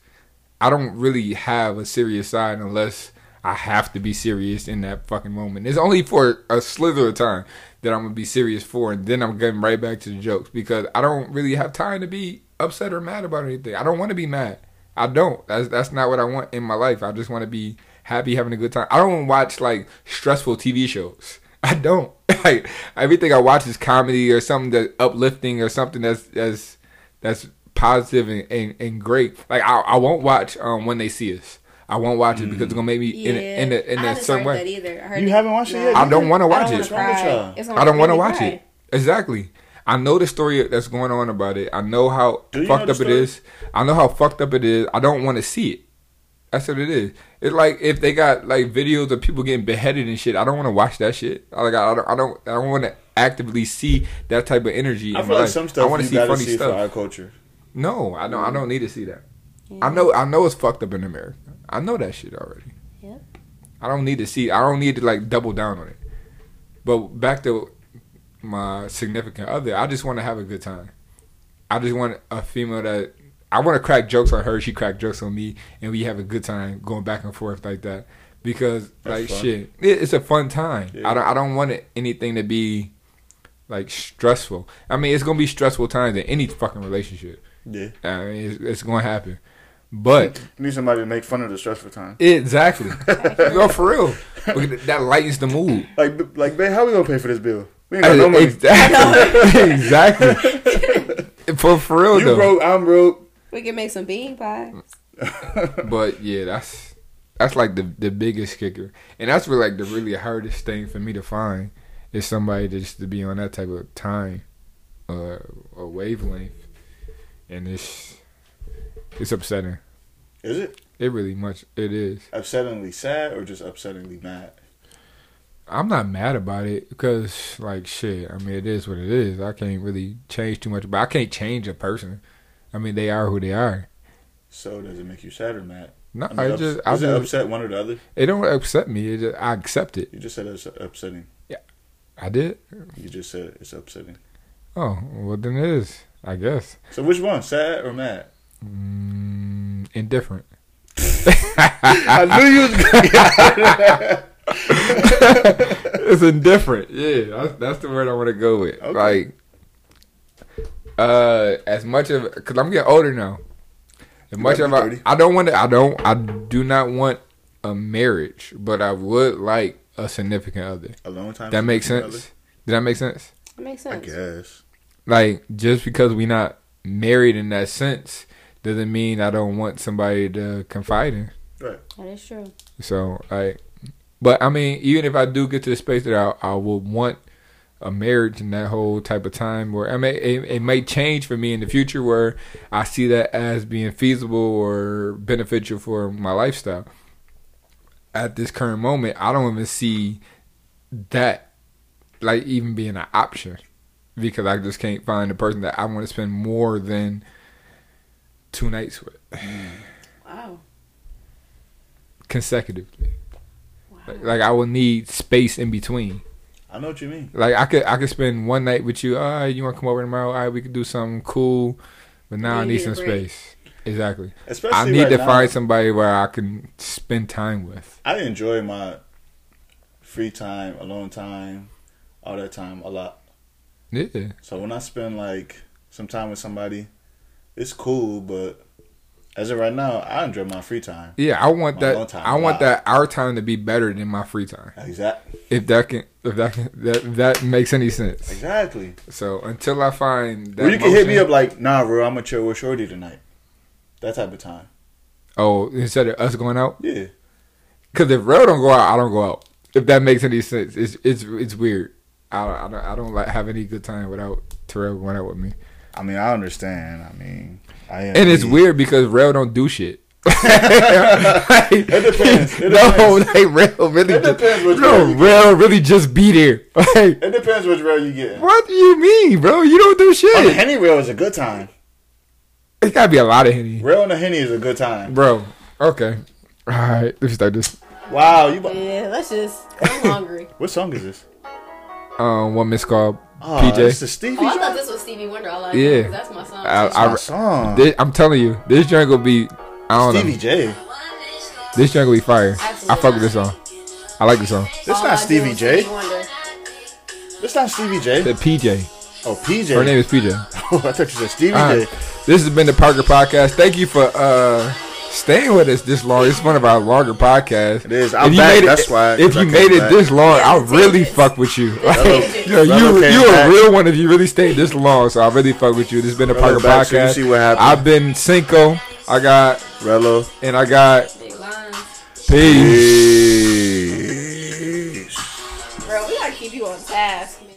S2: I don't really have a serious side unless I have to be serious in that fucking moment. It's only for a slither of time that I'm gonna be serious for and then I'm getting right back to the jokes because I don't really have time to be upset or mad about anything. I don't wanna be mad. I don't. That's that's not what I want in my life. I just wanna be happy having a good time. I don't watch like stressful TV shows. [laughs] I don't. Like everything I watch is comedy or something that's uplifting or something that's that's that's positive and, and, and great. Like I, I won't watch um when they see us. I won't watch it because it's gonna make me
S4: Yeah.
S2: in a, in a, in
S4: Mm. I
S2: a
S4: haven't
S2: certain
S4: started
S2: way.
S4: that either. I heard
S3: You
S4: it-
S3: haven't watched it
S4: Nah.
S3: yet?
S2: I don't want to
S4: I
S2: watch
S4: don't wanna
S2: it.
S3: What's wrong with
S4: cry.
S3: y'all?
S4: It's gonna
S2: I don't
S4: make
S2: want to
S4: me
S2: watch
S4: cry.
S2: it. Exactly. I know the story that's going on about it. I know how
S3: Do you
S2: fucked
S3: know
S2: up
S3: the
S2: it is. I know how fucked up it is. I don't want to see it. That's what it is. It's like if they got like videos of people getting beheaded and shit. I don't want to watch that shit. I Like I don't, I don't, I don't want to actively see that type of energy.
S3: I
S2: in
S3: feel
S2: my
S3: like
S2: life.
S3: some
S2: I
S3: stuff
S2: want
S3: you
S2: to see
S3: gotta
S2: funny
S3: see
S2: stuff.
S3: for our culture.
S2: No, I don't. I don't need to see that. I know. I know it's fucked up in America. I know that shit already.
S4: Yep.
S2: I don't need to see. I don't need to like double down on it. But back to my significant other, I just want to have a good time. I just want a female that I want to crack jokes on her. She crack jokes on me, and we have a good time going back and forth like that. Because
S3: That's
S2: like
S3: fun.
S2: shit, it, it's a fun time.
S3: Yeah.
S2: I don't. I don't want it, anything to be like stressful. I mean, it's gonna be stressful times in any fucking relationship.
S3: Yeah.
S2: I mean, it's, it's going to happen. But
S3: You need somebody to make fun of the stressful time.
S2: exactly, no, for real, Because that lightens the mood.
S3: Like, b- like, babe, how we gonna pay for this bill? We ain't got no money.
S2: Exactly, exactly. For for real
S3: You
S2: though.
S3: broke, I'm broke. [laughs]
S4: We can make some bean pies.
S2: But yeah, that's that's like the the biggest kicker, and that's where like the really hardest thing for me to find is somebody to just to be on that type of time uh, or wavelength, and it's it's upsetting.
S3: Is it
S2: It really much it is.
S3: upsettingly sad or just upsettingly mad?
S2: I'm not mad about it because like shit. I mean, it is what it is. I can't really change too much, but I can't change a person. I mean, they are who they are.
S3: So does it make you sad or mad?
S2: No,
S3: I
S2: I,
S3: mean, ups-
S2: just I
S3: is it
S2: just
S3: upset one or the other?
S2: it don't upset me. It just, I accept it.
S3: You just said it's upsetting.
S2: I did.
S3: You just said it's upsetting.
S2: Oh well, then it is. I guess.
S3: So which one, sad or mad?
S2: Mm, indifferent.
S3: I knew you was gonna get out of that.
S2: [laughs] it's indifferent. Yeah, that's, that's the word I want to go with.
S3: Okay.
S2: Like, uh, as much of because I'm getting older now. As
S3: You
S2: much
S3: might
S2: of
S3: be
S2: I,
S3: 30.
S2: I don't want to. I don't. I do not want a marriage, but I would like a significant other.
S3: [laughs] A long time.
S2: That
S3: since
S2: makes
S3: you've been
S2: sense. Did that make sense?
S4: It makes
S3: together? I
S4: sense.
S3: guess.
S2: Like, just because we not married in that sense doesn't mean I don't want somebody to confide in.
S4: That is true.
S2: So I, but I mean, even if I do get to the space that I I will want a marriage and that whole type of time, where I may it, it may change for me in the future, where I see that as being feasible or beneficial for my lifestyle. At this current moment, I don't even see that like even being an option because I just can't find the person that I want to spend more than two nights with
S4: Wow.
S2: consecutively.
S4: Wow.
S2: Like, like, I will need space in between.
S3: I know what you mean.
S2: Like I could I could spend one night with you. All right, you want to come over tomorrow? All right, we could do something cool. But now
S4: You
S2: I need
S4: need a
S2: some
S4: break.
S2: space. Exactly.
S3: Especially
S2: I need
S3: right
S2: to
S3: now,
S2: find somebody where I can spend time with.
S3: I enjoy my free time, alone time, all that time a lot.
S2: Yeah.
S3: So when I spend like some time with somebody, it's cool. But as of right now, I enjoy my free time.
S2: Yeah, I want
S3: My alone
S2: that
S3: time,
S2: I want
S3: wow.
S2: that our time to be better than my free time.
S3: Exactly.
S2: If that can if that can that, if that makes any sense.
S3: Exactly.
S2: So until I find that
S3: Well, you can hit me
S2: motion-
S3: up like, nah, bro, I'm gonna chill with Shorty tonight. That type of time.
S2: Oh, instead of us going out?
S3: Yeah.
S2: Because if Rel don't go out, I don't go out. If that makes any sense, it's it's it's weird. I don't I don't, I don't like have any good time without Terrell going out with me.
S3: I mean, I understand. I mean, I am
S2: And it's
S3: me.
S2: weird because Rel don't do
S3: [laughs]
S2: shit. [laughs]
S3: It depends. It
S2: no,
S3: depends.
S2: like Rel really
S3: It
S2: just
S3: depends which
S2: no
S3: Rel you
S2: Rel really just be there. [laughs] Like
S3: It depends which rail you get.
S2: what do you mean, bro? You don't do
S3: On the
S2: shit.
S3: Henny rail is a good time.
S2: It's gotta be a lot of henny,
S3: Rail on the Henny is a good time.
S2: bro. Okay, all right. Let me start this.
S3: Wow, you. bu-
S4: Yeah, let's just. I'm hungry.
S3: What song is this?
S2: Um, one miss call.
S3: Oh,
S2: PJ.
S3: It's the Stevie.
S4: Oh, I
S3: joint?
S4: thought this was Stevie Wonder. All I
S2: Yeah.
S4: yeah. That's my song.
S2: I,
S3: That's my
S2: I,
S3: song.
S2: thi- I'm telling you, this joint gonna be. I don't know.
S3: Stevie J.
S2: This joint gonna be fire. I fuck with this song. I like this song.
S3: That's
S4: All Oh, I
S3: not
S4: do
S3: Stevie
S4: is
S3: J.
S4: Stevie Wonder.
S3: That's not Stevie
S2: The
S3: J.
S2: PJ.
S3: Oh, PJ.
S2: Her name is PJ.
S3: Oh, [laughs] I thought you said Stevie
S2: All
S3: J.
S2: right. This has been the Parker Podcast. Thank you for uh staying with us this long. It's one of our longer podcasts.
S3: It is. I'm
S2: If you
S3: back.
S2: made it-
S3: That's why,
S2: If
S3: 'cause I
S2: you
S3: came
S2: made it
S3: back.
S2: this long, I
S4: Yes,
S2: really
S4: yes.
S2: fuck with you. [laughs] Like,
S4: Yes.
S2: you know, you
S3: came
S2: you a
S3: back.
S2: real one if you really stayed this long. So I really fuck with you. This has been the Parker
S3: Brother back, so you
S2: Podcast.
S3: see what happened.
S2: I've been Cinco. I got
S3: Rello.
S2: and I got
S4: Big lines.
S2: peace.
S3: Peace.
S4: Bro, we gotta keep you on task.